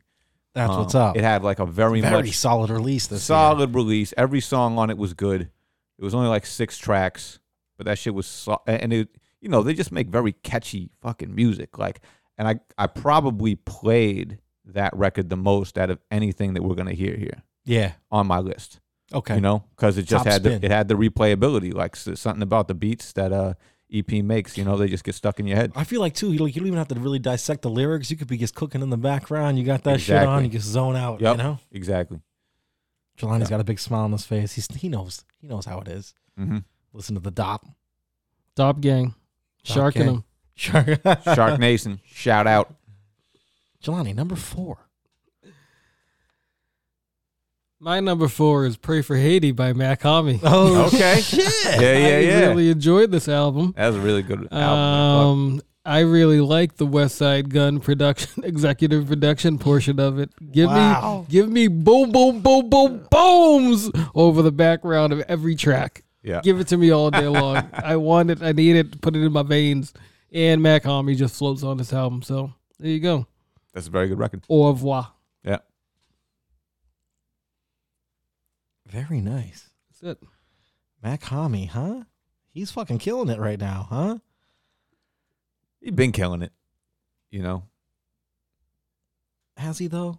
Speaker 1: That's what's up.
Speaker 2: It had like a very
Speaker 1: Very
Speaker 2: much
Speaker 1: solid release this year.
Speaker 2: solid release. Every song on it was good. It was only like six tracks, but that shit was so- and it you know they just make very catchy fucking music. Like, and I I probably played that record the most out of anything that we're gonna hear here.
Speaker 1: Yeah.
Speaker 2: on my list.
Speaker 1: Okay.
Speaker 2: you know because it just
Speaker 1: Top
Speaker 2: had the,
Speaker 1: spin.
Speaker 2: it had the replayability. Like s- something about the beats that uh EP makes. You know they just get stuck in your head.
Speaker 1: I feel like too, you like you don't even have to really dissect the lyrics. You could be just cooking in the background. You got that shit on,
Speaker 2: Exactly.
Speaker 1: you just zone out,
Speaker 2: Yep,
Speaker 1: you know?
Speaker 2: exactly.
Speaker 1: Jelani's
Speaker 2: Yeah.
Speaker 1: got a big smile on his face. He's he knows. He knows how it is.
Speaker 2: Mhm.
Speaker 1: Listen to the dop.
Speaker 3: Dop gang. Sharking
Speaker 1: gang.
Speaker 3: him.
Speaker 1: Shark
Speaker 2: Shark Nation, shout out.
Speaker 1: Jelani, number four.
Speaker 3: My number four is Pray for Haiti by Mac Hami.
Speaker 1: Oh,
Speaker 2: Okay. shit. Yeah, yeah,
Speaker 3: I
Speaker 2: yeah.
Speaker 3: really enjoyed this album.
Speaker 2: That was a really good album.
Speaker 3: Um, I really like the West Side Gun production, executive production portion of it. Give
Speaker 1: Wow.
Speaker 3: me, give me boom, boom, boom, boom, booms over the background of every track.
Speaker 2: Yeah.
Speaker 3: give it to me all day long. I want it. I need it. Put it in my veins. And Mac Hami just floats on this album. So there you go.
Speaker 2: That's a very good record.
Speaker 3: Au revoir.
Speaker 2: Yeah.
Speaker 1: Very nice.
Speaker 3: That's it.
Speaker 1: Mac Hami, huh? He's fucking killing it right now, huh?
Speaker 2: He's been killing it. You know,
Speaker 1: Has he though?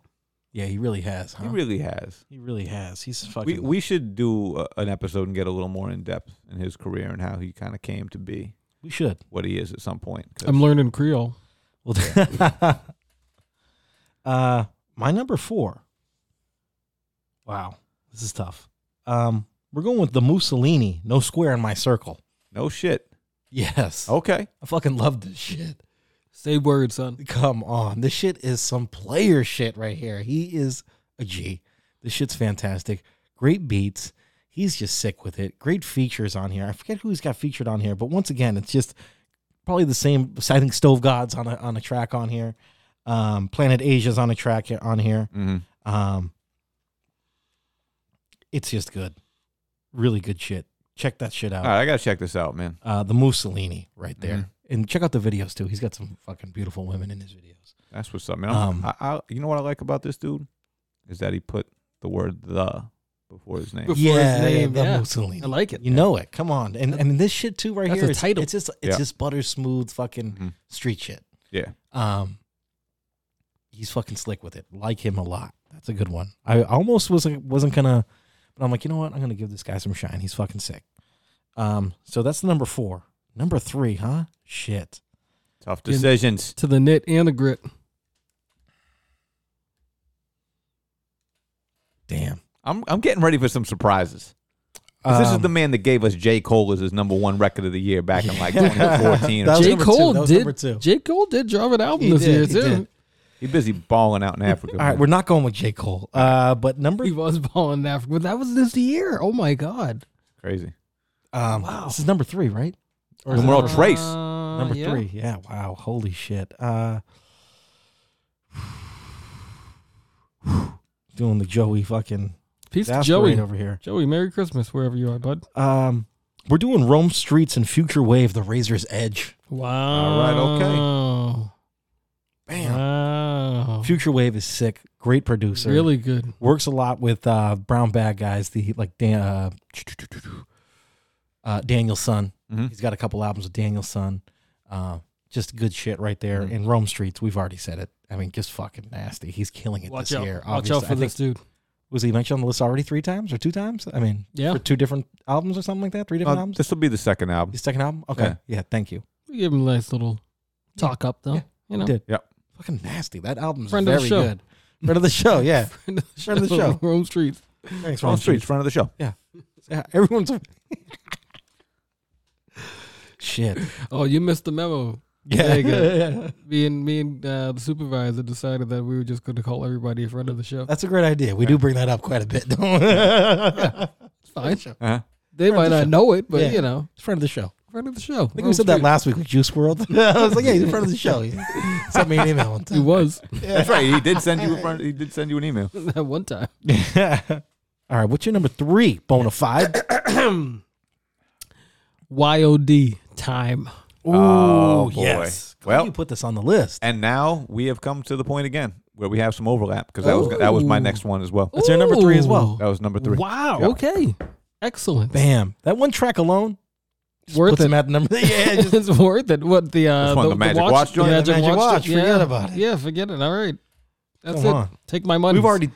Speaker 1: Yeah, he really has, huh?
Speaker 2: he really has.
Speaker 1: He really has. He's fucking
Speaker 2: We, we should do a, an episode and get a little more in depth in his career and how he kind of came to be
Speaker 1: we should.
Speaker 2: what he is at some point. 'cause-
Speaker 3: I'm learning Creole.
Speaker 1: Well, uh, my number four. Wow, this is tough. Um, we're going with the Mussolini. No square in my circle.
Speaker 2: no shit.
Speaker 1: Yes,
Speaker 2: Okay.
Speaker 1: I fucking love this shit.
Speaker 3: Say word, son.
Speaker 1: Come on, this shit is some player shit right here. He is a G. This shit's fantastic. Great beats. He's just sick with it. Great features on here. I forget who he's got featured on here, but once again, it's just probably the same. I think Stove Gods on a on a track on here. Um, Planet Asia's on a track here- on here.
Speaker 2: Mm-hmm.
Speaker 1: Um, it's just good, really good shit. Check that shit out.
Speaker 2: All right, I Mm-hmm. gotta check this out, man.
Speaker 1: Uh, the Mussolini right there, and check out the videos too. He's got some fucking beautiful women in his videos.
Speaker 2: That's what's up, man. I'm-
Speaker 1: Um,
Speaker 2: I, I, you know what I like about this dude is that he put the word "the" before his name.
Speaker 3: Before
Speaker 1: yeah,
Speaker 3: his name,
Speaker 1: the
Speaker 3: yeah.
Speaker 1: Mussolini.
Speaker 3: I like it.
Speaker 1: You know it. Come on, and and this shit too right
Speaker 3: That's a
Speaker 1: here. it's-
Speaker 3: title.
Speaker 1: It's just it's
Speaker 2: Yeah.
Speaker 1: just butter smooth fucking
Speaker 2: Mhm.
Speaker 1: street shit.
Speaker 2: Yeah,
Speaker 1: Um, he's fucking slick with it. Like him a lot. That's a good one. I almost was wasn't gonna, but I'm like, you know what? I'm gonna give this guy some shine. He's fucking sick. Um, so that's number four. Number three, huh? Shit.
Speaker 2: tough
Speaker 3: You-
Speaker 2: decisions.
Speaker 3: To the knit and the grit.
Speaker 1: Damn.
Speaker 2: I'm I'm getting ready for some surprises. 'Cause this is
Speaker 1: Um,
Speaker 2: the man that gave us J. Cole as his number one record of the year back in like 2014.
Speaker 1: That was
Speaker 3: J.
Speaker 1: number two.
Speaker 3: Cole
Speaker 1: That was number two.
Speaker 3: did. J. Cole did drop an album
Speaker 1: He
Speaker 3: this
Speaker 1: did,
Speaker 3: year
Speaker 1: he
Speaker 3: too.
Speaker 1: did.
Speaker 2: He busy balling out in Africa.
Speaker 1: All right,
Speaker 2: man.
Speaker 1: we're not going with J Cole. Uh, but number
Speaker 3: He was balling in Africa, but that was this year. Oh my god!
Speaker 2: Crazy.
Speaker 1: Um, This is number three, right?
Speaker 2: The
Speaker 1: is it
Speaker 2: Moral
Speaker 1: number-
Speaker 2: Trace.
Speaker 3: Uh,
Speaker 1: number
Speaker 3: yeah.
Speaker 1: three. Yeah. Wow. Holy shit. Uh, doing the Joey fucking
Speaker 3: Peace to
Speaker 1: exasperate
Speaker 3: Joey
Speaker 1: over here.
Speaker 3: Joey, Merry Christmas wherever you are, bud.
Speaker 1: Um, we're doing Rome Streets and Future Wave, The Razor's Edge.
Speaker 3: Wow.
Speaker 1: All right, okay.
Speaker 3: Bam. Wow.
Speaker 1: Future Wave is sick. Great producer.
Speaker 3: Uh-huh. Really good.
Speaker 1: Works a lot with uh, Brown Bag guys. The like Dan, uh, uh, Daniel's son.
Speaker 2: Mm-hmm.
Speaker 1: He's got a couple albums with Daniel's son. Uh, just good shit right there.
Speaker 2: Mm-hmm.
Speaker 1: In Rome Streets, we've already said it. I mean, just fucking nasty. He's killing it
Speaker 3: Watch
Speaker 1: this
Speaker 3: out.
Speaker 1: year.
Speaker 3: Watch
Speaker 1: obviously.
Speaker 3: out for
Speaker 1: I think-
Speaker 3: this dude.
Speaker 1: Was he mentioned on the list already three times or two times? I mean,
Speaker 3: Yeah.
Speaker 1: for two different albums or something like that. Three different
Speaker 2: Uh,
Speaker 1: albums.
Speaker 2: this will be the second album.
Speaker 1: His second album. Okay.
Speaker 2: Yeah.
Speaker 1: Yeah. thank you.
Speaker 3: We gave him a nice little talk up though. you know.
Speaker 1: did.
Speaker 2: Yep.
Speaker 1: Fucking nasty. That album's
Speaker 3: Friend of the
Speaker 1: very
Speaker 3: show.
Speaker 1: good. Friend of the show. Yeah.
Speaker 3: Friend of the
Speaker 1: Friend of the show.
Speaker 3: Rome Streets.
Speaker 1: Thanks,
Speaker 2: Wrong
Speaker 1: Ron
Speaker 2: streets,
Speaker 1: Street.
Speaker 2: front of the show.
Speaker 1: Yeah. yeah. Everyone's shit.
Speaker 3: Oh, you missed the memo.
Speaker 1: Yeah.
Speaker 3: There you go.
Speaker 1: Yeah.
Speaker 3: Me and me and uh, the supervisor decided that we were just going to call everybody a friend of the show.
Speaker 1: That's a great idea. We do bring that up quite a bit. Don't we?
Speaker 3: Yeah. It's fine.
Speaker 2: Uh-huh.
Speaker 3: They
Speaker 1: Friend of
Speaker 3: might
Speaker 1: the
Speaker 3: not
Speaker 1: show.
Speaker 3: know it, but
Speaker 1: Yeah.
Speaker 3: you know,
Speaker 1: It's friend of the show.
Speaker 3: friend of the show. Oh,
Speaker 1: I think we said that last week with Juice World. I was like, yeah, he's a friend of the show. He sent me an email one
Speaker 3: He
Speaker 1: time.
Speaker 3: was
Speaker 2: That's right. He did send you a front, he did send you an email.
Speaker 3: that one time.
Speaker 1: All right, what's your number three? Bona fide.
Speaker 3: YOD time.
Speaker 1: Ooh,
Speaker 2: Oh, boy.
Speaker 1: yes. Glad
Speaker 2: Well-
Speaker 1: you put this on the list.
Speaker 2: And now we have come to the point again where we have some overlap because that was that was my
Speaker 3: Ooh.
Speaker 2: next one as well.
Speaker 1: That's your number three as well.
Speaker 2: That was number three.
Speaker 3: Wow.
Speaker 2: Yep.
Speaker 3: Okay. Excellent.
Speaker 1: Bam. That one track alone just
Speaker 3: Worth
Speaker 1: puts
Speaker 3: it.
Speaker 1: him at number. Yeah, just
Speaker 3: it's worth it. What the uh,
Speaker 2: Which one, the Magic Watch joint?
Speaker 1: Yeah, the Magic Watch.
Speaker 3: Yeah.
Speaker 1: Forget about it.
Speaker 3: Yeah, forget it. All right, that's
Speaker 1: Come
Speaker 3: it.
Speaker 1: on.
Speaker 3: Take my money.
Speaker 1: we've already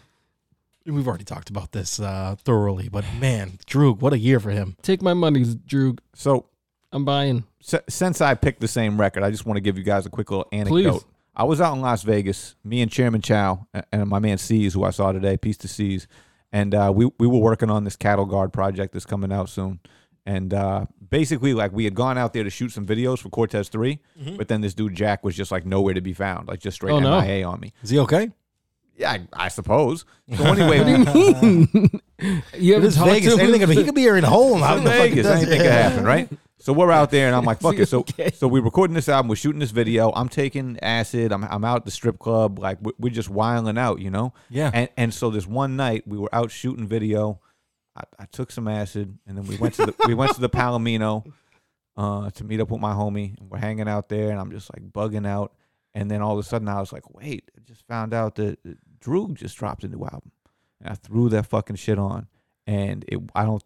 Speaker 1: we've already talked about this uh, thoroughly, but man, Droog, what a year for him.
Speaker 3: take my monies, Drew.
Speaker 2: So
Speaker 3: I'm buying.
Speaker 2: S- since I picked the same record, I just want to give you guys a quick little anecdote.
Speaker 3: Please.
Speaker 2: I was out in Las Vegas, me and Chairman Chow a- and my man Seas, who I saw today, peace to Seas, and uh, we we were working on this cattle guard project that's coming out soon. And uh, basically, like we had gone out there to shoot some videos for Cortez 3
Speaker 1: Mm-hmm.
Speaker 2: but then this dude Jack was just like nowhere to be found, like just straight
Speaker 3: Oh, no.
Speaker 2: MIA on me.
Speaker 1: Is he okay?
Speaker 2: Yeah, I, I suppose. So anyway, uh,
Speaker 3: You
Speaker 1: It
Speaker 3: haven't
Speaker 1: is
Speaker 3: talked
Speaker 1: Vegas.
Speaker 3: to him.
Speaker 1: Anything could be, he could be here in a hole and out in the fucking
Speaker 2: Vegas. Anything
Speaker 1: desert.
Speaker 2: could happen, right? So we're out there, and I'm like, "Fuck it." So,
Speaker 3: Okay.
Speaker 2: so we're recording this album, we're shooting this video. I'm taking acid. I'm, I'm out at the strip club, like we're, we're just wiling out, you know.
Speaker 1: Yeah.
Speaker 2: And and so this one night we were out shooting video. I, I took some acid, and then we went to the we went to the Palomino uh, to meet up with my homie. And we're hanging out there, and I'm just like bugging out. And then all of a sudden, I was like, "Wait!" I just found out that that Droog just dropped a new album, and I threw that fucking shit on. And it, I don't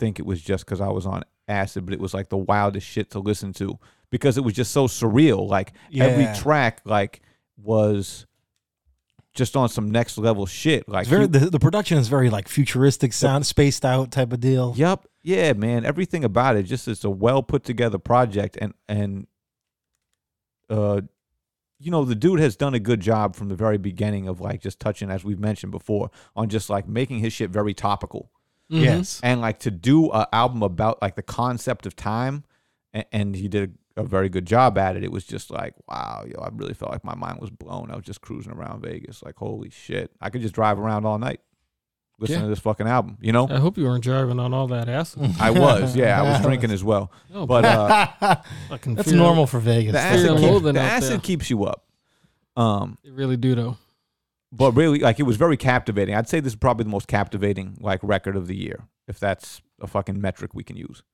Speaker 2: think it was just because I was on acid, but it was like the wildest shit to listen to because it was just so surreal. Like
Speaker 1: Yeah.
Speaker 2: every track, like was just on some next level shit. Like
Speaker 1: It's very,
Speaker 2: he-
Speaker 1: the, the production is very like futuristic sound, spaced out type of deal.
Speaker 2: Yep. Yeah, man. Everything about it just it's a well put together project and and uh you know, the dude has done a good job from the very beginning of like just touching as we've mentioned before on just like making his shit very topical.
Speaker 1: Yes.
Speaker 2: And like to do an album about like the concept of time and, and he did a, a very good job at it. It was just like, wow, yo, I really felt like my mind was blown. I was just cruising around Vegas like holy shit. I could just drive around all night listening
Speaker 3: Yeah.
Speaker 2: to this fucking album, you know?
Speaker 3: I hope you weren't driving on all that acid.
Speaker 2: I was, yeah, I was drinking as well.
Speaker 3: Oh,
Speaker 2: But uh,
Speaker 3: Fucking
Speaker 1: That's
Speaker 3: fear.
Speaker 1: normal for Vegas.
Speaker 2: the
Speaker 3: Fear
Speaker 2: acid,
Speaker 3: and
Speaker 2: keep,
Speaker 3: loathing
Speaker 2: the
Speaker 3: out there.
Speaker 2: acid keeps you up. Um,
Speaker 3: It really do though.
Speaker 2: but really, like it was very captivating. I'd say this is probably the most captivating like record of the year, if that's a fucking metric we can use.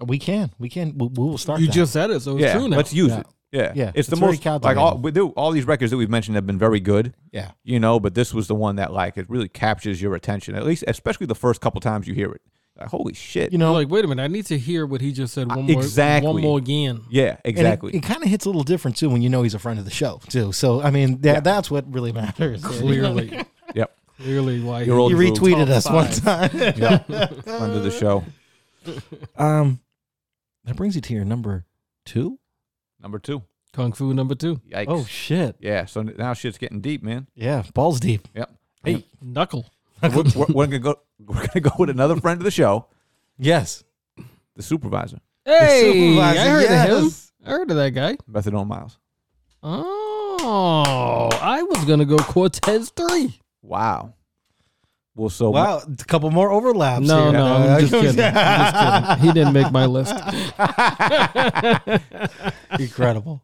Speaker 1: we can, we can, we, we will start.
Speaker 3: You
Speaker 1: that.
Speaker 3: just said it, so it's
Speaker 2: yeah,
Speaker 3: true now.
Speaker 2: let's use
Speaker 1: Yeah.
Speaker 2: it. Yeah,
Speaker 1: Uh, Yeah,
Speaker 2: It's, the
Speaker 1: it's very
Speaker 2: most like all
Speaker 1: captivating.
Speaker 2: we do, all these records that we've mentioned have been very good.
Speaker 1: yeah,
Speaker 2: you know. But this was the one that like it really captures your attention, at least, especially the first couple times you hear it. Like, holy shit!
Speaker 1: you know,
Speaker 3: like, wait a minute. I need to hear what he just said one more,
Speaker 2: exactly.
Speaker 3: one more again.
Speaker 2: yeah,
Speaker 1: And it-
Speaker 2: exactly.
Speaker 1: It, kind of hits a little different too when you know he's a friend of the show too. So I mean, that, that's what really matters.
Speaker 3: Clearly,
Speaker 2: yep.
Speaker 3: clearly, why
Speaker 2: Your old
Speaker 1: he
Speaker 2: Droog
Speaker 1: retweeted
Speaker 3: Top
Speaker 1: us one
Speaker 3: five.
Speaker 1: time.
Speaker 2: under the show
Speaker 1: um, that brings you to your number two.
Speaker 2: number two.
Speaker 3: kung fu number two,
Speaker 2: Yikes!
Speaker 1: Oh shit!
Speaker 2: yeah. So now shit's getting deep, man.
Speaker 1: Yeah, balls deep.
Speaker 2: Yep.
Speaker 1: Hey,
Speaker 3: knuckle.
Speaker 2: we're, we're- we're gonna go. We're gonna go with another friend of the show,
Speaker 1: yes.
Speaker 2: the supervisor,
Speaker 3: Hey, I
Speaker 1: supervisor,
Speaker 3: heard of him.
Speaker 1: yes.
Speaker 3: I heard of that guy.
Speaker 2: Methadone Miles.
Speaker 3: Oh, I was gonna go Cortez three.
Speaker 2: Wow. Well, so
Speaker 1: Wow, a couple more overlaps.
Speaker 3: No,
Speaker 1: here.
Speaker 3: no, I'm just kidding. I'm just kidding. He didn't make my list.
Speaker 1: Incredible.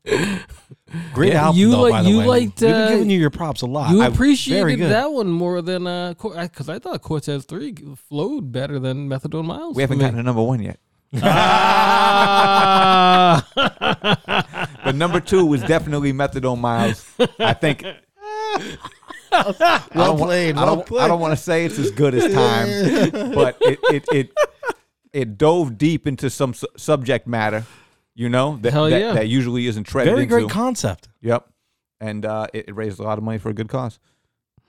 Speaker 1: Great
Speaker 3: Yeah,
Speaker 1: album.
Speaker 3: You
Speaker 1: though,
Speaker 3: like
Speaker 1: by the
Speaker 3: you
Speaker 1: way.
Speaker 3: liked. Uh,
Speaker 1: We've been giving you your props a lot.
Speaker 3: You
Speaker 1: I- very
Speaker 3: appreciated
Speaker 1: good.
Speaker 3: that one more than uh, because I thought Cortez Three flowed better than Methadone Miles.
Speaker 2: we haven't
Speaker 3: for me.
Speaker 2: gotten to number one yet.
Speaker 3: Ah.
Speaker 2: but number two was definitely Methadone Miles. I think. I don't wa-
Speaker 1: played,
Speaker 2: I
Speaker 1: well
Speaker 2: don't,
Speaker 1: played.
Speaker 2: want to say it's as good as time, but it it it, it dove deep into some su- subject matter, you know, that
Speaker 1: Hell
Speaker 2: that,
Speaker 1: yeah.
Speaker 2: that usually isn't treaded.
Speaker 1: Very great
Speaker 2: into.
Speaker 1: concept.
Speaker 2: Yep, and uh, it, it raised a lot of money for a good cause.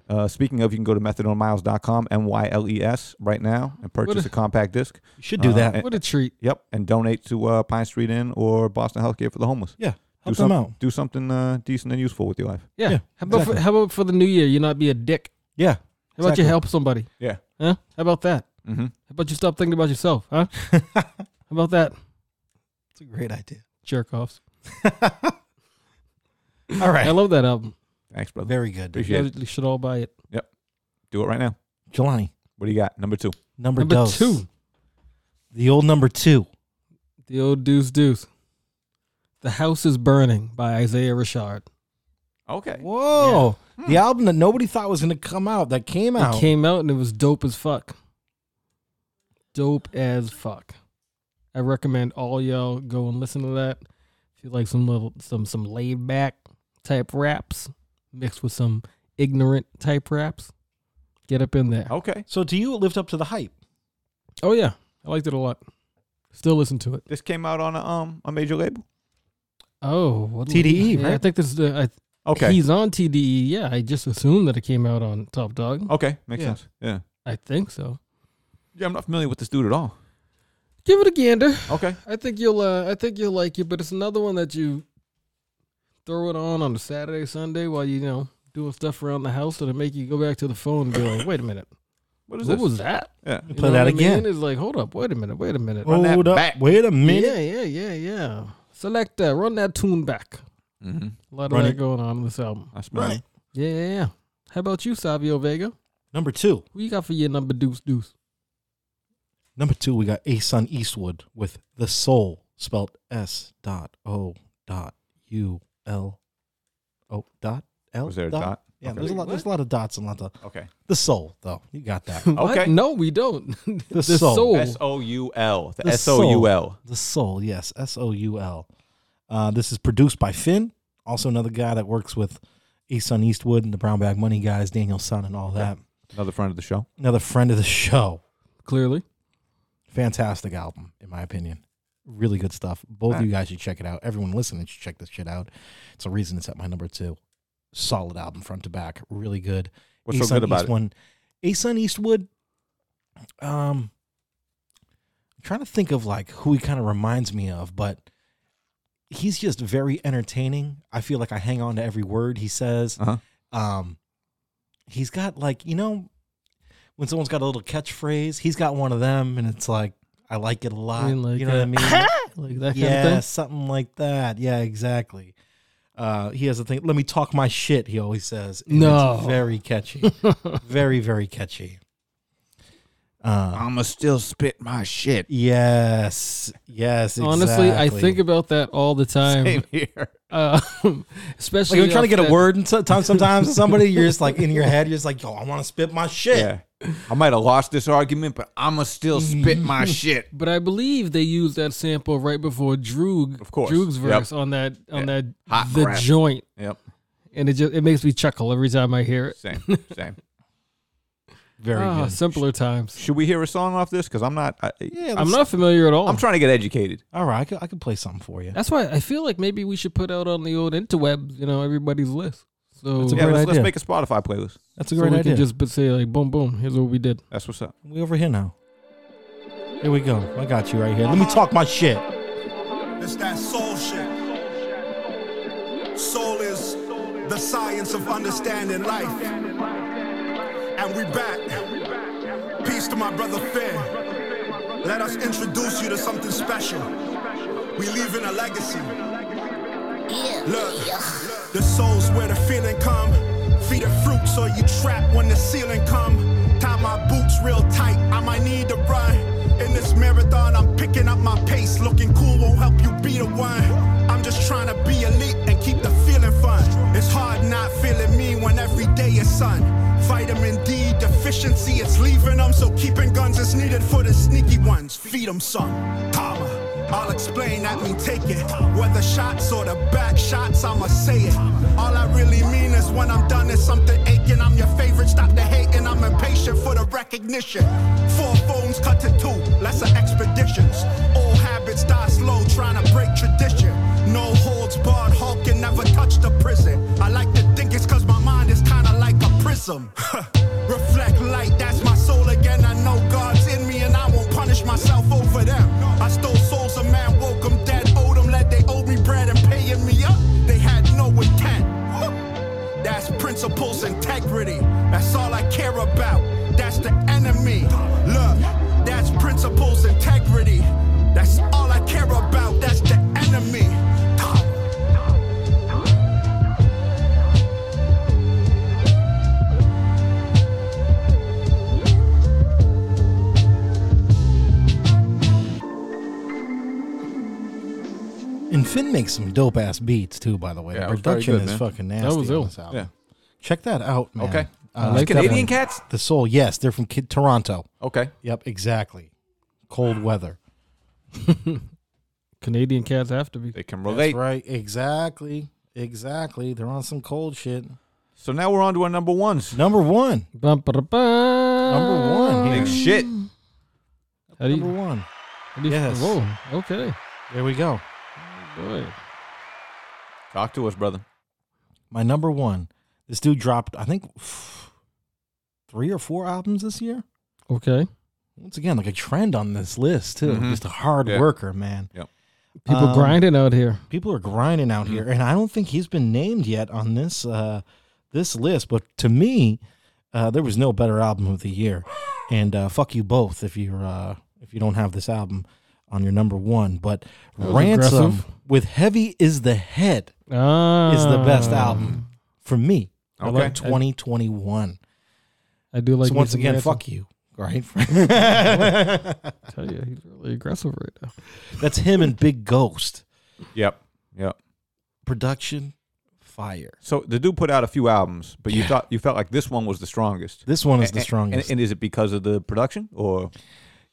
Speaker 2: Uh, speaking of, you can go to methadonomiles.com, M Y L E S, right now and
Speaker 3: What
Speaker 2: purchase
Speaker 3: a-
Speaker 2: a, compact disc. Uh,
Speaker 1: You should do that.
Speaker 3: What a treat.
Speaker 2: Yep, and donate to uh, Pine Street Inn or Boston Healthcare for the homeless.
Speaker 1: Yeah,
Speaker 2: do
Speaker 1: help them
Speaker 2: some-
Speaker 1: out.
Speaker 2: Do something uh, decent and useful with your life.
Speaker 3: Yeah.
Speaker 1: Yeah,
Speaker 3: how about for,
Speaker 1: exactly.
Speaker 3: how about for the new year? You not be a dick.
Speaker 1: Yeah,
Speaker 3: How about
Speaker 1: exactly. Mm-hmm.
Speaker 3: you help somebody?
Speaker 2: Yeah.
Speaker 3: Huh? How about that?
Speaker 2: Mhm.
Speaker 3: How about you stop thinking about yourself? Huh? how about that?
Speaker 1: It's a great idea.
Speaker 3: Jerk offs.
Speaker 1: All right.
Speaker 3: I love that album.
Speaker 2: Thanks, brother.
Speaker 1: Very good.
Speaker 2: Appreciate
Speaker 3: You
Speaker 2: it.
Speaker 3: guys should all buy it.
Speaker 2: Yep. Do it right now.
Speaker 1: Jelani,
Speaker 2: What do you got? Number two.
Speaker 1: number,
Speaker 3: Number
Speaker 1: dose.
Speaker 3: two.
Speaker 1: The old number two.
Speaker 3: The old deuce deuce. The House is Burning by Isaiah Richard.
Speaker 2: Okay.
Speaker 1: Whoa. The album that nobody thought was going to come out that came out.
Speaker 3: It came out and it was dope as fuck. Dope as fuck. I recommend all y'all go and listen to that. If you like some little some some laid back type raps mixed with some ignorant type raps, get up in there.
Speaker 2: Okay.
Speaker 1: so to you, it lived up to the hype.
Speaker 3: Oh yeah, I liked it a lot. Still listen to it.
Speaker 2: This came out on a um a major label.
Speaker 3: Oh, what
Speaker 1: TDE,
Speaker 3: yeah, I
Speaker 1: right?
Speaker 3: think this is the. I,
Speaker 2: E, Okay.
Speaker 3: He's on TDE. Yeah, I just assumed that it came out on Top Dog.
Speaker 2: Okay, makes
Speaker 1: Yeah.
Speaker 2: sense. Yeah.
Speaker 3: I think so.
Speaker 2: Yeah, I'm not familiar with this dude at all.
Speaker 3: Give it a gander.
Speaker 2: Okay.
Speaker 3: I think you'll uh, I think you'll like it, but it's another one that you throw it on on a Saturday, Sunday while you, you know doing stuff around the house that'll make you go back to the phone and be like, wait a minute,
Speaker 2: What
Speaker 3: what
Speaker 2: is this?
Speaker 3: was that?
Speaker 2: Yeah.
Speaker 3: You
Speaker 1: Play
Speaker 3: know
Speaker 1: that
Speaker 3: what I mean?
Speaker 1: again.
Speaker 3: It's like, hold up, wait a minute, wait a minute.
Speaker 2: Run that
Speaker 1: Hold up.
Speaker 2: back.
Speaker 1: Wait a minute.
Speaker 3: Yeah, yeah, yeah, yeah. Select that. Run that tune back.
Speaker 2: Mm-hmm.
Speaker 3: A lot of
Speaker 1: Run
Speaker 3: that
Speaker 1: it.
Speaker 3: going on in this album.
Speaker 2: I smell
Speaker 1: Right.
Speaker 2: it.
Speaker 3: Yeah, yeah, yeah. How about you, Savio Vega?
Speaker 1: Number two.
Speaker 3: Who you got for your number deuce deuce?
Speaker 1: Number two, we got A Son Eastwood with The Soul, spelled S dot O dot U L O dot L.
Speaker 2: Was there a dot?
Speaker 1: Yeah,
Speaker 2: Okay.
Speaker 1: there's a lot. There's a lot of dots and lots of
Speaker 2: Okay.
Speaker 1: the soul though. You got that.
Speaker 3: What?
Speaker 2: Okay.
Speaker 3: No, we don't.
Speaker 1: The soul.
Speaker 2: S O U L. The
Speaker 1: The
Speaker 2: S O U L.
Speaker 1: The soul, yes, S O U L. Uh, This is produced by Finn, also another guy that works with Easton Eastwood and the Brown Bag Money guys, Daniel Sun, and all that.
Speaker 2: Another friend of the show.
Speaker 1: Another friend of the show.
Speaker 3: Clearly.
Speaker 1: Fantastic album, in my opinion. Really good stuff. Both of you guys should check it out. Everyone listening should check this shit out. It's a reason it's at my number two. Solid album, front to back. Really good.
Speaker 2: What's so good about it?
Speaker 1: Eastwood, it? Asun Eastwood. Um, I'm trying to think of like who he kind of reminds me of, but he's just very entertaining. I feel like I hang on to every word he says.
Speaker 2: Uh-huh.
Speaker 1: Um, he's got like you know when someone's got a little catchphrase, he's got one of them, and it's like I like it a lot.
Speaker 3: mean, like,
Speaker 1: you know
Speaker 3: uh,
Speaker 1: what I mean?
Speaker 3: Like that kind
Speaker 1: yeah,
Speaker 3: of thing.
Speaker 1: something like that. Yeah, exactly. Uh, he has a thing. Let me talk my shit. He always says. and
Speaker 3: No.
Speaker 1: it's very catchy. very very catchy. Uh,
Speaker 2: I'ma still spit my shit.
Speaker 1: yes, yes.
Speaker 3: Honestly, I
Speaker 1: exactly.
Speaker 3: think about that all the time.
Speaker 2: Same here.
Speaker 3: Uh,
Speaker 1: like
Speaker 3: especially
Speaker 1: you're trying to
Speaker 3: off
Speaker 1: get a
Speaker 3: that-
Speaker 1: word in sometimes. Sometimes to somebody, you're just like in your head, you're just like, yo, I want to spit my shit.
Speaker 2: Yeah. I might have lost this argument, but I'ma still spit my shit.
Speaker 3: But I believe they used that sample right before Droog,
Speaker 2: Of course.
Speaker 3: Droog's
Speaker 2: Yep.
Speaker 3: verse on that on that
Speaker 2: Hot
Speaker 3: the
Speaker 2: crap.
Speaker 3: joint,
Speaker 2: Yep.
Speaker 3: and it just it makes me chuckle every time I hear it.
Speaker 2: Same. Same.
Speaker 1: Very
Speaker 3: Ah,
Speaker 1: good.
Speaker 3: simpler times.
Speaker 2: Should we hear a song off this? Because I'm not. I,
Speaker 1: yeah,
Speaker 3: I'm
Speaker 1: let's-
Speaker 3: not familiar at all.
Speaker 2: I'm trying to get educated.
Speaker 1: All right, I could, I could play something for you.
Speaker 3: That's why I feel like maybe we should put out on the old interwebs, you know, everybody's list. So,
Speaker 1: That's a
Speaker 2: Yeah,
Speaker 1: great
Speaker 2: let's, let's
Speaker 1: idea.
Speaker 2: make a Spotify playlist.
Speaker 1: That's a
Speaker 3: so
Speaker 1: great
Speaker 3: we
Speaker 1: idea.
Speaker 3: can just b- say like, boom, boom. Here's what we did.
Speaker 2: That's what's up.
Speaker 1: We over here now. Here we go. I got you right here. Let me talk my shit.
Speaker 14: It's that soul shit. Soul is the science of understanding life. And we back. Peace to my brother Finn. Let us introduce you to something special. We leaving a legacy. Look, the soul's where the feeling come. Feed the fruit so you trap when the ceiling come. Tie my boots real tight, I might need to run. In this marathon, I'm picking up my pace. Looking cool won't help you be the one. I'm just trying to be elite and keep the feeling fun. It's hard not feeling me when every day is sun. Vitamin D deficiency, it's leaving them, so keeping guns is needed for the sneaky ones. Feed them some. Holla. I'll explain that mean take it. Whether shots or the back shots, I'ma say it. All I really mean is when I'm done is something aching. I'm your favorite, stop the hating. I'm impatient for the recognition. Four phones cut to two, lesser expeditions. Old habits die slow, trying to break tradition. No holds barred, Hulk can never touch the prison. I like to think it's cause my mind is kinda like a prism. Reflect light, that's my soul again. I know God's in me and I won't punish myself over them. I stole souls of man, woke them dead, owed them, let they owe me bread and paying me up. They had no intent. That's principles, integrity. That's all I care about. That's the enemy. Look, that's principles, integrity. That's all I care about. That's the enemy.
Speaker 1: And Finn makes some dope ass beats too. By the way,
Speaker 2: Yeah, it
Speaker 1: the
Speaker 2: was very
Speaker 1: production
Speaker 2: good,
Speaker 1: is
Speaker 2: man.
Speaker 1: fucking
Speaker 2: That
Speaker 1: nasty.
Speaker 2: was
Speaker 1: on
Speaker 2: ill.
Speaker 1: this album.
Speaker 2: Yeah.
Speaker 1: check that out, man. Uh,
Speaker 2: Okay. I like
Speaker 1: that
Speaker 2: Canadian
Speaker 1: one.
Speaker 2: Cats?
Speaker 1: The Soul, yes, they're from Kid Toronto.
Speaker 2: Okay.
Speaker 1: Yep, exactly. Cold weather.
Speaker 3: Canadian cats have to be. They
Speaker 2: can
Speaker 1: That's right. Exactly. Exactly. They're on some cold shit.
Speaker 2: So now we're on to our number ones.
Speaker 1: Number one. Number one.
Speaker 2: Big
Speaker 1: here.
Speaker 2: shit.
Speaker 3: How do you-
Speaker 1: Number one.
Speaker 3: how do you-
Speaker 1: Yes.
Speaker 3: Whoa. Okay.
Speaker 1: There we go.
Speaker 3: Boy.
Speaker 2: Talk to us, brother.
Speaker 1: My number one. This dude dropped, I think, three or four albums this year.
Speaker 3: Okay.
Speaker 1: Once again, like a trend on this list too.
Speaker 2: Mm-hmm.
Speaker 3: Mhm.
Speaker 1: Just a hard
Speaker 3: Yeah.
Speaker 1: worker, man.
Speaker 2: Yep.
Speaker 3: People
Speaker 1: Um,
Speaker 3: grinding out here.
Speaker 1: People are grinding out here, and I don't think he's been named yet on this uh, this list. But to me, uh, there was no better album of the year. And uh, fuck you both if you're uh, if you don't have this album on your number one. But
Speaker 3: That was
Speaker 1: Ransom
Speaker 3: aggressive.
Speaker 1: with Heavy is the Head is the best album for me. I
Speaker 3: Ah. Okay.
Speaker 1: like 2021.
Speaker 3: I do like.
Speaker 1: so once
Speaker 3: Mason
Speaker 1: again,
Speaker 3: Ransom.
Speaker 1: fuck you, right?
Speaker 3: tell you, he's really aggressive right now.
Speaker 1: That's him and Big Ghost.
Speaker 2: Yep. Yep.
Speaker 1: Production fire.
Speaker 2: So the dude put out a few albums, but you thought you felt like this one was the strongest.
Speaker 1: This one is
Speaker 2: A-
Speaker 1: the
Speaker 2: a- and-
Speaker 1: strongest.
Speaker 2: And, is it because of the production or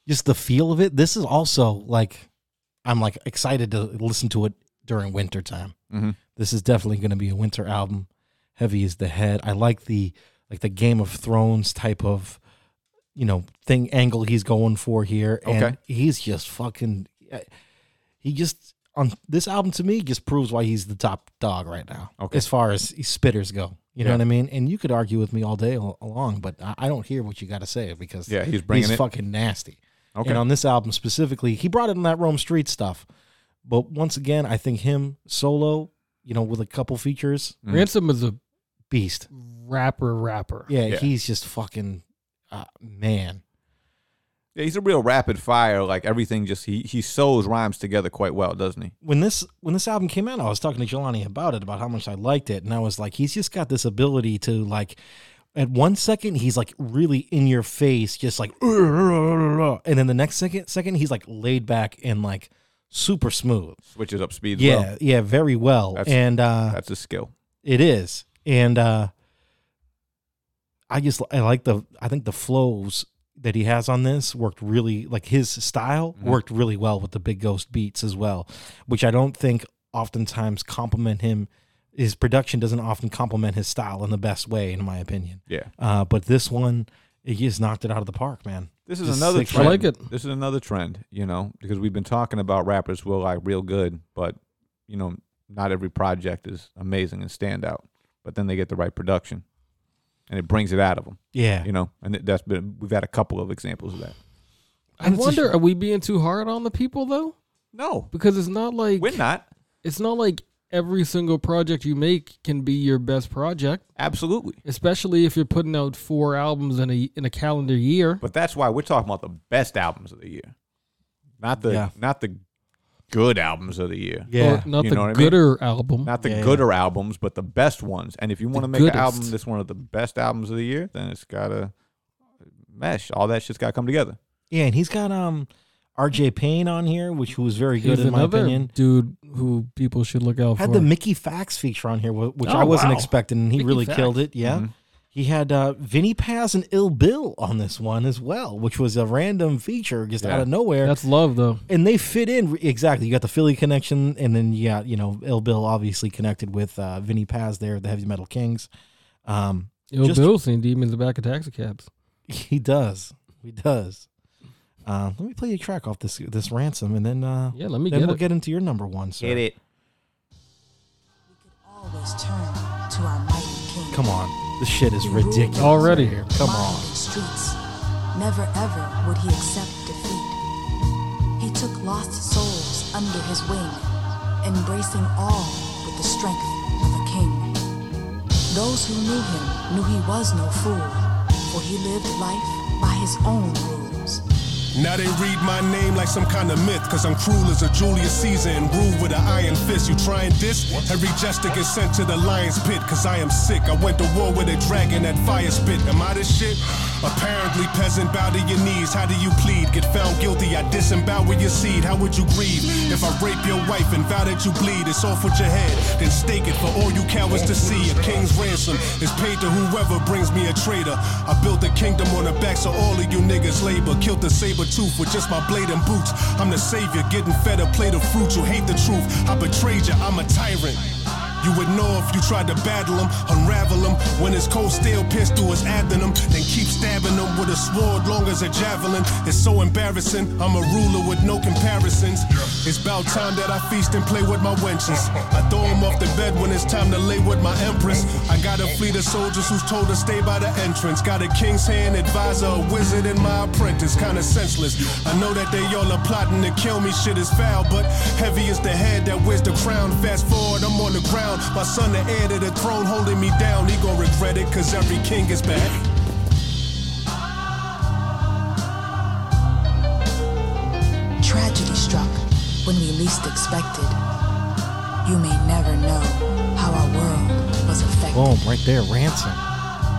Speaker 1: Just the feel of it. This is also like I'm like excited to listen to it during winter time.
Speaker 2: Mhm.
Speaker 1: This is definitely going to be a winter album. Heavy is the head. I like the like the Game of Thrones type of you know thing angle he's going for here and
Speaker 2: Okay.
Speaker 1: he's just fucking eh, he just on this album to me just proves why he's the top dog right now.
Speaker 2: Okay.
Speaker 1: As far as spitters go. You know
Speaker 2: Yeah.
Speaker 1: what I mean? And you could argue with me all day al- long, but I I don't hear what you got to say because
Speaker 2: Yeah, he's bringing it.
Speaker 1: fucking nasty.
Speaker 2: Okay.
Speaker 1: And on this album specifically, he brought it on that Rome Street stuff. But once again, I think him solo, you know, with a couple features,
Speaker 3: Ransom is a
Speaker 1: beast.
Speaker 3: rapper, rapper.
Speaker 1: Yeah, he's just fucking uh, man.
Speaker 2: yeah, he's a real rapid fire, like everything just he he sews rhymes together quite well, doesn't he?
Speaker 1: when this when this album came out, I was talking to Jelani about it, about how much I liked it, and I was like, he's just got this ability to like, at one second he's like really in your face, just like, and then the next second second he's like laid back and like super smooth.
Speaker 2: Switches up speed.
Speaker 1: Yeah,
Speaker 2: well.
Speaker 1: yeah, very well.
Speaker 2: That's-
Speaker 1: and uh,
Speaker 2: that's a skill.
Speaker 1: It is, and uh, I just I like the I think the flows that he has on this worked really like his style
Speaker 2: Mhm.
Speaker 1: worked really well with the Big Ghost beats as well, which I don't think oftentimes compliment him. His production doesn't often compliment his style in the best way, in my opinion.
Speaker 2: Yeah.
Speaker 1: Uh, but this one, he just knocked it out of the park, man.
Speaker 2: This is
Speaker 1: Just
Speaker 2: another
Speaker 1: sick
Speaker 2: trend.
Speaker 1: shit.
Speaker 2: This is another trend, you know, because we've been talking about rappers who are like real good, but you know, not every project is amazing and stand out. But then they get the right production, and it brings it out of them.
Speaker 1: Yeah.
Speaker 2: you know, and that's been we've had a couple of examples of that.
Speaker 3: I wonder, are we being too hard on the people though?
Speaker 2: No,
Speaker 3: because it's not like
Speaker 2: we're not.
Speaker 3: It's not like every single project you make can be your best project.
Speaker 2: Absolutely,
Speaker 3: especially if you're putting out four albums in a in a calendar year.
Speaker 2: But that's why we're talking about the best albums of the year, not the
Speaker 3: Yeah.
Speaker 2: not the good albums of the year.
Speaker 3: Yeah. Or not the
Speaker 2: what
Speaker 3: gooder album.
Speaker 2: Not the
Speaker 3: Yeah, yeah.
Speaker 2: gooder albums, but the best ones. And if you want to
Speaker 3: The
Speaker 2: make an album
Speaker 3: goodest.
Speaker 2: that's one of the best albums of the year, then it's gotta mesh. All that shit's got to come together.
Speaker 1: Yeah, and he's got um R.J. Payne on here, which who was very good
Speaker 3: He's
Speaker 1: in my
Speaker 3: another
Speaker 1: opinion.
Speaker 3: dude who people should look out
Speaker 1: Had
Speaker 3: for.
Speaker 1: the Mickey Fax feature on here, wh- which
Speaker 3: Oh,
Speaker 1: I wasn't
Speaker 3: wow.
Speaker 1: expecting, and he
Speaker 3: Mickey
Speaker 1: really
Speaker 3: Fax.
Speaker 1: killed it. Yeah.
Speaker 3: Mhm.
Speaker 1: He had uh, Vinny Paz and Ill Bill on this one as well, which was a random feature just out of nowhere.
Speaker 3: That's love, though.
Speaker 1: and they fit in exactly. You got the Philly connection, and then you got you know Ill Bill obviously connected with uh, Vinny Paz there, the Heavy Metal Kings. Um,
Speaker 3: Yo,
Speaker 1: just-
Speaker 3: Bill's seen demons in the back of taxi cabs.
Speaker 1: he does, he does. Um, let me play you a track off this this ransom, and then uh,
Speaker 3: Yeah, let me
Speaker 1: then
Speaker 3: get
Speaker 1: we'll
Speaker 3: it.
Speaker 1: get into your number one. Sir.
Speaker 2: Get it.
Speaker 15: always turn to our mighty king.
Speaker 1: Come on, this shit is ridiculous
Speaker 3: Already.
Speaker 1: right here. Come
Speaker 15: Mired
Speaker 1: on.
Speaker 15: in Streets. Never ever would he accept defeat. He took lost souls under his wing, embracing all with the strength of a king. Those who knew him knew he was no fool, for he lived life by his own rules.
Speaker 16: Now they read my name like some kind of myth, cause I'm cruel as a Julius Caesar and rule with an iron fist. You try and diss, every jester gets sent to the lion's pit, cause I am sick. I went to war with a dragon that fire spit. Am I this shit? Apparently, peasant, bow to your knees. How do you plead? Get found guilty, I disembowel your seed. How would you grieve if I rape your wife and vow that you bleed? It's off with your head, then stake it for all you cowards to see. A king's ransom is paid to whoever brings me a traitor. I built a kingdom on the backs of all of you niggas' labor. Killed the saber tooth with just my blade and boots. I'm the savior, getting fed a plate of fruit. You hate the truth. I betrayed you, I'm a tyrant. You would know if you tried to battle him, unravel him. When his cold steel pierced through his abdomen, then keep stabbing him with a sword long as a javelin. It's so embarrassing. I'm a ruler with no comparisons. It's about time that I feast and play with my wenches. I throw him off the bed when it's time to lay with my empress. I got a fleet of soldiers who's told to stay by the entrance. Got a king's hand advisor, a wizard, and my apprentice. Kinda senseless. I know that they all are plotting to kill me. Shit is foul, but heavy is the head that wears the crown. Fast forward, I'm on the ground. My son, the heir to the throne, holding me down. He gon' regret it, cause every king is bad.
Speaker 15: Tragedy struck when we least expected. You may never know how our world was affected.
Speaker 1: Boom, right there, ransom.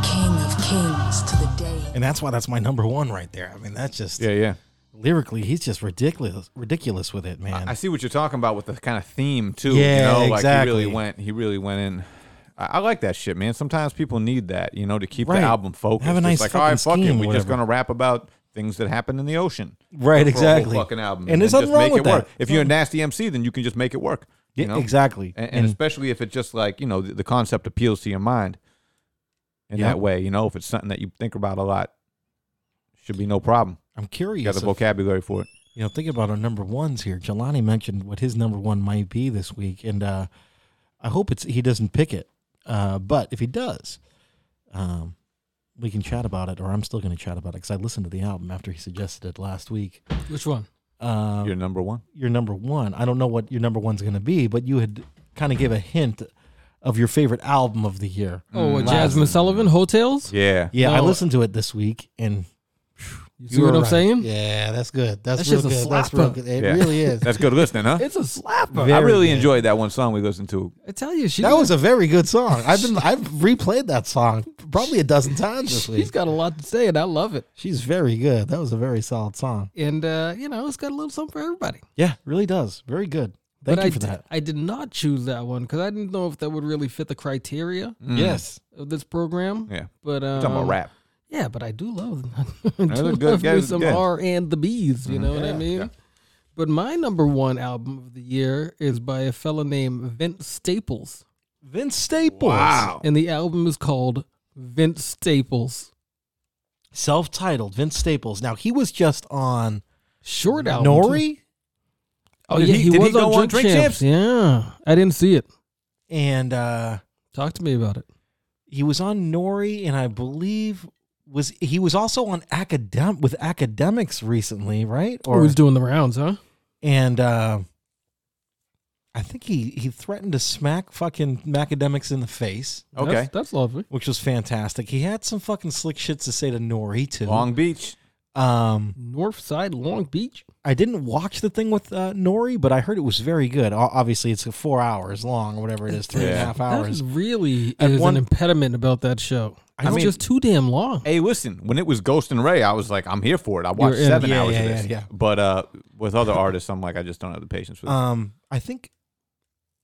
Speaker 15: King of kings to the day.
Speaker 1: And that's why that's my number one right there. I mean, that's just
Speaker 2: Yeah, yeah.
Speaker 1: Lyrically, he's just ridiculous, ridiculous with it, man.
Speaker 2: I see what you're talking about with the kind of theme too.
Speaker 1: Yeah,
Speaker 2: you know, Like he
Speaker 1: exactly.
Speaker 2: really went. He really went in. I, I like that shit, man. Sometimes people need that, you know, to keep
Speaker 1: Right.
Speaker 2: the album focused.
Speaker 1: Have a nice
Speaker 2: it's like, all right,
Speaker 1: fucking
Speaker 2: fuck it.
Speaker 1: scheme,
Speaker 2: We're just
Speaker 1: whatever.
Speaker 2: gonna rap about things that happen in the ocean.
Speaker 1: Right,
Speaker 2: for a whole
Speaker 1: exactly.
Speaker 2: fucking album,
Speaker 1: And there's
Speaker 2: then
Speaker 1: nothing
Speaker 2: just
Speaker 1: wrong
Speaker 2: make
Speaker 1: with
Speaker 2: it work.
Speaker 1: that.
Speaker 2: If you're a nasty MC, then you can just make it work. you
Speaker 1: Yeah,
Speaker 2: know?
Speaker 1: exactly.
Speaker 2: And, and,
Speaker 1: And-
Speaker 2: especially if it's just like you know the, the concept appeals to your mind. In
Speaker 1: Yep.
Speaker 2: that way, you know, if it's something that you think about a lot, should be no problem.
Speaker 1: I'm curious.
Speaker 2: Got the
Speaker 1: if-
Speaker 2: vocabulary for it.
Speaker 1: You know, think about our number ones here. Jelani mentioned what his number one might be this week, and uh, I hope it's he doesn't pick it. Uh, but if he does, um, we can chat about it, or I'm still going to chat about it because I listened to the album after he suggested it last week.
Speaker 3: Which
Speaker 2: Mm,
Speaker 3: one?
Speaker 1: Um,
Speaker 2: Your number one.
Speaker 1: Your number one. I don't know what your number one's going to be, but you had kind of gave a hint of your favorite album of the year.
Speaker 3: Oh,
Speaker 1: Last-
Speaker 3: Jasmine Sullivan, Hotels?
Speaker 2: Yeah.
Speaker 1: yeah. I
Speaker 3: No.
Speaker 1: listened to it this week, and
Speaker 3: Oh. You see what
Speaker 1: were
Speaker 3: I'm
Speaker 1: right.
Speaker 3: saying?
Speaker 1: Yeah, that's good. That's
Speaker 3: That
Speaker 1: real
Speaker 3: shit's a
Speaker 1: good. That's real
Speaker 3: slapper.
Speaker 1: good. It
Speaker 2: Yeah.
Speaker 1: really is.
Speaker 2: That's good listening, huh?
Speaker 3: It's a slapper.
Speaker 2: I
Speaker 1: Very
Speaker 2: really
Speaker 1: good.
Speaker 2: enjoyed that one song we listened to.
Speaker 3: I tell you, she
Speaker 1: that was a very good song. I've been I've replayed that song probably a dozen times this
Speaker 3: she's
Speaker 1: week.
Speaker 3: got a lot to say, and I love it.
Speaker 1: She's very good. That was a very solid song.
Speaker 3: And uh, you know, it's got a little something for everybody.
Speaker 1: Yeah, really does. Very good. Thank
Speaker 3: but
Speaker 1: you
Speaker 3: I
Speaker 1: for
Speaker 3: di-
Speaker 1: that.
Speaker 3: I did not choose that one because I didn't know if that would really fit the criteria.
Speaker 2: Mm.
Speaker 1: Yes.
Speaker 3: Of this program.
Speaker 2: Yeah.
Speaker 3: But um,
Speaker 2: We're talking about rap.
Speaker 3: Yeah, but I do love, I
Speaker 2: That
Speaker 3: do
Speaker 2: was good.
Speaker 3: love
Speaker 2: Yeah,
Speaker 3: me
Speaker 2: it was
Speaker 3: some
Speaker 2: good. Mm-hmm.
Speaker 3: R and the Bees.
Speaker 1: Mm-hmm.
Speaker 3: You know what I
Speaker 2: Yeah,
Speaker 3: mean?
Speaker 2: yeah.
Speaker 3: But my number one album of the year is by a fella named Vince Staples.
Speaker 1: Vince Staples.
Speaker 2: Wow.
Speaker 3: And the album is called Vince Staples.
Speaker 1: Self-titled Vince Staples. Now he was just on
Speaker 3: Short album. too.
Speaker 1: Nori
Speaker 3: Oh
Speaker 2: Did
Speaker 3: yeah,
Speaker 2: he-
Speaker 3: he,
Speaker 2: did he
Speaker 3: was
Speaker 2: go
Speaker 3: on Drink, Champs. Yeah, I didn't see it.
Speaker 1: and uh
Speaker 3: Talk to me about it.
Speaker 1: he was on Nori and I believe was he was also on academ with academics recently, right?
Speaker 3: Or who's doing the rounds, huh?
Speaker 1: and uh, I think he he threatened to smack fucking academics in the face,
Speaker 2: Okay.
Speaker 3: that's, that's lovely.
Speaker 1: which was fantastic. He had some fucking slick shits to say to Nori too.
Speaker 2: Long Beach.
Speaker 1: Um,
Speaker 3: North Side Long Beach.
Speaker 1: I didn't watch the thing with uh, Nori, but I heard it was very good. O- Obviously, it's four hours long or whatever it is, three and a half hours.
Speaker 3: That really
Speaker 1: And
Speaker 3: is
Speaker 1: one-
Speaker 3: an impediment about that show. It's just too damn long.
Speaker 2: Hey, listen, when it was Ghost and Ray, I was like, I'm here for it. I watched
Speaker 3: in.
Speaker 2: seven
Speaker 3: Yeah,
Speaker 2: hours
Speaker 3: yeah,
Speaker 2: of this.
Speaker 1: yeah, yeah.
Speaker 2: But uh, with other artists, I'm like, I just don't have the patience for this.
Speaker 1: Um, I think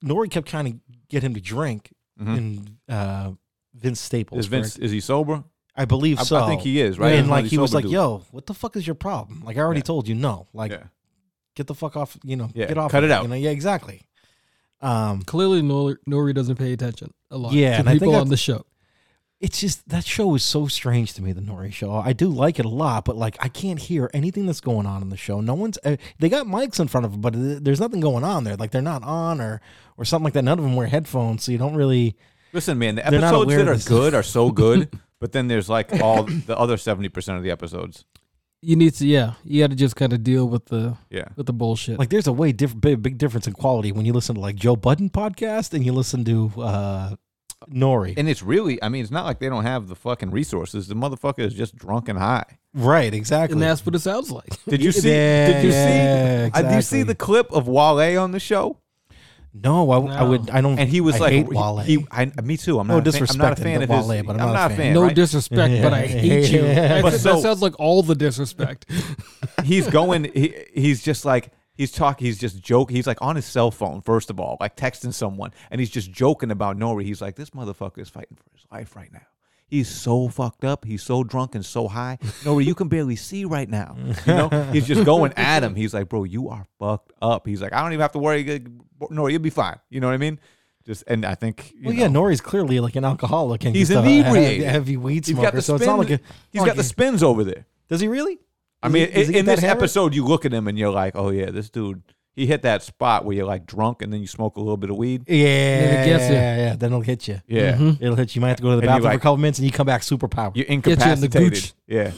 Speaker 1: Nori kept trying to get him to drink,
Speaker 2: Mhm.
Speaker 1: and uh, Vince Staples.
Speaker 2: is Vince
Speaker 1: correct?
Speaker 2: is he sober?
Speaker 1: I believe
Speaker 2: I- I
Speaker 1: so.
Speaker 2: think he is, right?
Speaker 1: And
Speaker 2: He's one of
Speaker 1: like
Speaker 2: these
Speaker 1: he was
Speaker 2: sober
Speaker 1: like,
Speaker 2: dudes.
Speaker 1: "Yo, what the fuck is your problem? Like I already told you, no. Like, get the fuck off. You know,
Speaker 2: Yeah,
Speaker 1: get off.
Speaker 2: cut
Speaker 1: of
Speaker 2: it out.
Speaker 1: You know, yeah, exactly. Um,
Speaker 3: Clearly, Nori, Nori doesn't pay attention a lot.
Speaker 1: Yeah,
Speaker 3: to
Speaker 1: and I think
Speaker 3: people on
Speaker 1: that's-
Speaker 3: the show.
Speaker 1: it's just that show is so strange to me the nori show i do like it a lot but like i can't hear anything that's going on in the show no one's uh, they got mics in front of them but th- there's nothing going on there like they're not on or or something like that none of them wear headphones so you don't really
Speaker 2: Listen, man, the
Speaker 1: They're not
Speaker 2: episodes
Speaker 1: aware
Speaker 2: that
Speaker 1: of
Speaker 2: are
Speaker 1: this.
Speaker 2: good are so good, but then there's like all the other seventy percent of the episodes.
Speaker 3: You need to, yeah, you got to just kind of deal with the,
Speaker 2: Yeah.
Speaker 3: with the bullshit.
Speaker 1: like there's a way different big, big difference in quality when you listen to like joe budden podcast and you listen to uh nori
Speaker 2: And it's really, I mean, it's not like they don't have the fucking resources. The motherfucker is just drunk and high.
Speaker 1: right exactly
Speaker 3: and that's what it sounds like.
Speaker 2: Did you see? did you see? uh, Did you see the clip of Wale on the show?
Speaker 1: no I, I would i don't
Speaker 2: And he was
Speaker 1: I
Speaker 2: like,
Speaker 1: hate
Speaker 2: he-
Speaker 1: Wale.
Speaker 2: He, I, me too. I'm
Speaker 1: No
Speaker 2: not. a fan- I'm not a
Speaker 1: disrespect
Speaker 2: fan
Speaker 1: to
Speaker 2: of his.
Speaker 1: Wale, but I'm not a fan.
Speaker 3: no
Speaker 2: right?
Speaker 3: disrespect, but I
Speaker 1: Yeah.
Speaker 3: hate you.
Speaker 1: Yeah.
Speaker 3: That-
Speaker 2: But
Speaker 3: that
Speaker 2: so-
Speaker 3: sounds like all the disrespect.
Speaker 2: he's going he, he's just like he's talking he's just joking he's like on his cell phone first of all like texting someone and he's just joking about nori he's like this motherfucker is fighting for his life right now he's so fucked up he's so drunk and so high nori you can barely see right now you know he's just going at him he's like bro you are fucked up he's like i don't even have to worry nori you'll be fine you know what i mean just and i think you
Speaker 1: well,
Speaker 2: know,
Speaker 1: yeah, Nori's clearly like an alcoholic and
Speaker 2: he's
Speaker 1: just a he-
Speaker 2: inebriated
Speaker 1: heavy weed
Speaker 2: He's
Speaker 1: smoker.
Speaker 2: got the
Speaker 1: so it's not
Speaker 2: spin-
Speaker 1: like a,
Speaker 2: he's got the spins over there
Speaker 1: Does he really?
Speaker 2: I
Speaker 1: Does
Speaker 2: mean,
Speaker 1: he- does
Speaker 2: in,
Speaker 1: he get
Speaker 2: in
Speaker 1: that
Speaker 2: this
Speaker 1: hammered?
Speaker 2: episode, you look at him and you're like, oh yeah, this dude, he hit that spot where you're like drunk and then you smoke a little bit of weed.
Speaker 1: Yeah, yeah,
Speaker 3: gets
Speaker 1: yeah,
Speaker 3: you.
Speaker 1: yeah. Then it'll hit you.
Speaker 2: Yeah.
Speaker 3: Mhm.
Speaker 1: it'll hit you. You might have to go to the
Speaker 2: And you
Speaker 1: bathroom for
Speaker 2: like-
Speaker 1: a couple minutes, and you come back super powered.
Speaker 2: You're
Speaker 3: you in the
Speaker 2: incapacitated.
Speaker 3: gooch.
Speaker 2: Yeah.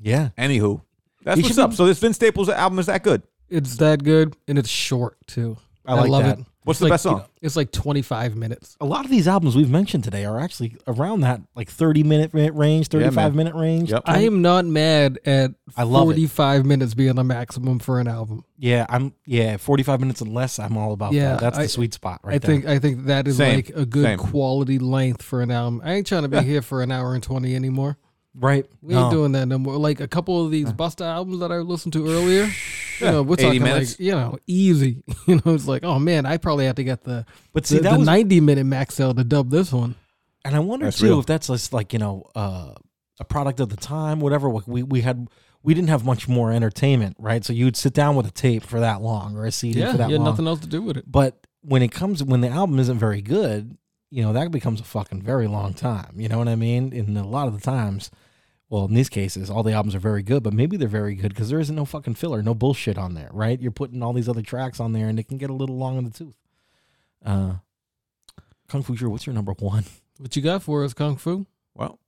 Speaker 1: Yeah.
Speaker 2: Anywho, that's
Speaker 1: You
Speaker 2: what's
Speaker 1: should-
Speaker 2: up. So this Vince Staples album is that good?
Speaker 3: it's that good, and it's short too.
Speaker 1: I like
Speaker 3: love
Speaker 1: that.
Speaker 3: it.
Speaker 2: What's
Speaker 3: It's
Speaker 2: the
Speaker 3: like-
Speaker 2: best song?
Speaker 3: It's like 25 minutes.
Speaker 1: A lot of these albums we've mentioned today are actually around that like thirty minute ra- range, thirty five minute range.
Speaker 2: Yep.
Speaker 3: I am not mad at
Speaker 1: I love it.
Speaker 3: 45 minutes being the maximum for an album.
Speaker 1: Yeah, I'm. Yeah, forty five minutes and less. I'm all about.
Speaker 3: Yeah,
Speaker 1: that. that's
Speaker 3: I-
Speaker 1: the sweet spot, right
Speaker 3: I
Speaker 1: there.
Speaker 3: think I think that is
Speaker 2: Same,
Speaker 3: like a good
Speaker 2: same.
Speaker 3: quality length for an album. I ain't trying to be here for an hour and 20 anymore.
Speaker 1: right.
Speaker 3: We ain't doing that no more. Like a couple of these Busta albums that I listened to earlier, you know, we're
Speaker 2: 80
Speaker 3: talking
Speaker 2: minutes.
Speaker 3: like you know easy. You know, it's like oh man, I probably have to get the
Speaker 1: But see,
Speaker 3: the,
Speaker 1: that
Speaker 3: the
Speaker 1: was-
Speaker 3: 90 minute max out to dub this one.
Speaker 1: And I wonder
Speaker 2: That's
Speaker 1: too
Speaker 2: real.
Speaker 1: if that's just like you know uh, a product of the time, whatever. Like we we had we didn't have much more entertainment, right? So you'd sit down with a tape for that long or a CD
Speaker 3: Yeah,
Speaker 1: for that
Speaker 3: you had
Speaker 1: long.
Speaker 3: nothing else to do with it.
Speaker 1: But when it comes when the album isn't very good, you know that becomes a fucking very long time. You know what I mean? And a lot of the times, well, in these cases, all the albums are very good, but maybe they're very good because there isn't no fucking filler, no bullshit on there, right? You're putting all these other tracks on there, and it can get a little long in the tooth. Uh, Kung Fu Drew, what's your number one?
Speaker 3: What you got for us, Kung Fu?
Speaker 2: Well,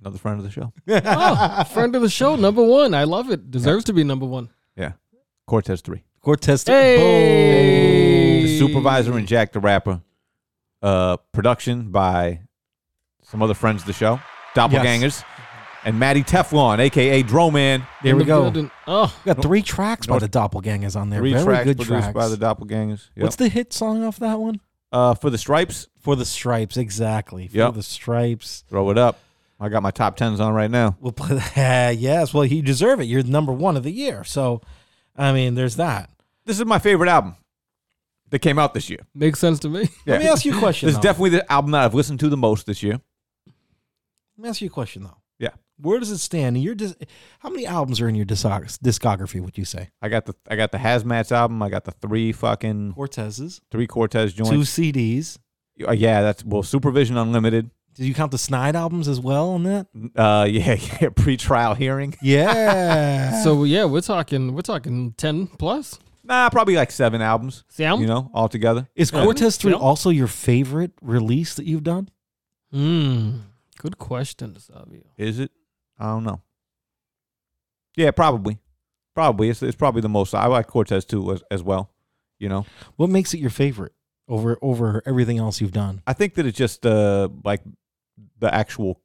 Speaker 2: another friend of the show.
Speaker 3: Oh, friend of the show, number one. I love it. Deserves to be number one.
Speaker 2: Yeah. Cortez three.
Speaker 1: Cortez.
Speaker 3: Hey,
Speaker 2: The supervisor and Jack the Rapper. Uh, production by some other friends of the show, Doppelgangers, and Matty Teflon, aka Droman.
Speaker 1: There
Speaker 3: In
Speaker 1: we
Speaker 3: the
Speaker 1: go.
Speaker 3: building. Oh,
Speaker 1: We got three tracks by
Speaker 2: North-
Speaker 1: the doppelgangers on there.
Speaker 2: Three
Speaker 1: Very
Speaker 2: tracks
Speaker 1: good
Speaker 2: produced
Speaker 1: tracks.
Speaker 2: by the Doppelgangers. Yep.
Speaker 1: What's the hit song off that one?
Speaker 2: uh, for the Stripes?
Speaker 1: For the Stripes, exactly. For
Speaker 2: Yep.
Speaker 1: the Stripes.
Speaker 2: Throw it up. I got my top tens on right now.
Speaker 1: We'll play that. yes, well, you deserve it. You're number one of the year. So, I mean, there's that.
Speaker 2: This is my favorite album that came out this year.
Speaker 3: makes sense to me.
Speaker 1: Let me ask you a question.
Speaker 2: This is
Speaker 1: though.
Speaker 2: definitely the album that I've listened to the most this year.
Speaker 1: Let me ask you a question though.
Speaker 2: Yeah,
Speaker 1: Where does it stand? In your dis- how many albums are in your discog- discography? Would you say
Speaker 2: I got the I got the Hazmats album. I got the three fucking
Speaker 1: Cortez's
Speaker 2: three Cortez
Speaker 1: two
Speaker 2: joints.
Speaker 1: CDs?
Speaker 2: Uh, yeah, that's well Supervision Unlimited.
Speaker 1: Did you count the Snide albums as well on that?
Speaker 2: Uh, yeah, yeah pre-trial hearing.
Speaker 1: Yeah.
Speaker 3: So yeah, we're talking we're talking ten plus.
Speaker 2: Nah, probably like seven albums.
Speaker 3: Sam?
Speaker 2: you know, all together.
Speaker 1: Is Cortez three
Speaker 3: Yeah.
Speaker 1: also your favorite release that you've done?
Speaker 3: Mm, good question, Savio.
Speaker 2: Is it? I don't know. Yeah, probably. Probably it's it's probably the most. I like Cortez too as, as well. You know,
Speaker 1: What makes it your favorite over over everything else you've done?
Speaker 2: I think that it's just uh like the actual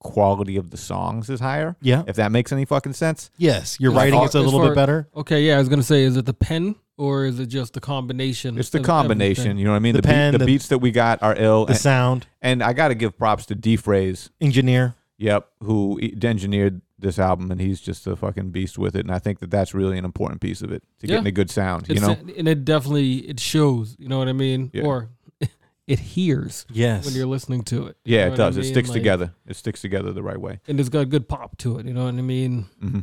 Speaker 2: quality of the songs is higher.
Speaker 1: Yeah.
Speaker 2: If that makes any fucking sense.
Speaker 1: Yes, your writing is a
Speaker 2: all-
Speaker 1: little bit better.
Speaker 3: Okay, yeah, I was gonna say, is it the pen or is it just the combination?
Speaker 2: It's the
Speaker 3: of
Speaker 2: combination.
Speaker 3: everything?
Speaker 2: You know what I mean?
Speaker 1: The
Speaker 2: The,
Speaker 1: pen,
Speaker 2: beat, the,
Speaker 1: the-
Speaker 2: beats that we got are ill.
Speaker 1: the sound.
Speaker 2: And I got to give props to D Phrase.
Speaker 1: Engineer.
Speaker 2: Yep. Who e- engineered this album and he's just a fucking beast with it. And I think that that's really an important piece of it to
Speaker 3: Yeah.
Speaker 2: getting a good sound, you
Speaker 3: It's-
Speaker 2: know?
Speaker 3: and it definitely it shows. You know what I mean?
Speaker 2: Yeah.
Speaker 3: Or it hears.
Speaker 1: Yes.
Speaker 3: when you're listening to it. You
Speaker 2: yeah,
Speaker 3: know
Speaker 2: it
Speaker 3: what I
Speaker 2: does.
Speaker 3: mean?
Speaker 2: It sticks
Speaker 3: Like-
Speaker 2: together. It sticks together the right way.
Speaker 3: and it's got a good pop to it. You know what I mean?
Speaker 2: hmm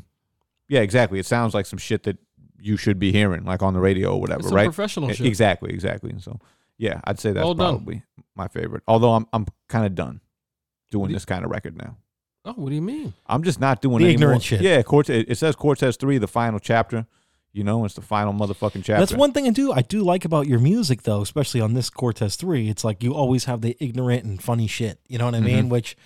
Speaker 2: Yeah, exactly. It sounds like some shit that you should be hearing, like on the radio or whatever,
Speaker 3: It's some
Speaker 2: right?
Speaker 3: professional
Speaker 2: E-
Speaker 3: shit.
Speaker 2: Exactly, exactly. And so, yeah, I'd say that's
Speaker 3: Well done.
Speaker 2: probably my favorite. Although I'm I'm kind of done doing this kind of record now.
Speaker 3: Oh, what do you mean?
Speaker 2: I'm just not doing
Speaker 1: The
Speaker 2: any
Speaker 1: ignorant
Speaker 2: more-
Speaker 1: shit.
Speaker 2: Yeah, Cortez. It says Cortez three, the final chapter. You know, it's the final motherfucking chapter.
Speaker 1: That's one thing I do. I do like about your music, though, especially on this Cortez Three. It's like you always have the ignorant and funny shit. You know what I mean?
Speaker 2: Mhm.
Speaker 1: Which,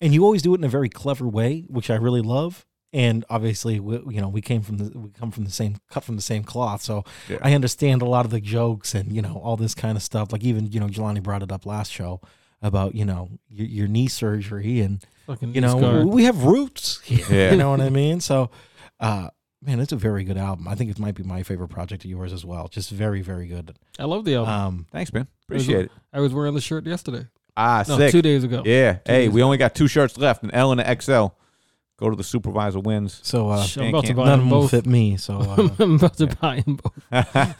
Speaker 1: and you always do it in a very clever way, which I really love. And obviously, we, you know, we came from the we come from the same cut from the same cloth, so
Speaker 2: Yeah.
Speaker 1: I understand a lot of the jokes and you know all this kind of stuff. Like even you know, Jelani brought it up last show about you know your, your knee surgery and
Speaker 3: Fucking
Speaker 1: you know
Speaker 3: knee scar.
Speaker 1: we- we have roots here.
Speaker 2: Yeah.
Speaker 1: You know what I mean? So, uh, man, it's a very good album. I think it might be my favorite project of yours as well. Just very, very good.
Speaker 3: I love the album.
Speaker 1: Um,
Speaker 2: Thanks, man.
Speaker 3: I was-
Speaker 2: Appreciate it.
Speaker 3: I was wearing the shirt yesterday.
Speaker 2: Ah,
Speaker 3: no,
Speaker 2: sick.
Speaker 3: two days ago.
Speaker 2: Yeah.
Speaker 3: Two
Speaker 2: hey,
Speaker 3: days
Speaker 2: we only got two shirts left, an L and an XL. Go to the supervisor wins.
Speaker 1: So, uh,
Speaker 3: I'm about to buy
Speaker 1: none of
Speaker 3: them
Speaker 1: them will
Speaker 3: both.
Speaker 1: fit me. So, uh, Uh-huh.
Speaker 3: I'm about to buy them both.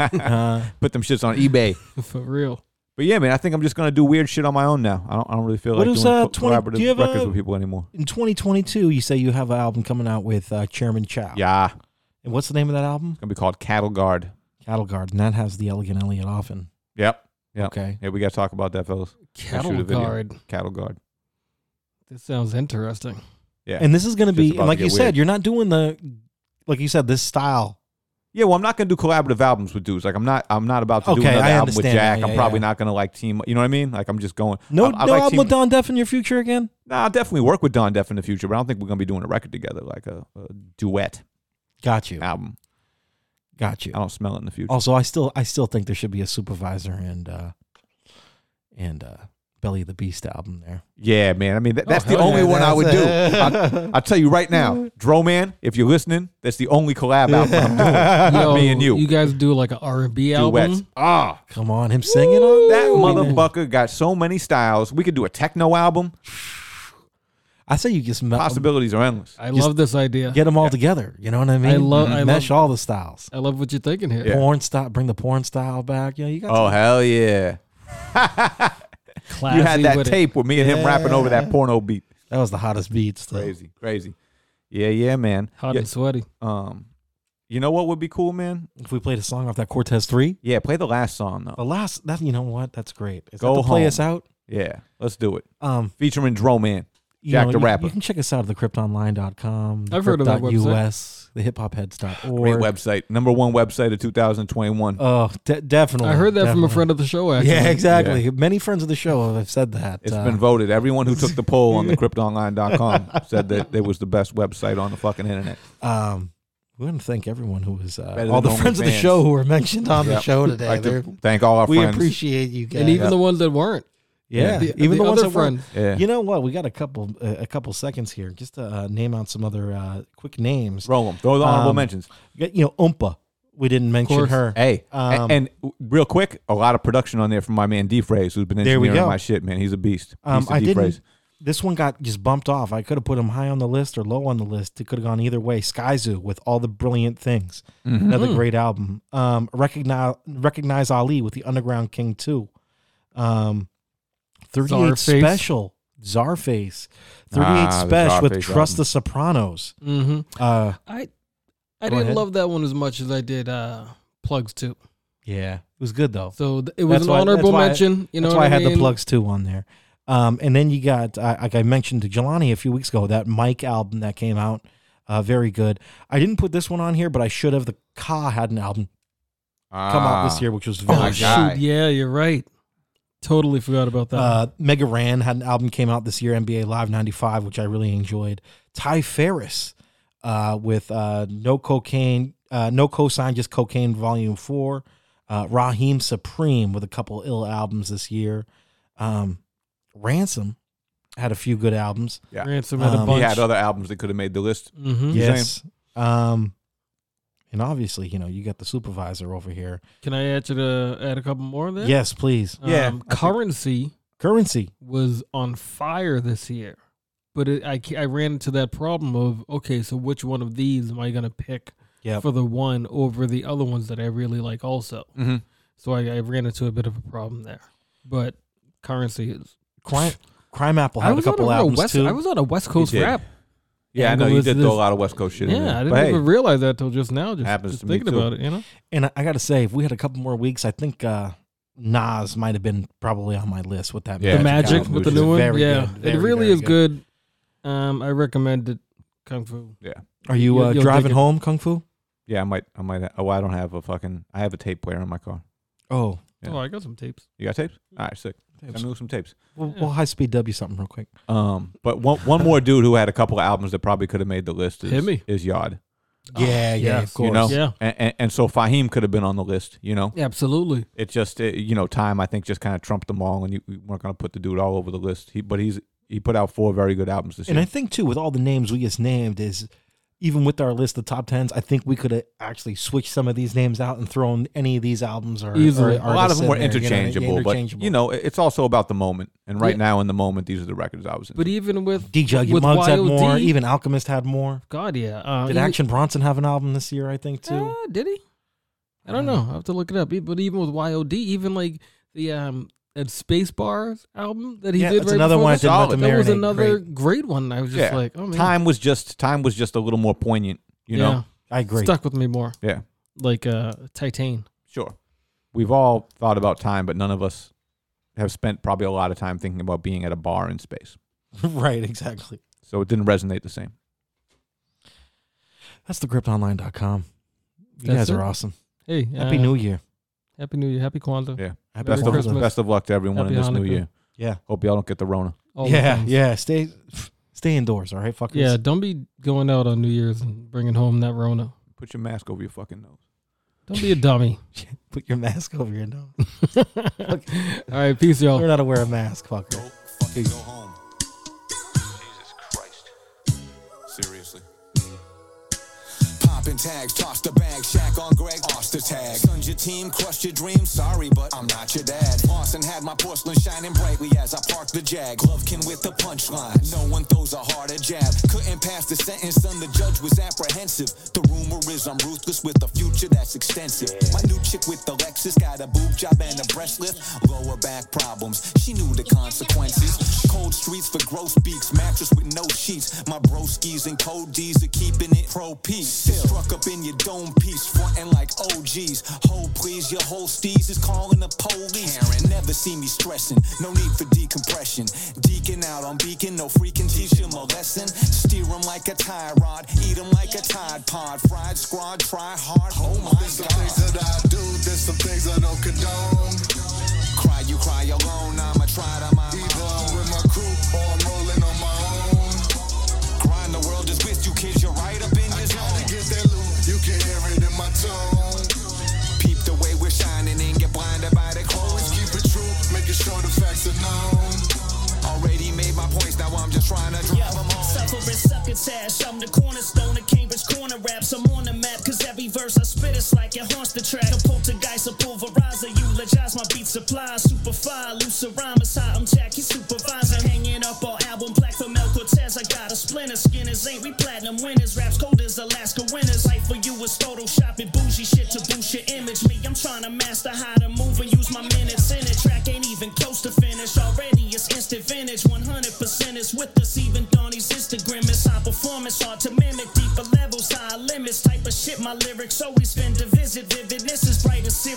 Speaker 2: put them shits on eBay.
Speaker 3: For real.
Speaker 2: But yeah, man, I think I'm just gonna do weird shit on my own now. I don't, I don't really feel
Speaker 1: What
Speaker 2: like
Speaker 1: is,
Speaker 2: doing
Speaker 1: uh,
Speaker 2: co-
Speaker 1: 20
Speaker 2: collaborative
Speaker 1: do you have
Speaker 2: records
Speaker 1: a-
Speaker 2: with people anymore.
Speaker 1: in 2022, you say you have an album coming out with uh, Chairman Chow.
Speaker 2: Yeah, it's
Speaker 1: And what's the name of that album?
Speaker 2: gonna be called Cattle Guard.
Speaker 1: Cattle Guard, and that has the elegant Elliot Offen.
Speaker 2: Yep. yep.
Speaker 1: Okay.
Speaker 2: Yeah, we gotta talk about that, fellas. Let's shoot
Speaker 3: Cattle
Speaker 2: a video.
Speaker 3: Guard.
Speaker 2: Cattle Guard.
Speaker 3: This sounds interesting.
Speaker 2: Yeah.
Speaker 1: And this is going to
Speaker 2: Just
Speaker 1: be,
Speaker 2: about
Speaker 1: and like
Speaker 2: get
Speaker 1: you
Speaker 2: weird.
Speaker 1: said, you're not doing the, like you said, this style.
Speaker 2: Yeah, well, I'm not gonna do collaborative albums with dudes. Like, I'm not. I'm not about to do
Speaker 1: Okay,
Speaker 2: another
Speaker 1: I
Speaker 2: album with
Speaker 1: understand
Speaker 2: Jack.
Speaker 1: now.
Speaker 2: I'm
Speaker 1: Yeah,
Speaker 2: probably
Speaker 1: yeah.
Speaker 2: not gonna like team. You know what I mean? Like, I'm just going.
Speaker 1: No,
Speaker 2: I, I
Speaker 1: no
Speaker 2: like
Speaker 1: album
Speaker 2: team-
Speaker 1: with Don Def in your future again.
Speaker 2: Nah, I'll definitely work with Don Def in the future, but I don't think we're gonna be doing a record together, like a, a duet
Speaker 1: Got you.
Speaker 2: album.
Speaker 1: Got you. Oh.
Speaker 2: I don't smell it in the future.
Speaker 1: Also, I still, I still think there should be a supervisor and, uh, and uh, Belly of the Beast album there.
Speaker 2: Yeah, man. I mean, that,
Speaker 1: Oh,
Speaker 2: that's the
Speaker 1: hell
Speaker 2: only
Speaker 1: yeah,
Speaker 2: one I
Speaker 1: that's
Speaker 2: would do.
Speaker 1: it.
Speaker 2: I, I'll tell you right now, Dro Man, if you're listening, that's the only collab album I'm doing.
Speaker 3: Yo,
Speaker 2: Me and you.
Speaker 3: You guys do like an R&B
Speaker 2: Duets.
Speaker 3: album.
Speaker 2: Ah,
Speaker 1: Come on, him singing on
Speaker 2: that motherfucker got so many styles. We could do a techno album.
Speaker 1: I say you just mel-
Speaker 2: Possibilities are endless.
Speaker 3: I
Speaker 1: Just
Speaker 3: love this idea.
Speaker 1: get them all together. You know what I mean?
Speaker 3: love- I
Speaker 1: mesh all the styles.
Speaker 3: I love what you're thinking here.
Speaker 1: Porn style, bring the porn style back. You know, you got
Speaker 2: Oh, hell yeah.
Speaker 3: Classy
Speaker 2: you had that
Speaker 3: with it.
Speaker 2: tape with me and him rapping over that porno beat.
Speaker 1: that was the hottest beats. though.
Speaker 2: Crazy, crazy. Yeah, yeah, man.
Speaker 3: Hot
Speaker 2: Yeah,
Speaker 3: and sweaty.
Speaker 2: um, you know what would be cool, man?
Speaker 1: If we played a song off that Cortez three,
Speaker 2: Yeah, play the last song though.
Speaker 1: the last that you know what, that's great. Is
Speaker 2: Go
Speaker 1: that to play
Speaker 2: home.
Speaker 1: us out?
Speaker 2: Yeah, let's do it.
Speaker 1: Um,
Speaker 2: Featuring Dro Man,
Speaker 1: you
Speaker 2: Jack
Speaker 1: know,
Speaker 2: the
Speaker 1: you,
Speaker 2: Rapper.
Speaker 1: You can check us out at thecryptonline.com.
Speaker 3: I've heard of that website.
Speaker 1: US, the
Speaker 2: Great
Speaker 1: hiphopheads.org.
Speaker 2: website. Number one website of 2021.
Speaker 1: Oh, de- definitely.
Speaker 3: I heard that from a
Speaker 1: definitely.
Speaker 3: friend of the show. Actually.
Speaker 1: Yeah, exactly. Many friends of the show have said that.
Speaker 2: It's
Speaker 1: uh,
Speaker 2: been voted. Everyone who took the poll on the cryptonline.com said that it was the best website on the fucking internet.
Speaker 1: Um, we want to thank everyone who was uh,
Speaker 2: Better
Speaker 1: all the
Speaker 2: than
Speaker 1: friends of the
Speaker 2: OnlyFans.
Speaker 1: show who were mentioned on the
Speaker 2: Yep.
Speaker 1: show today.
Speaker 2: Like to
Speaker 1: They're-
Speaker 2: thank all our
Speaker 1: we
Speaker 2: friends.
Speaker 1: appreciate you guys.
Speaker 3: And even the ones that weren't.
Speaker 1: yeah,
Speaker 3: the-
Speaker 1: even the,
Speaker 3: the
Speaker 1: ones
Speaker 3: other
Speaker 1: that were-
Speaker 3: friend.
Speaker 2: Yeah.
Speaker 1: You know what? We got a couple uh, a couple seconds here just to uh, name out some other uh, quick names.
Speaker 2: Roll them. Throw the honorable
Speaker 1: Um,
Speaker 2: mentions.
Speaker 1: You got, you know, Ompa. We didn't mention
Speaker 3: course.
Speaker 1: her.
Speaker 2: Hey, a-
Speaker 1: um,
Speaker 2: and real quick, a lot of production on there from my man D Phrase, who's been
Speaker 1: There we
Speaker 2: engineering
Speaker 1: go.
Speaker 2: my shit, man. He's a beast.
Speaker 1: Um,
Speaker 2: Beast of
Speaker 1: I
Speaker 2: D
Speaker 1: didn't.
Speaker 2: Phrase.
Speaker 1: This one got just bumped off. I could have put him high on the list or low on the list. It could have gone either way. Skyzoo with all the brilliant things.
Speaker 2: Mm-hmm.
Speaker 1: Another
Speaker 3: Mm.
Speaker 1: great album. Um, recognize recognize Ali with the Underground King two. Um, Thirty Eight
Speaker 3: Czarface.
Speaker 1: Special. Czarface. Thirty Eight
Speaker 2: Ah, the
Speaker 1: Special with
Speaker 2: Czarface
Speaker 1: Trust
Speaker 2: album.
Speaker 1: the Sopranos.
Speaker 3: Mm-hmm.
Speaker 1: Uh,
Speaker 3: I
Speaker 1: Go
Speaker 3: I didn't
Speaker 1: ahead.
Speaker 3: love that one as much as I did uh, plugs too.
Speaker 1: yeah, it was good though.
Speaker 3: So th- it was
Speaker 1: That's
Speaker 3: an
Speaker 1: why-
Speaker 3: honorable
Speaker 1: that's why I-
Speaker 3: mention. You know,
Speaker 1: that's
Speaker 3: what
Speaker 1: why I,
Speaker 3: I
Speaker 1: had the
Speaker 3: mean?
Speaker 1: plugs too on there. Um, and then you got, uh, like I mentioned to Jelani a few weeks ago, that Mike album that came out, uh, very good. I didn't put this one on here, but I should have. The Ka had an album come
Speaker 2: Ah.
Speaker 1: out this year, which was
Speaker 2: Oh,
Speaker 1: very.
Speaker 3: Oh
Speaker 2: my
Speaker 1: good.
Speaker 2: guy.
Speaker 3: shoot! Yeah, you're right. Totally forgot about that.
Speaker 1: Uh, Mega Ran had an album came out this year, NBA Live '95, which I really enjoyed. Ty Ferris, uh, with uh, no cocaine, uh, no cosign, just cocaine, Volume Four. Uh, Raheem Supreme with a couple ill albums this year. Um, Ransom had a few good albums. Um,
Speaker 2: Yeah.
Speaker 3: Ransom had a bunch.
Speaker 2: He had other albums that could have made the list.
Speaker 3: Mhm.
Speaker 2: You
Speaker 1: Yes.
Speaker 2: saying?
Speaker 1: Um, and obviously, you know, you got the supervisor over here.
Speaker 3: Can I add you to add a couple more then?
Speaker 1: Yes, please. Yeah,
Speaker 3: Um, currency
Speaker 1: Currency.
Speaker 3: was on fire this year, but it, I ca- I ran into that problem of okay, so which one of these am I gonna pick
Speaker 1: Yep.
Speaker 3: for the one over the other ones that I really like also.
Speaker 2: Mhm.
Speaker 3: So I, I ran into a bit of a problem there, but currency is
Speaker 1: Crime, Crime Apple
Speaker 3: I
Speaker 1: had a
Speaker 3: was on
Speaker 1: couple
Speaker 3: a real
Speaker 1: albums
Speaker 3: West-
Speaker 1: too.
Speaker 3: I was on a West Coast
Speaker 2: did.
Speaker 3: rap.
Speaker 2: Yeah, I know
Speaker 3: angle
Speaker 2: you
Speaker 3: as
Speaker 2: did
Speaker 3: this.
Speaker 2: throw a lot of West Coast shit.
Speaker 3: Yeah,
Speaker 2: in there.
Speaker 3: I didn't
Speaker 2: But hey,
Speaker 3: even realize that till just now. Just,
Speaker 2: happens
Speaker 3: just
Speaker 2: to me
Speaker 3: thinking
Speaker 2: too.
Speaker 3: about it, you know.
Speaker 1: And I, I got to say, if we had a couple more weeks, I think uh, Nas might have been probably on my list with that.
Speaker 2: Yeah.
Speaker 3: the magic
Speaker 1: album,
Speaker 3: with
Speaker 1: which
Speaker 3: the
Speaker 1: is
Speaker 3: new one.
Speaker 1: very
Speaker 3: yeah,
Speaker 1: good, very,
Speaker 3: it really
Speaker 1: very
Speaker 3: is good. Um, I recommend it. Kung Fu.
Speaker 2: Yeah.
Speaker 1: Are you
Speaker 3: You'll-
Speaker 1: uh,
Speaker 3: you'll dig
Speaker 1: driving
Speaker 3: it.
Speaker 1: home, Kung Fu?
Speaker 2: yeah, I might, I might. Oh, I don't have a fucking. I have a tape player in my car.
Speaker 1: Oh,
Speaker 2: Yeah.
Speaker 3: Oh, I got some tapes.
Speaker 2: You got tapes? All right, sick. I'm
Speaker 1: Tapes.
Speaker 2: gonna some tapes.
Speaker 1: we'll, we'll high speed W something real quick.
Speaker 2: Um, but one one more dude who had a couple of albums that probably could have made the list is
Speaker 3: Hit me.
Speaker 2: is Yod.
Speaker 1: yeah, Oh, yeah,
Speaker 3: yes.
Speaker 1: of course.
Speaker 2: You know,
Speaker 3: Yeah.
Speaker 2: and, and, and so Fahim could have been on the list. You know,
Speaker 3: Yeah, absolutely.
Speaker 2: it just uh you know time I think just kind of trumped them all, and you, you weren't gonna put the dude all over the list. He but he's he put out four very good albums this
Speaker 1: and
Speaker 2: year.
Speaker 1: I think too, with all the names we just named, is even with our list of top tens, I think we could have actually switched some of these names out and thrown any of these albums or,
Speaker 3: Easily.
Speaker 1: or
Speaker 2: a lot of
Speaker 1: artists
Speaker 2: them were
Speaker 1: in there, you know,
Speaker 2: interchangeable, but you know, it- it's also about the moment. And right
Speaker 3: Yeah.
Speaker 2: now, in the moment, these are the records I was in.
Speaker 3: But even with
Speaker 1: DJ
Speaker 3: with
Speaker 1: Muggs had
Speaker 3: YOD,
Speaker 1: more. Even Alchemist had more.
Speaker 3: God, yeah. Uh,
Speaker 1: Did
Speaker 3: even-
Speaker 1: Action Bronson have an album this year? I think too. Mm.
Speaker 3: Uh, did he? I don't know. I will have to look it up. E- But even with YOD, even like the um that Space Bars album that he
Speaker 1: Yeah,
Speaker 3: did
Speaker 1: that's
Speaker 3: right
Speaker 1: another
Speaker 3: before
Speaker 1: one I
Speaker 3: this,
Speaker 1: didn't let them
Speaker 3: that was
Speaker 1: marinate.
Speaker 3: another great. one. I was just
Speaker 2: Yeah.
Speaker 3: like, oh man,
Speaker 2: time was just time was just a little more poignant. You
Speaker 3: yeah.
Speaker 2: know,
Speaker 1: I agree.
Speaker 3: Stuck with me more.
Speaker 2: Yeah.
Speaker 3: Like uh Titan.
Speaker 2: sure. We've all thought about time, but none of us have spent probably a lot of time thinking about being at a bar in space.
Speaker 3: Eh.
Speaker 1: right, exactly.
Speaker 2: So it didn't resonate the same.
Speaker 1: That's the cryptonline.com. You
Speaker 3: That's
Speaker 1: guys are
Speaker 3: it.
Speaker 1: awesome.
Speaker 3: Hey,
Speaker 1: Happy
Speaker 3: uh,
Speaker 1: New Year.
Speaker 3: Happy New Year. Happy Kwanzaa.
Speaker 2: Yeah.
Speaker 1: Happy
Speaker 2: best of
Speaker 3: Christmas.
Speaker 2: best of luck to everyone
Speaker 3: Happy
Speaker 2: in this
Speaker 3: Hanukkah.
Speaker 2: new year.
Speaker 1: Yeah.
Speaker 2: Hope y'all don't get the Rona.
Speaker 3: All the
Speaker 1: yeah,
Speaker 3: things.
Speaker 1: yeah. Stay stay indoors, all right, fuckers.
Speaker 3: Yeah, don't be going out on New Year's and bringing home that Rona.
Speaker 2: Put your mask over your fucking nose.
Speaker 3: Don't be a dummy.
Speaker 1: Put your mask over your nose.
Speaker 3: All right, peace, y'all.
Speaker 1: Learn how to wear a mask, fucker.
Speaker 7: Go home. Jesus Christ. Seriously.
Speaker 17: Popping tags, toss the bag, shack on Greg, off the tag. Sons your team, crushed your dreams, sorry, but I'm not your dad. Austin had my porcelain shining brightly as I parked the jag. Glovekin with the punchline, no one throws a harder jab. Couldn't pass the sentence, son, the judge was apprehensive. The rumor is I'm ruthless with a future that's extensive. My new chick with the Lexus got a boob job and a breast lift, lower back problems. She knew the consequences. Cold streets for gross beaks, mattress with no sheets. My broskies and codees are keeping it pro peace. Struck up in your dome piece, frontin' like OGs. Hold please, your whole steez is calling the police. Never see me stressing, no need for decompression. Deacon out on beacon, no freaking teach him a lesson. Steer him like a tie rod, eat him like a Tide Pod. Fried squad, try hard, oh my
Speaker 7: There's some
Speaker 17: god.
Speaker 7: things that I do, there's some things I don't condone.
Speaker 17: Cry, you cry alone, I'ma try to mind my
Speaker 7: Either I'm with my crew or I'm rolling on my own.
Speaker 17: grind. The world is with you, kids, you're right up in your zone.
Speaker 7: Get that loot, you can hear it in my tone.
Speaker 17: Peep the way we're shining and get blinded by the
Speaker 7: Always
Speaker 17: clothes.
Speaker 7: keep it true, making sure the facts are known.
Speaker 17: Already made my points, now I'm just trying to drive them home.
Speaker 18: Suffering succotash, I'm the cornerstone of Cambridge corner raps. I'm on the map, cause every verse I spit is like it haunts the track. A poltergeist, a pulverizer, eulogize my beat supply. Super fire, looser rhyme is hot, I'm Jackie Supervisor. Hanging up all album black from El Cortez. I got a splinter, skinners, ain't we platinum winners? Raps cold as Alaska winters. Life for you is photoshopping bougie shit to boost your image. Me, I'm trying to master how to move and use my minutes in it. Track ain't even close to finish, already it's instant vintage. 100% is with us, even Donnie's Instagram is high performance, hard to mimic. Deeper levels, high limits, type of shit. My lyrics always been divisive. Vividness is bright and serious.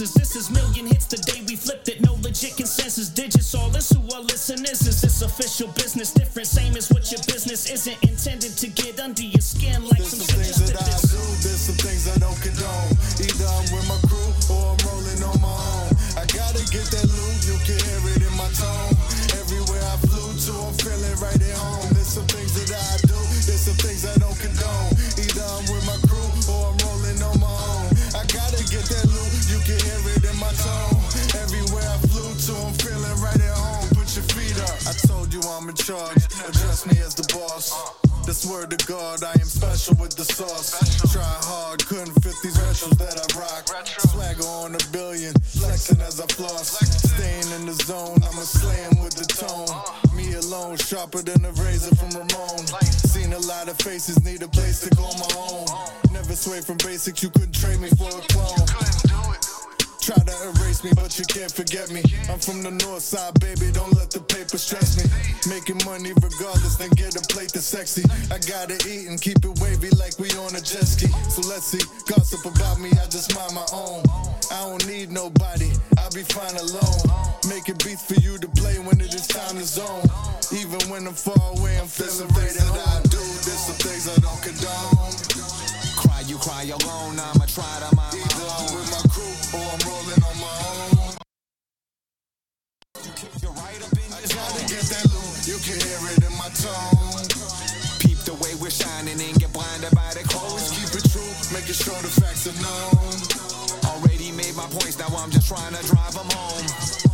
Speaker 18: Is this is million hits the day we flipped it? No legit consensus, digits. All this who our listeners is. This official business different, same as what your business isn't intended to get under your skin like
Speaker 7: There's
Speaker 18: some
Speaker 7: some
Speaker 18: shit
Speaker 7: things
Speaker 18: just
Speaker 7: that I do, there's some things I don't condone. Either I'm with my crew or I'm rolling on my own. I gotta get that loot, you can hear it in my tone. Everywhere I flew to, I'm feeling right at home. There's some things that I do, there's some things I don't condone. Either I'm with my crew or I'm rolling on my own. I gotta get that loot, you can hear it in my tone. Everywhere I flew to, I'm feeling right at home. Put your feet up. I told you I'm a charge. Address me as the boss. This word to God, I am special with the sauce. Try hard, couldn't fit these retros that I rock. Swagger on a billion, flexing as I floss. Staying in the zone, I'm a slam with the tone. Me alone, sharper than a razor from Ramon. Seen a lot of faces, need a place to call my own. Never sway from basics, you couldn't trade me for a clone. Try to erase me, but you can't forget me. I'm from the north side, baby. Don't let the paper stress me. Making money regardless, then get a plate that's sexy. I gotta eat and keep it wavy like we on a jet ski. So let's see, gossip about me, I just mind my own. I don't need nobody, I'll be fine alone. Making beats for you to play when it is time to zone. Even when I'm far away, I'm feeling right at home. I do, there's some things I don't condone. Cry, you cry alone, I'ma try to mind my Either I'm with my crew or I'm rolling on my own. I gotta get that loot, you can hear it in my tone. Peep the way we're shining and get blinded by the cold. Always keep it true, making sure the facts are known. Already made my points, now I'm just trying to drive them home.